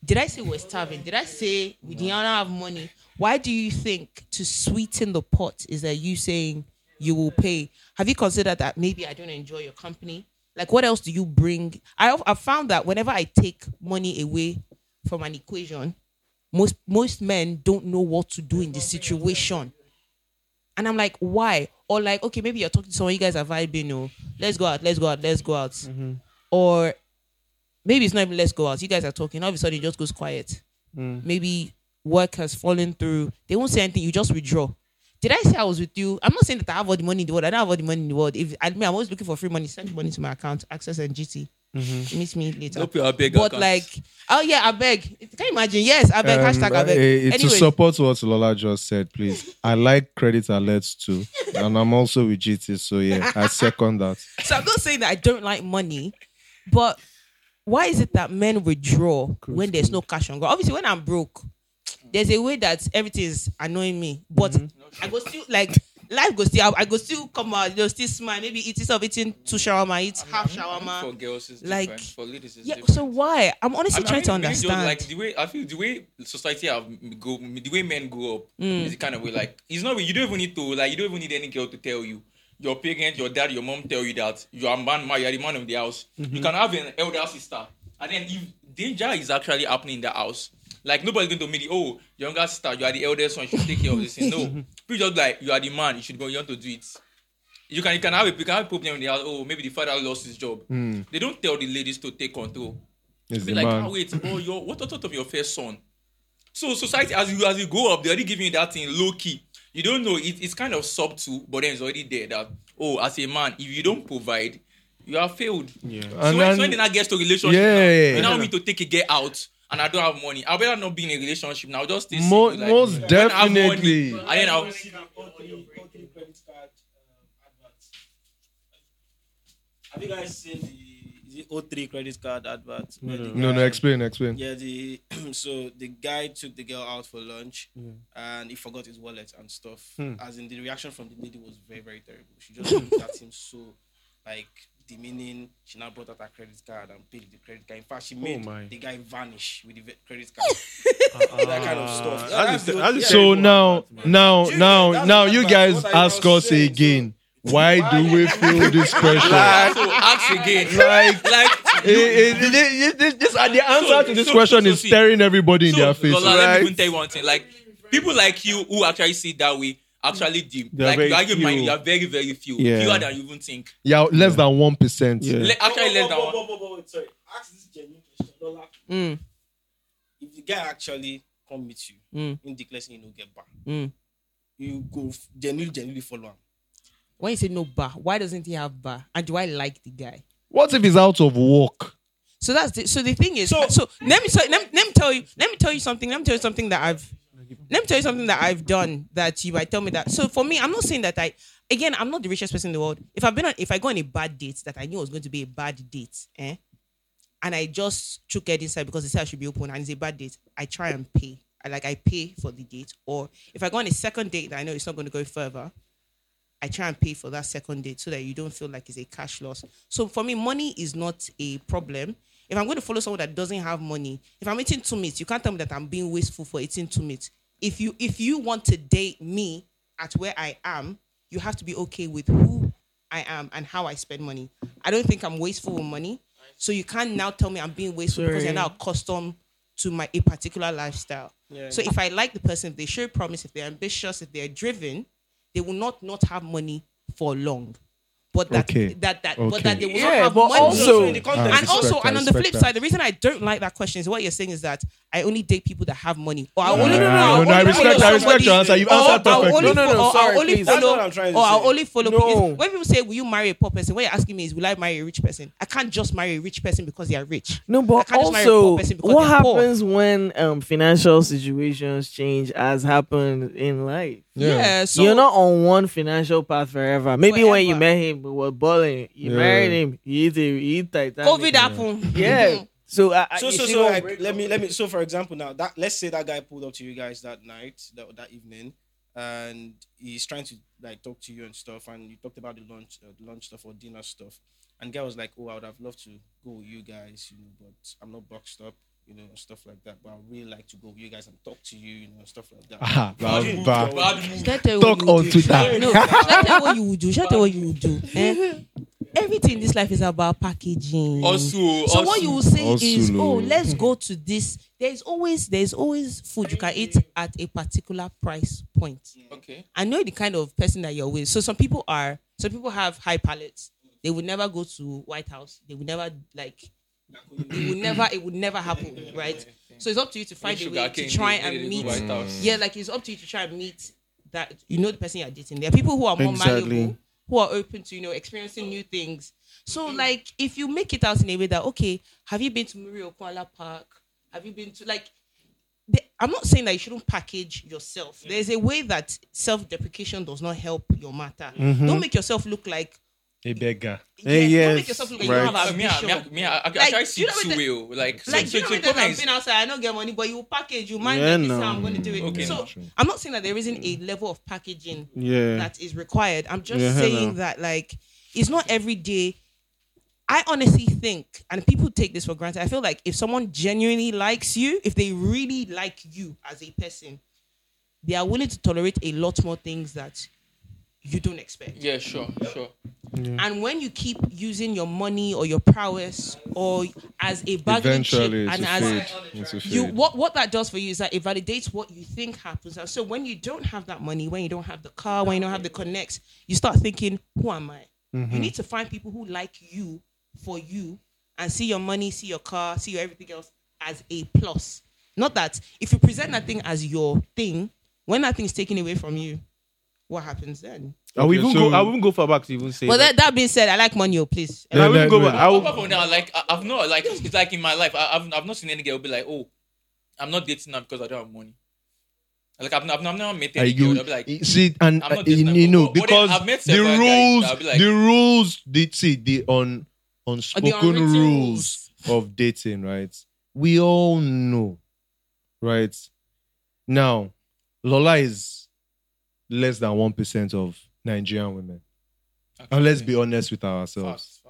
S6: did I say we're starving? Did I say we do not have money? Why do you think to sweeten the pot is that you saying you will pay? Have you considered that maybe I don't enjoy your company? Like, what else do you bring? I I found that whenever I take money away from an equation, most most men don't know what to do in the situation. And I'm like, why? Or like, okay, maybe you're talking to someone, you guys are vibing, oh, let's go out, let's go out, let's go out. Or maybe it's not even let's go out. You guys are talking. All of a sudden, it just goes quiet. Maybe work has fallen through. They won't say anything. You just withdraw. Did I say I was with you? I'm not saying that I have all the money in the world. I don't have all the money in the world. If I mean, I'm always looking for free money. Send money to my account, Access and GT. Meet me later.
S11: Hope you are big
S6: but
S11: accounts.
S6: like, oh yeah, I beg. Can you imagine? Yes, I beg. hashtag I beg.
S8: Um, eh, to
S6: Anyways,
S8: support what Lola just said, please. I like credit alerts too, and I'm also with GT, so yeah, I second that.
S6: so I'm not saying that I don't like money, but why is it that men withdraw when there's no cash on ground? Obviously, when I'm broke, there's a way that everything is annoying me, but I go still like life goes still. I, I go still come out. You know, still smile. Maybe eat instead of eating two shawarma, eat half
S11: For
S6: shawarma.
S11: girls, it's
S6: Like-
S11: different. For ladies, it's
S6: Yeah.
S11: different.
S6: So why? I'm honestly
S11: I'm- I
S6: trying to
S11: really don't
S6: understand.
S11: Like the way I feel, the way society have m- go, the way men grow up
S6: Hmm.
S11: is the kind of way like it's not. You don't even need to like. You don't even need any girl to tell you. Your parents, your dad, your mom tell you that you are a man, ma- you are the man of the house.
S6: Mm-hmm.
S11: You can have an elder sister, and then if danger is actually happening in the house, like nobody's going to meet. you, Oh, your younger sister, you are the eldest one. You should take care of this. thing."
S6: Mm-hmm.
S11: No, people just like you are the man. You should go. You want to do it. You can you can have a you can have a problem in the house. Oh, maybe the father lost his job.
S6: Hmm.
S11: They don't tell the ladies to take control
S8: It's
S11: be
S8: the
S11: like,
S8: man.
S11: ah, wait, oh, your what thought of your first son? So society, as you as you go up, they already giving you that thing low key. You don't know it, it's kind of subtle, but then it's already there that oh, as a man, if you don't provide, you are failed. Yeah. So
S8: And
S11: when,
S8: then-
S11: so when they now get to relationship,
S8: Yeah.
S11: now, you now need to take a get out. And I don't have money. I better not be in a relationship now. Just stay
S8: Mo-
S11: single,
S8: most
S11: when I have money,
S8: definitely.
S11: And then I'll,
S9: Have you guys seen the is it O3 credit card advert? where the
S8: No, no,
S9: guy-
S8: explain, explain.
S9: Yeah, the so the guy took the girl out for lunch and he forgot his wallet and stuff. As in the reaction from the lady was very, very terrible. She just looked at him so like demeaning. She now brought out her credit card and paid with the credit card. In fact, she made
S4: my.
S9: the guy vanish with the ve- credit card. that kind of stuff. That's the- yeah.
S8: So now, now,
S9: Jimmy,
S8: now,
S9: that's
S8: now,
S9: not
S8: you
S9: bad.
S8: guys
S9: What are you
S8: ask us
S9: saying?
S8: again. Why do we feel this pressure?
S11: so ask again.
S8: Like,
S11: like
S8: it, it, it, it, it- this, uh, the answer
S11: So-
S8: to this
S11: so-
S8: question
S11: so
S8: is
S11: see.
S8: staring everybody in
S11: So,
S8: their face.
S11: Lola, let me even
S8: Right?
S11: tell you one thing. Like people like you who actually see it that way, actually deep.
S4: They are
S11: Like
S4: very
S11: you argue mine,
S4: few.
S11: you are very, very few.
S4: Yeah.
S11: Fewer than you even think.
S8: Yeah, less than one percent.
S4: Yeah.
S11: Le- actually less than
S9: Whoa,
S11: one.
S9: whoa, whoa, whoa, whoa, wait, sorry. Ask this genuine question. Don't laugh.
S6: Mm.
S9: If the guy actually come meet you,
S6: Mm.
S9: in declares you no get back,
S6: Mm.
S9: you go f- genuinely, genuinely follow him.
S6: When you say no bar, why doesn't he have bar? And do I like the guy?
S8: What if he's out of work?
S6: So that's the, so the thing is so,
S9: So-
S6: let me so, let, me- let me tell you let me tell you something let me tell you something that I've let me tell you something that I've done that you might tell me that so for me I'm not saying that I again I'm not the richest person in the world if I've been on if I go on a bad date that I knew was going to be a bad date eh and I just took it inside because they said I should be open and it's a bad date I try and pay I like I pay for the date or if I go on a second date that I know it's not going to go further I try and pay for that second date so that you don't feel like it's a cash loss. So for me, money is not a problem. If I'm going to follow someone that doesn't have money, if I'm eating two meats, you can't tell me that I'm being wasteful for eating two meats. If you if you want to date me at where I am, you have to be okay with who I am and how I spend money. I don't think I'm wasteful with money. So you can't now tell me I'm being wasteful because you're now accustomed to my a particular lifestyle. So if I like the person, if they show promise, if they're ambitious, if they're driven, they will not not have money for long. But that
S8: Okay.
S6: that that but
S8: Okay.
S6: that they will not
S10: Yeah,
S6: have
S10: but
S6: money.
S10: also-
S8: I
S6: and
S8: respect
S6: also
S8: that,
S6: and
S8: I
S6: on the flip
S8: Ah, respect
S6: side, the reason I don't like that question is what you're saying is that I only date people that have money. Or I
S8: No,
S6: only
S8: no, no,
S6: or
S8: no, no, I
S6: only
S8: respect,
S6: follow
S8: I respect your
S6: somebody-
S8: answer. You've
S6: or
S8: answered
S6: I'll
S8: perfectly.
S6: only
S7: No, no, no,
S6: fo- or I'll
S7: sorry,
S6: only
S7: please.
S6: follow-
S7: That's what I'm trying to
S6: or I'll
S7: say.
S6: only follow
S7: No.
S6: people. When people say, "Will you marry a poor person?" What you're asking me is, "Will I marry a rich person?" I can't just marry a rich person because they are rich.
S7: No,
S6: I
S7: but
S6: can't just marry a poor
S7: also,
S6: person because
S7: what
S6: they're poor.
S7: happens when um, financial situations change, as happened in life?
S6: Yeah. so
S7: You're not on one financial path forever. Maybe when you
S6: Forever.
S7: met him, we were balling. You
S8: Yeah.
S7: married him. You eat it. You eat Titanic.
S6: COVID happened. Mm-hmm.
S7: Yeah. So, I, I,
S9: So,
S7: you
S9: so,
S7: see
S9: so,
S7: what-
S9: like, let me, let me. So, for example, now that let's say that guy pulled up to you guys that night, that, that evening, and he's trying to like talk to you and stuff, and you talked about the lunch, uh, lunch stuff or dinner stuff, and guy was like, "Oh, I would have loved to go with you guys, you know, but I'm not boxed up." You know, and stuff like that. But I would really like to go with you guys and talk to you, you know, and stuff like that.
S8: Ah,
S9: Would
S8: bah,
S9: you-
S8: bah.
S9: would
S11: Bad move.
S6: Should I tell you
S8: Talk
S6: what you would
S8: on
S6: do?
S8: Twitter.
S6: No, should I tell you what you would do? Should I tell you what you would do? Eh? Everything in this life is about packaging.
S11: Also,
S6: so
S11: Mm. also
S6: what you will say
S8: Also,
S6: is,
S8: no.
S6: oh, let's go to this. There is always there is always food you can eat at a particular price point.
S11: okay.
S6: I know the kind of person that you're with. So some people are, some people have high palates. They would never go to White House. They would never like. It would never. It would never happen, right? So it's up to you to find a way to
S11: Sugarcane,
S6: try
S11: they- they
S6: and
S11: do
S6: meet.
S11: White House.
S6: Yeah, like it's up to you to try and meet that you know the person you're dating. There are people who are more
S8: Exactly.
S6: malleable, who are open to you know experiencing new things. So like if you make it out in a way that okay, have you been to Muri Okwala Park? Have you been to like the- I'm not saying that you shouldn't package yourself. There's a way that self deprecation does not help your matter. Don't make yourself look like,
S8: a beggar.
S4: Hey,
S6: Yes, don't
S4: yes.
S6: make yourself look like you don't have
S11: Uh, me, I, me, I,
S6: ambition.
S11: me, I, I,
S6: Like,
S11: I, I
S6: you
S11: see
S6: know when
S11: two
S6: the-
S11: will. Like,
S6: Like,
S11: so,
S6: you know,
S11: so,
S6: when
S11: so, come
S6: I've
S11: and
S6: been outside, I don't get money, but you package, you mind
S4: Yeah,
S6: me, this,
S4: no.
S6: I'm going to do it.
S11: Okay,
S6: so,
S11: no,
S6: I'm not saying that there isn't a level of packaging
S4: Yeah.
S6: that is required. I'm just
S4: Yeah, hell
S6: saying
S4: no.
S6: that, like, it's not every day. I honestly think, and people take this for granted, I feel like if someone genuinely likes you, if they really like you as a person, they are willing to tolerate a lot more things that you don't expect.
S11: Yeah, sure, sure.
S6: And when you keep using your money or your prowess or as a bargaining chip
S8: Eventually,
S6: and
S8: it's
S6: as
S8: a fade. It's a fade.
S6: you what what that does for you is that it validates what you think happens. And so when you don't have that money, when you don't have the car, when you don't have the connects, you start thinking, who am I? You
S8: Mhm.
S6: need to find people who like you for you and see your money, see your car, see your everything else as a plus. Not that if you present that thing as your thing, when that thing is taken away from you, what happens then?
S4: I will
S11: Okay,
S4: even
S11: so-
S4: go. I will even go far back to even say.
S6: Well,
S4: that.
S6: that, that being said, I like money, oh, please.
S4: I will even go back. I
S8: Oh.
S4: will,
S11: Apart from now, like I, I've not like it's like in my life, I, I've I've not seen any girl be like, oh, I'm not dating now because I don't have money. Like I've I've, I've never met
S8: Are
S11: any girl.
S8: you
S11: I'll be like,
S8: see and
S11: I'm not
S8: you,
S11: this type
S8: you
S11: of-
S8: know
S11: but then
S8: because
S11: I've met
S8: the
S11: several guys that
S8: rules
S11: I'll be like-
S8: the rules the see the un, unspoken
S11: unwritten
S8: rules of dating right we all know right now Lola is less than one percent of Nigerian women and let's be honest with ourselves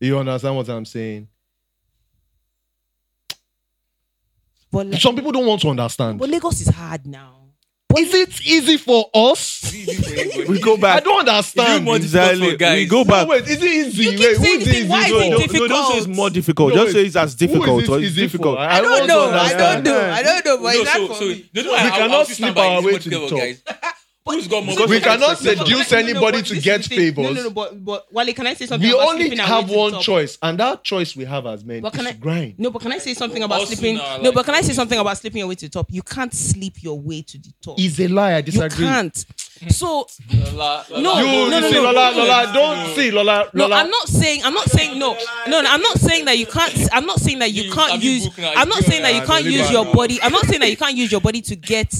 S8: you understand what I'm saying
S6: But like-
S8: some people don't want to understand
S6: But Lagos is hard now.
S8: is it easy for us?
S4: we go back.
S8: I don't understand.
S4: It's exactly. We go back.
S8: No, wait, is it easy?
S6: Ah, You keep
S8: wait,
S6: saying
S8: who's
S6: it's
S8: easy?
S6: why is it
S8: No,
S4: No, no, don't say it's more difficult.
S8: No,
S4: Just say it's as
S8: who is
S4: difficult
S8: it
S4: or it's
S8: easy for?
S4: difficult.
S8: I
S6: don't
S8: want
S6: know.
S8: to
S6: I don't
S8: understand.
S6: know. I don't know. But
S11: no,
S6: it's hard
S11: so
S6: for
S11: so
S6: me.
S11: no, no,
S8: We
S11: I,
S8: cannot
S11: I'll, I'll sleep
S8: sleep our way to the top.
S11: Guys. Who's got more?
S4: Because
S8: We
S4: Because
S8: cannot
S4: it's-
S8: seduce
S6: No, no, no,
S8: anybody
S6: but
S8: to
S6: this
S8: get
S6: is the thing.
S8: favors.
S6: No, no, no. But, but Wale, can I say something?
S8: We
S6: about
S8: only
S6: sleeping our
S8: have
S6: way to the
S8: one
S6: top?
S8: choice, and that choice we have as men
S6: But
S8: is
S6: can
S8: to
S6: I-
S8: grind.
S6: No, but can I say something about
S11: Also,
S6: sleeping?
S11: nah,
S6: no,
S11: like-
S6: but can I say something about sleeping your way to the top? You can't sleep your way to the top.
S8: Is a lie. I
S6: you
S8: disagree. Mm.
S6: can't. So
S11: Lola, Lola,
S6: No,
S8: You
S6: no, no,
S8: see,
S6: no.
S8: Lola, Lola, don't see, Lola,
S6: no,
S8: Lola.
S6: I'm not saying I'm not saying no, no, no. I'm not saying that you can't. I'm not saying that you
S11: You-
S6: can't
S11: have you
S6: use.
S11: booked now?
S6: I'm not
S11: You
S6: saying that you
S11: are
S6: can't
S11: the
S6: use
S11: liver
S6: your
S11: now.
S6: body. I'm not saying that you can't use your body to get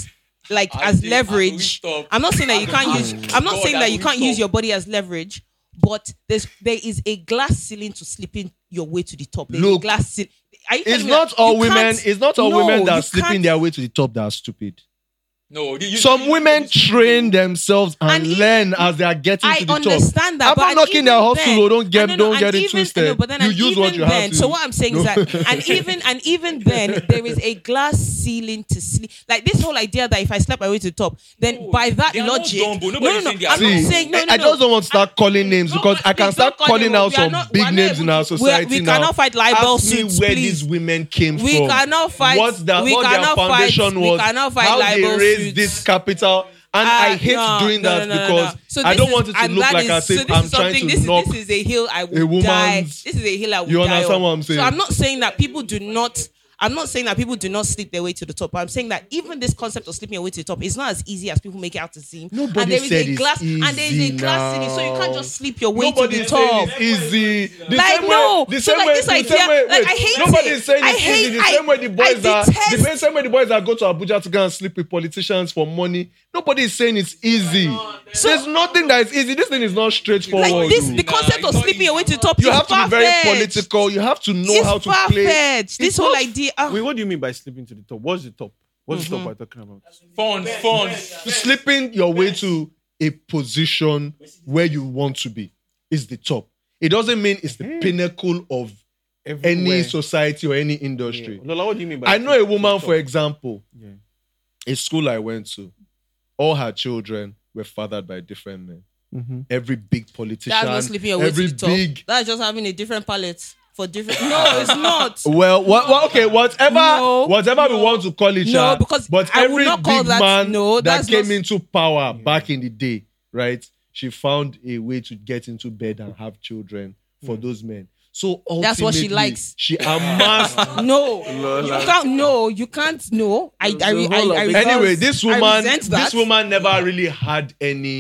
S6: like
S11: I
S6: as
S11: think I will
S6: leverage.
S11: stop.
S6: I'm not saying that you
S11: I
S6: can't
S11: will
S6: use.
S11: stop.
S6: I'm not saying
S11: God,
S6: that
S11: I
S6: you
S11: will
S6: can't use
S11: stop.
S6: your body as leverage. But there's there is a glass ceiling to slipping your way to the top. There's a
S8: Look,
S6: glass ceiling. Are you telling
S8: It's
S6: me
S8: not
S6: that
S8: all
S6: you
S8: women.
S6: can't-
S8: It's not all
S6: No,
S8: women that
S6: you
S8: are slipping
S6: can't-
S8: their way to the top that are stupid.
S11: no, you, you,
S8: Some
S11: you-
S8: women
S11: you-
S8: train themselves and,
S6: And even-
S8: learn as they are getting
S6: I
S8: to the top.
S6: understand that.
S8: I'm
S6: but
S8: not
S6: and
S8: knocking their
S6: even
S8: hustle.
S6: then-
S8: oh, Don't
S6: I
S8: get,
S6: don't know,
S8: don't get
S6: and
S8: it
S6: even-
S8: twisted.
S6: No, but then
S8: you
S6: and
S8: use
S6: even
S8: what you
S6: then,
S8: have to.
S6: So what I'm saying is
S8: No.
S6: that, and even and even then, there is a glass ceiling to sleep. Like this whole idea that if I slap my way to the top, then
S11: No,
S6: by that
S11: they are not
S6: logic,
S11: dumb, but
S6: no,
S11: nobody's
S6: no, no.
S11: saying they are
S6: I'm
S11: dumb.
S6: not saying no,
S8: I-
S6: no,
S8: I
S6: no.
S8: just don't want to start calling names
S6: No,
S8: because
S6: but
S8: I can
S6: please don't
S8: start
S6: call
S8: calling
S6: them.
S8: out
S6: We are
S8: some
S6: not- we are
S8: big
S6: not
S8: names
S6: able
S8: in our
S6: to- we are-
S8: society
S6: we
S8: now.
S6: cannot fight libel
S8: Ask me
S6: suits,
S8: where
S6: please.
S8: these women came
S6: We
S8: from.
S6: cannot fight-
S8: What their,
S6: we
S8: what
S6: cannot
S8: their
S6: fight-
S8: foundation
S6: we
S8: was.
S6: cannot fight
S8: how they
S6: libel
S8: raised
S6: suits.
S8: this capital. And
S6: Ah,
S8: I hate
S6: no,
S8: doing
S6: no,
S8: that
S6: no, no, no,
S8: because
S6: no. So
S8: I
S6: this
S8: don't
S6: is-
S8: want it to
S6: and
S8: look
S6: that
S8: like
S6: is-
S8: as
S6: so
S8: if
S6: this
S8: I'm
S6: is
S8: trying
S6: something-
S8: to
S6: this is-
S8: knock.
S6: This is a hill I
S8: a
S6: would
S8: woman's-
S6: die. This is a hill I would
S8: You
S6: die
S8: understand
S6: on.
S8: what I'm saying?
S6: So I'm not saying that people do not. I'm not saying that people do not sleep their way to the top. But I'm saying that even this concept of sleeping your way to the top is not as easy as people make it out to seem.
S8: Nobody
S6: and there is
S8: said
S6: a
S8: it's
S6: glass, and there is a
S8: easy
S6: glass ceiling, so you can't
S8: now.
S6: just sleep your way
S8: Nobody
S6: to the
S8: is saying
S6: top.
S8: it's easy. The
S6: Like,
S8: same
S6: no.
S8: way, the
S6: So,
S8: same
S6: like,
S8: way,
S6: this
S8: the
S6: idea-
S8: same way,
S6: like,
S8: wait.
S6: I hate
S8: Nobody
S6: it.
S8: is saying
S6: I
S8: it's
S6: hate-
S8: easy. The
S6: I-
S8: same way the boys
S6: I
S8: are, the
S6: detest-
S8: same way the boys that go to Abuja to go and sleep with politicians for money. Nobody is saying it's easy. There's nothing that is easy. This thing is not straightforward.
S6: Like this,
S8: oh.
S6: the concept
S11: Nah,
S6: of
S11: it's not
S6: sleeping your way to
S11: easy.
S6: the top
S8: you
S6: is
S8: have to be very
S6: far-fetched.
S8: political. You have to know
S6: It's
S8: how to play.
S6: far-fetched. This whole idea. ah.
S4: Wait, what do you mean by slipping to the top? What's the top? What's the top we're talking about?
S11: funds, funds.
S8: Slipping your way to a position where you want to be is the top. It doesn't mean it's the pinnacle of any
S4: Mm-hmm. Everywhere.
S8: society or any industry.
S4: Lola, what do you mean by?
S8: I know a
S4: slipping to the
S8: woman,
S4: top?
S8: for example,
S4: Yeah.
S8: a school I went to, all her children were fathered by different men.
S4: Mm-hmm.
S8: Every big politician,
S6: That's not sleeping your way
S8: every
S6: to the top.
S8: big.
S6: That's just having a different palette for different. No, it's not.
S8: Well, what, what, okay, whatever,
S6: No,
S8: whatever we
S6: no,
S8: want to call it,
S6: no,
S8: ah,
S6: because
S8: but
S6: I would
S8: every
S6: not call
S8: big
S6: that-
S8: man
S6: no,
S8: that
S6: that's not
S8: came
S6: s-
S8: into power back in the day, right? She found a way to get into bed and have children for those men. So
S6: Mm.
S8: ultimately,
S6: That's what she likes.
S8: She amassed
S6: No, you can't. No, you can't. No, I. I.
S7: So
S6: I,
S7: hold
S6: I,
S7: on,
S6: I
S7: because-
S8: anyway, this
S6: I
S8: woman,
S6: resent
S8: this
S6: that.
S8: woman never really had any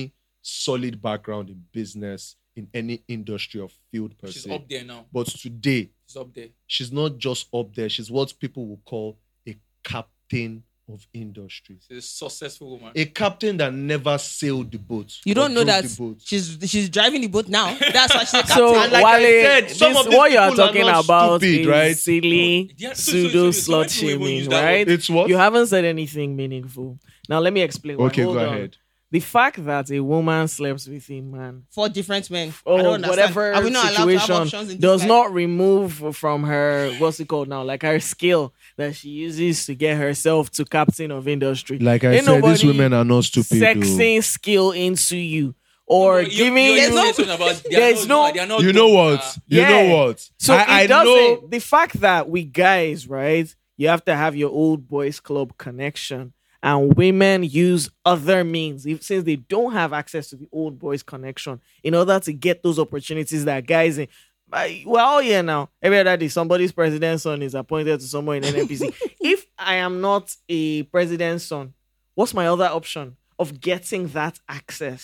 S8: solid background in business in any industry or field per
S11: She's
S8: se.
S11: up there now.
S8: But today,
S11: She's up there.
S8: she's not just up there; she's what people would call a captain of industry.
S11: She's a successful woman.
S8: A captain that never sailed the boat.
S6: You
S8: or
S6: don't know
S8: drove
S6: that
S8: the boat.
S6: she's she's driving the boat now. That's why she's a captain.
S7: So
S8: And like I
S7: Wale,
S8: said,
S7: this,
S8: some of these
S7: what you are
S8: people are
S7: talking
S8: not
S7: about
S8: stupid,
S7: is
S8: right?
S7: silly
S11: Yeah, so- so-
S7: pseudo
S11: so- so why
S7: slut
S11: do we even use
S7: shaming,
S11: that
S7: right?
S11: word?
S8: It's what?
S7: You haven't said anything meaningful. Now let me explain. why.
S8: Okay,
S7: Hold
S8: go
S7: on.
S8: ahead.
S7: The fact that a woman sleeps with a man
S6: for different men. I
S7: or
S6: don't understand.
S7: Oh, whatever
S6: Are we not allowed to have options in
S7: situation
S6: this
S7: does
S6: life?
S7: not remove from her what's it called now, like her skill that she uses to get herself to captain of industry.
S8: Like I
S7: Ain't
S8: said, these
S7: nobody
S8: women are not stupid. though.
S7: Sexing skill into you or
S11: You- you-
S7: giving
S11: you're
S7: you.
S11: talking about they are
S7: there's no-
S11: not- they are not
S8: You know
S11: dope,
S8: what?
S11: uh,
S8: You
S7: Yeah.
S8: know what?
S7: So
S8: I,
S7: it
S8: I
S7: doesn't.
S8: know
S7: The fact that we guys, right, you have to have your old boys club connection, and women use other means if, since they don't have access to the old boys connection in order to get those opportunities that guys in. I- We're all here now. Every other day, somebody's president's son is appointed to someone in NNPC. if I am not a president's son, what's my other option of getting that access?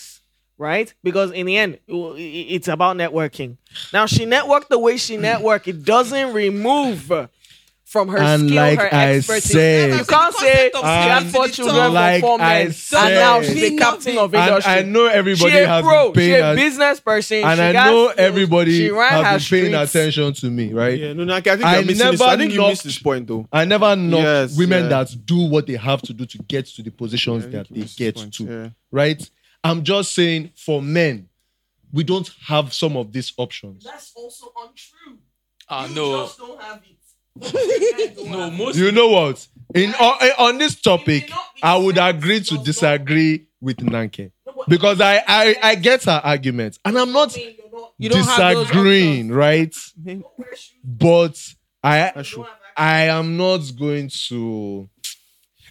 S7: Right? Because in the end, it- it- it's about networking. Now she networked the way she networked. It doesn't remove from her
S8: And
S7: skill,
S8: like
S7: her
S8: I
S7: expertise.
S8: said-
S7: you can't say she had
S8: And
S7: four children
S8: like
S7: for four
S8: I
S7: men,
S8: said-
S7: and now she's
S8: Mean
S7: the captain of
S8: And
S7: industry.
S8: I know everybody
S7: she a
S8: has
S7: pro,
S8: been
S7: she
S8: paying
S7: a
S8: at-
S7: business person.
S8: and
S7: she
S8: I
S7: got
S8: know
S7: skills.
S8: everybody
S7: she ran her
S8: has been paying
S7: streets.
S8: attention to me, right?
S4: Yeah, no, no, I think you're
S8: I
S4: missing this.
S8: never
S4: I think you missed
S8: knocked-
S4: this point though.
S8: I never know
S4: Yes,
S8: women
S4: yeah.
S8: that do what they have to do to get to the positions
S4: Yeah, I
S8: that
S4: think
S8: they
S4: you missed this
S8: get
S4: point,
S8: to,
S4: yeah.
S8: right? I'm just saying for men, we don't have some of these options.
S7: That's also untrue.
S11: Ah, no.
S7: don't have it.
S11: No, most
S8: You know what? In on, eh, on this topic,
S7: not be
S8: I would
S7: sexist,
S8: agree to
S7: does
S8: disagree with Nanke
S7: but-
S8: because I, I I get her argument, and I'm not
S6: You don't have those
S8: disagreeing, right? But I
S4: should.
S8: I am not going to.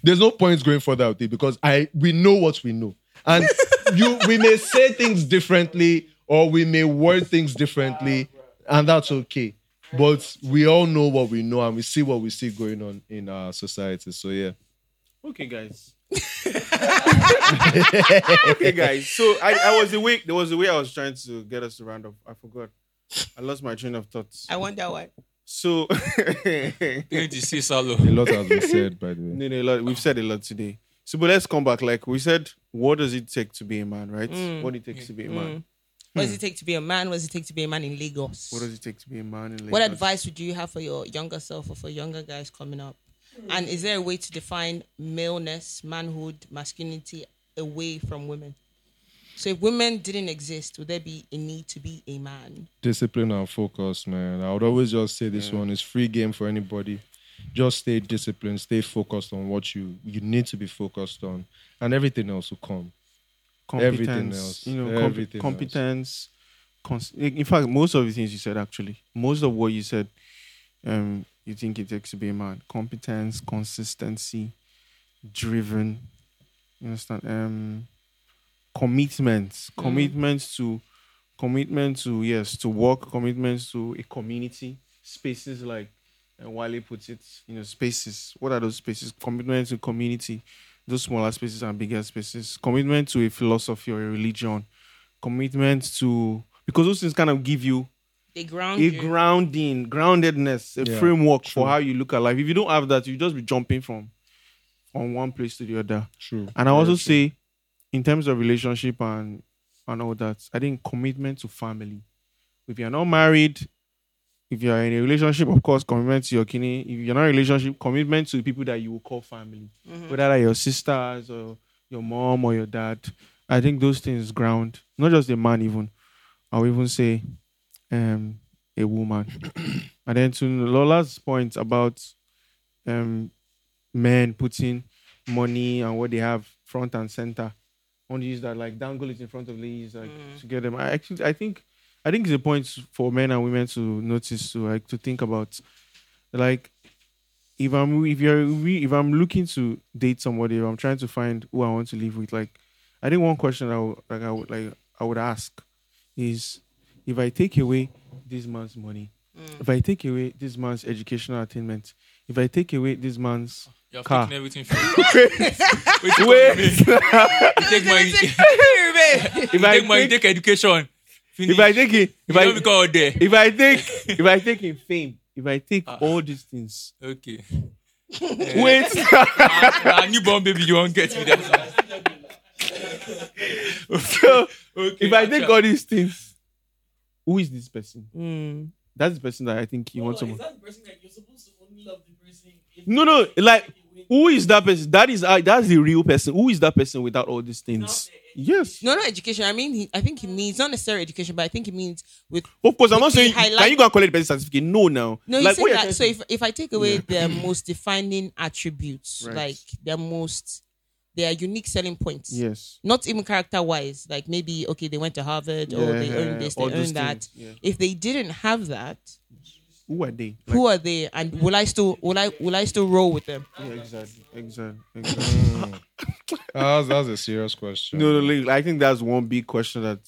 S8: There's no point going further with it because I we know what we know, and you we may say things differently or we may word things differently,
S6: Ah,
S8: and that's okay. But we all know what we know, and we see what we see going on in our society. So yeah,
S4: Okay, guys. okay, guys. So I, I was away. There was a way I was trying to get us to round up. I forgot. I lost my train of thoughts.
S6: I wonder why.
S4: So
S11: you need to see Salo.
S8: a lot has been said. By the way,
S4: No, no, a lot. We've said a lot today. So, but let's come back. Like we said, what does it take to be a man, right? What it takes to be a man.
S6: What
S8: Hmm.
S6: does it take to be a man? What does it take to be a man in Lagos?
S4: What does it take to be a man? In
S6: What
S4: Lagos?
S6: advice would you have for your younger self or for younger guys coming up? And is there a way to define maleness, manhood, masculinity away from women? So if women didn't exist, would there be a need to be a man?
S8: discipline and focus, man. I would always just say this one is free game for anybody. Just stay disciplined, stay focused on what you you need to be focused on, and everything else will come.
S4: Competence,
S8: everything else,
S4: You know, com-
S8: everything else.
S4: competence. Cons- in fact, most of the things you said actually, most of what you said, um, you think it takes to be a man: competence, consistency, driven. You understand? Um, commitments,
S8: Mm.
S4: commitments to, commitment to yes, to work, commitments to a community, spaces like uh, Wiley puts it. You know, spaces. What are those spaces? Commitment to community, those smaller spaces and bigger spaces. Commitment to a philosophy or a religion. Commitment to because those things kind of give you
S6: They ground
S4: a
S6: you.
S4: grounding, groundedness, a
S8: Yeah,
S4: framework
S8: true.
S4: for how you look at life. If you don't have that, you just be jumping from from one place to the other.
S8: True.
S4: And I also say, in terms of relationship and and all that, I think commitment to family. If you're not married, if you're in a relationship, of course, commitment to your kidney. If you're not in a relationship, commitment to people that you will call family, whether they're your sisters or your mom or your dad. I think those things ground not just a man, even I would even say, um, a woman. and then to Lola's point about um men putting money and what they have front and center. I want to use that like dangle it in front of ladies like to get them. I actually I think I think it's a point for men and women to notice to like to think about like if I'm if you're re- if I'm looking to date somebody or I'm trying to find who I want to live with, like I think one question I would like I would like I would ask is if I take away this man's money, if I take away this man's educational attainment, if I take away this man's
S11: You have
S4: car,
S11: taken everything from me. Wait, you take my, you
S4: if I
S11: take my, you
S4: take,
S11: take education.
S4: if I take it, if
S11: you
S4: I
S11: don't become out there. Ah.
S4: if I take if I take in fame, if I take all these things,
S11: Okay.
S4: Wait.
S11: my newborn baby, you won't get me that.
S4: so
S11: Okay,
S4: if I
S11: gotcha.
S4: take all these things, who is this person?
S6: Mm.
S4: That's the person that I think you want someone.
S1: that the person that you're supposed to only love the person? If
S4: No, no, like who is that person? That is I. that's the real person. Who is that person without all these things? Yes.
S6: No, not education. I mean, he, I think he means not necessarily education, but I think he means with.
S4: Of course, I'm not
S6: he
S4: saying
S6: highlight-
S4: can you go and collect the person certificate? No, now.
S6: No, you
S4: like,
S6: say
S4: what you're
S6: that.
S4: trying
S6: So
S4: to-
S6: if if I take away their most defining attributes,
S4: Right.
S6: like their most their unique selling points,
S4: Yes.
S6: not even character wise, like maybe okay, they went to Harvard or they
S4: Yeah,
S6: own this, they
S4: all those
S6: own that.
S4: things, yeah.
S6: If they didn't have that,
S4: who are they?
S6: who are they, and will I still will I will I still roll with them?
S1: Ah.
S4: Yeah, exactly, exactly. exactly.
S8: That's, that's a serious question.
S4: no, no, like, I think that's one big question that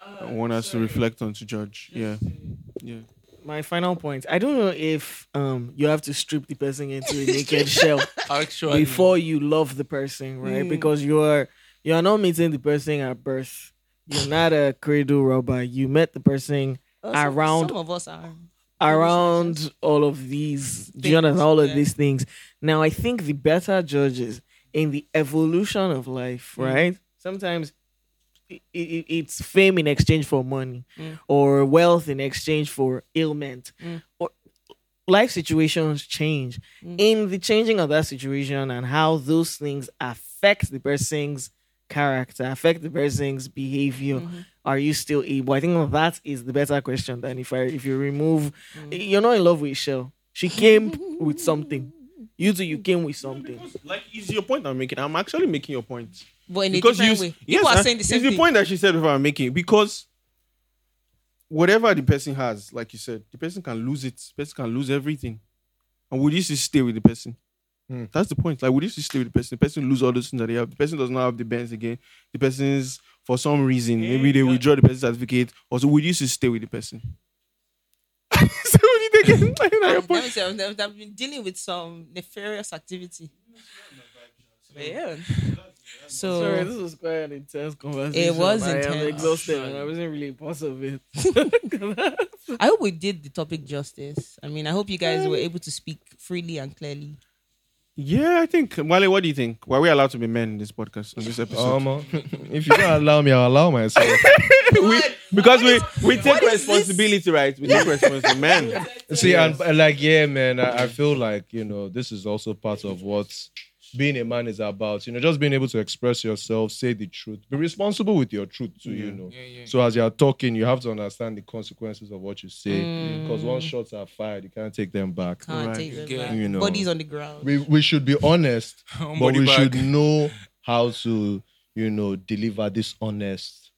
S4: I want us to reflect on to judge. Yeah, yeah.
S7: My final point. I don't know if um you have to strip the person into a naked shell
S11: Actually.
S7: before you love the person, right?
S11: Mm.
S7: Because you are you are not meeting the person at birth. You're not a cradle robber. You met the person
S6: some-
S7: around
S6: some of us are.
S7: around all of these do you understand all of these things now i think the better judges in the evolution of life
S12: Mm.
S7: right sometimes i i it's fame in exchange for money
S12: Mm.
S7: or wealth in exchange for ailment
S12: Mm.
S7: or life situations change in the changing of that situation and how those things affect the person's character affect the person's behavior
S6: Mm-hmm.
S7: are you still able i think that is the better question than if i if you remove
S6: Mm.
S7: you're not in love with shell she came with something you two you came with something
S4: Like, it's your point I'm making. I'm actually making your point.
S6: But in a
S4: you,
S6: different way. People are
S4: and
S6: saying the same
S4: It's the
S6: thing.
S4: point that she said before I'm making because whatever the person has, like you said, the person can lose it. The person can lose everything. And would you still stay with the person? That's the point. Like, would you still stay with the person? The person lose all those things that they have. The person does not have the bands again. The person's for some reason, maybe they withdraw the person's certificate. Or so would you still stay with the person?
S6: That means I've, never- I've been dealing with some nefarious activity. Yeah. So
S7: sorry this was quite an intense conversation
S6: It was
S7: i am
S6: intense.
S7: exhausted and i wasn't really part of it
S6: I hope we did the topic justice. I mean, I hope you guys were able to speak freely and clearly.
S4: Yeah, I think. Wale, what do you think? Were we allowed to be men in this podcast, on this episode?
S8: Um, uh, if you don't allow me, I'll allow myself.
S4: we, because we, we take responsibility, right? We take responsibility, man.
S8: See, and uh, like, yeah, man, I, I feel like, you know, this is also part of what being a man is about. You know, just being able to express yourself, say the truth, be responsible with your truth too, you know. So as you're talking, you have to understand the consequences of what you say. Because once shots are fired, you Mm. can't take them back.
S6: Can't take them back.
S8: You know,
S6: Bodies on the ground.
S8: We, we should be honest, but
S11: Body
S8: we
S11: bag.
S8: should know how to, you know, deliver these honest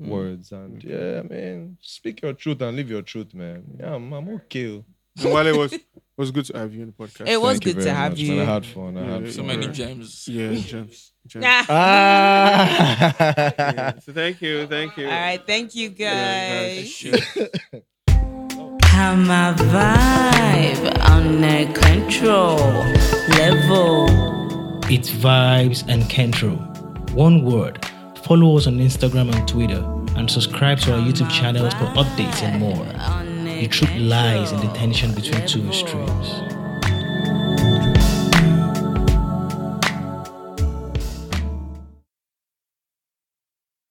S11: Mm.
S8: words. And yeah, I mean, speak your truth and live your truth, man. Yeah, I'm, I'm okay.
S4: And Wale was was good to have you in the podcast.
S8: It was Thank you good to very have much, man. you. I had fun, I
S4: Yeah,
S8: had
S4: yeah,
S8: So many
S4: yeah.
S11: gems.
S4: Yeah, gems. gems.
S8: Ah.
S4: Yeah, So thank you, thank you.
S6: All right, thank you guys.
S1: Have my vibe under control level.
S13: It's Vibes and Kentro. One word. Follow us on Instagram and Twitter and subscribe to our YouTube channels for updates and more. The truth lies in the tension between two extremes.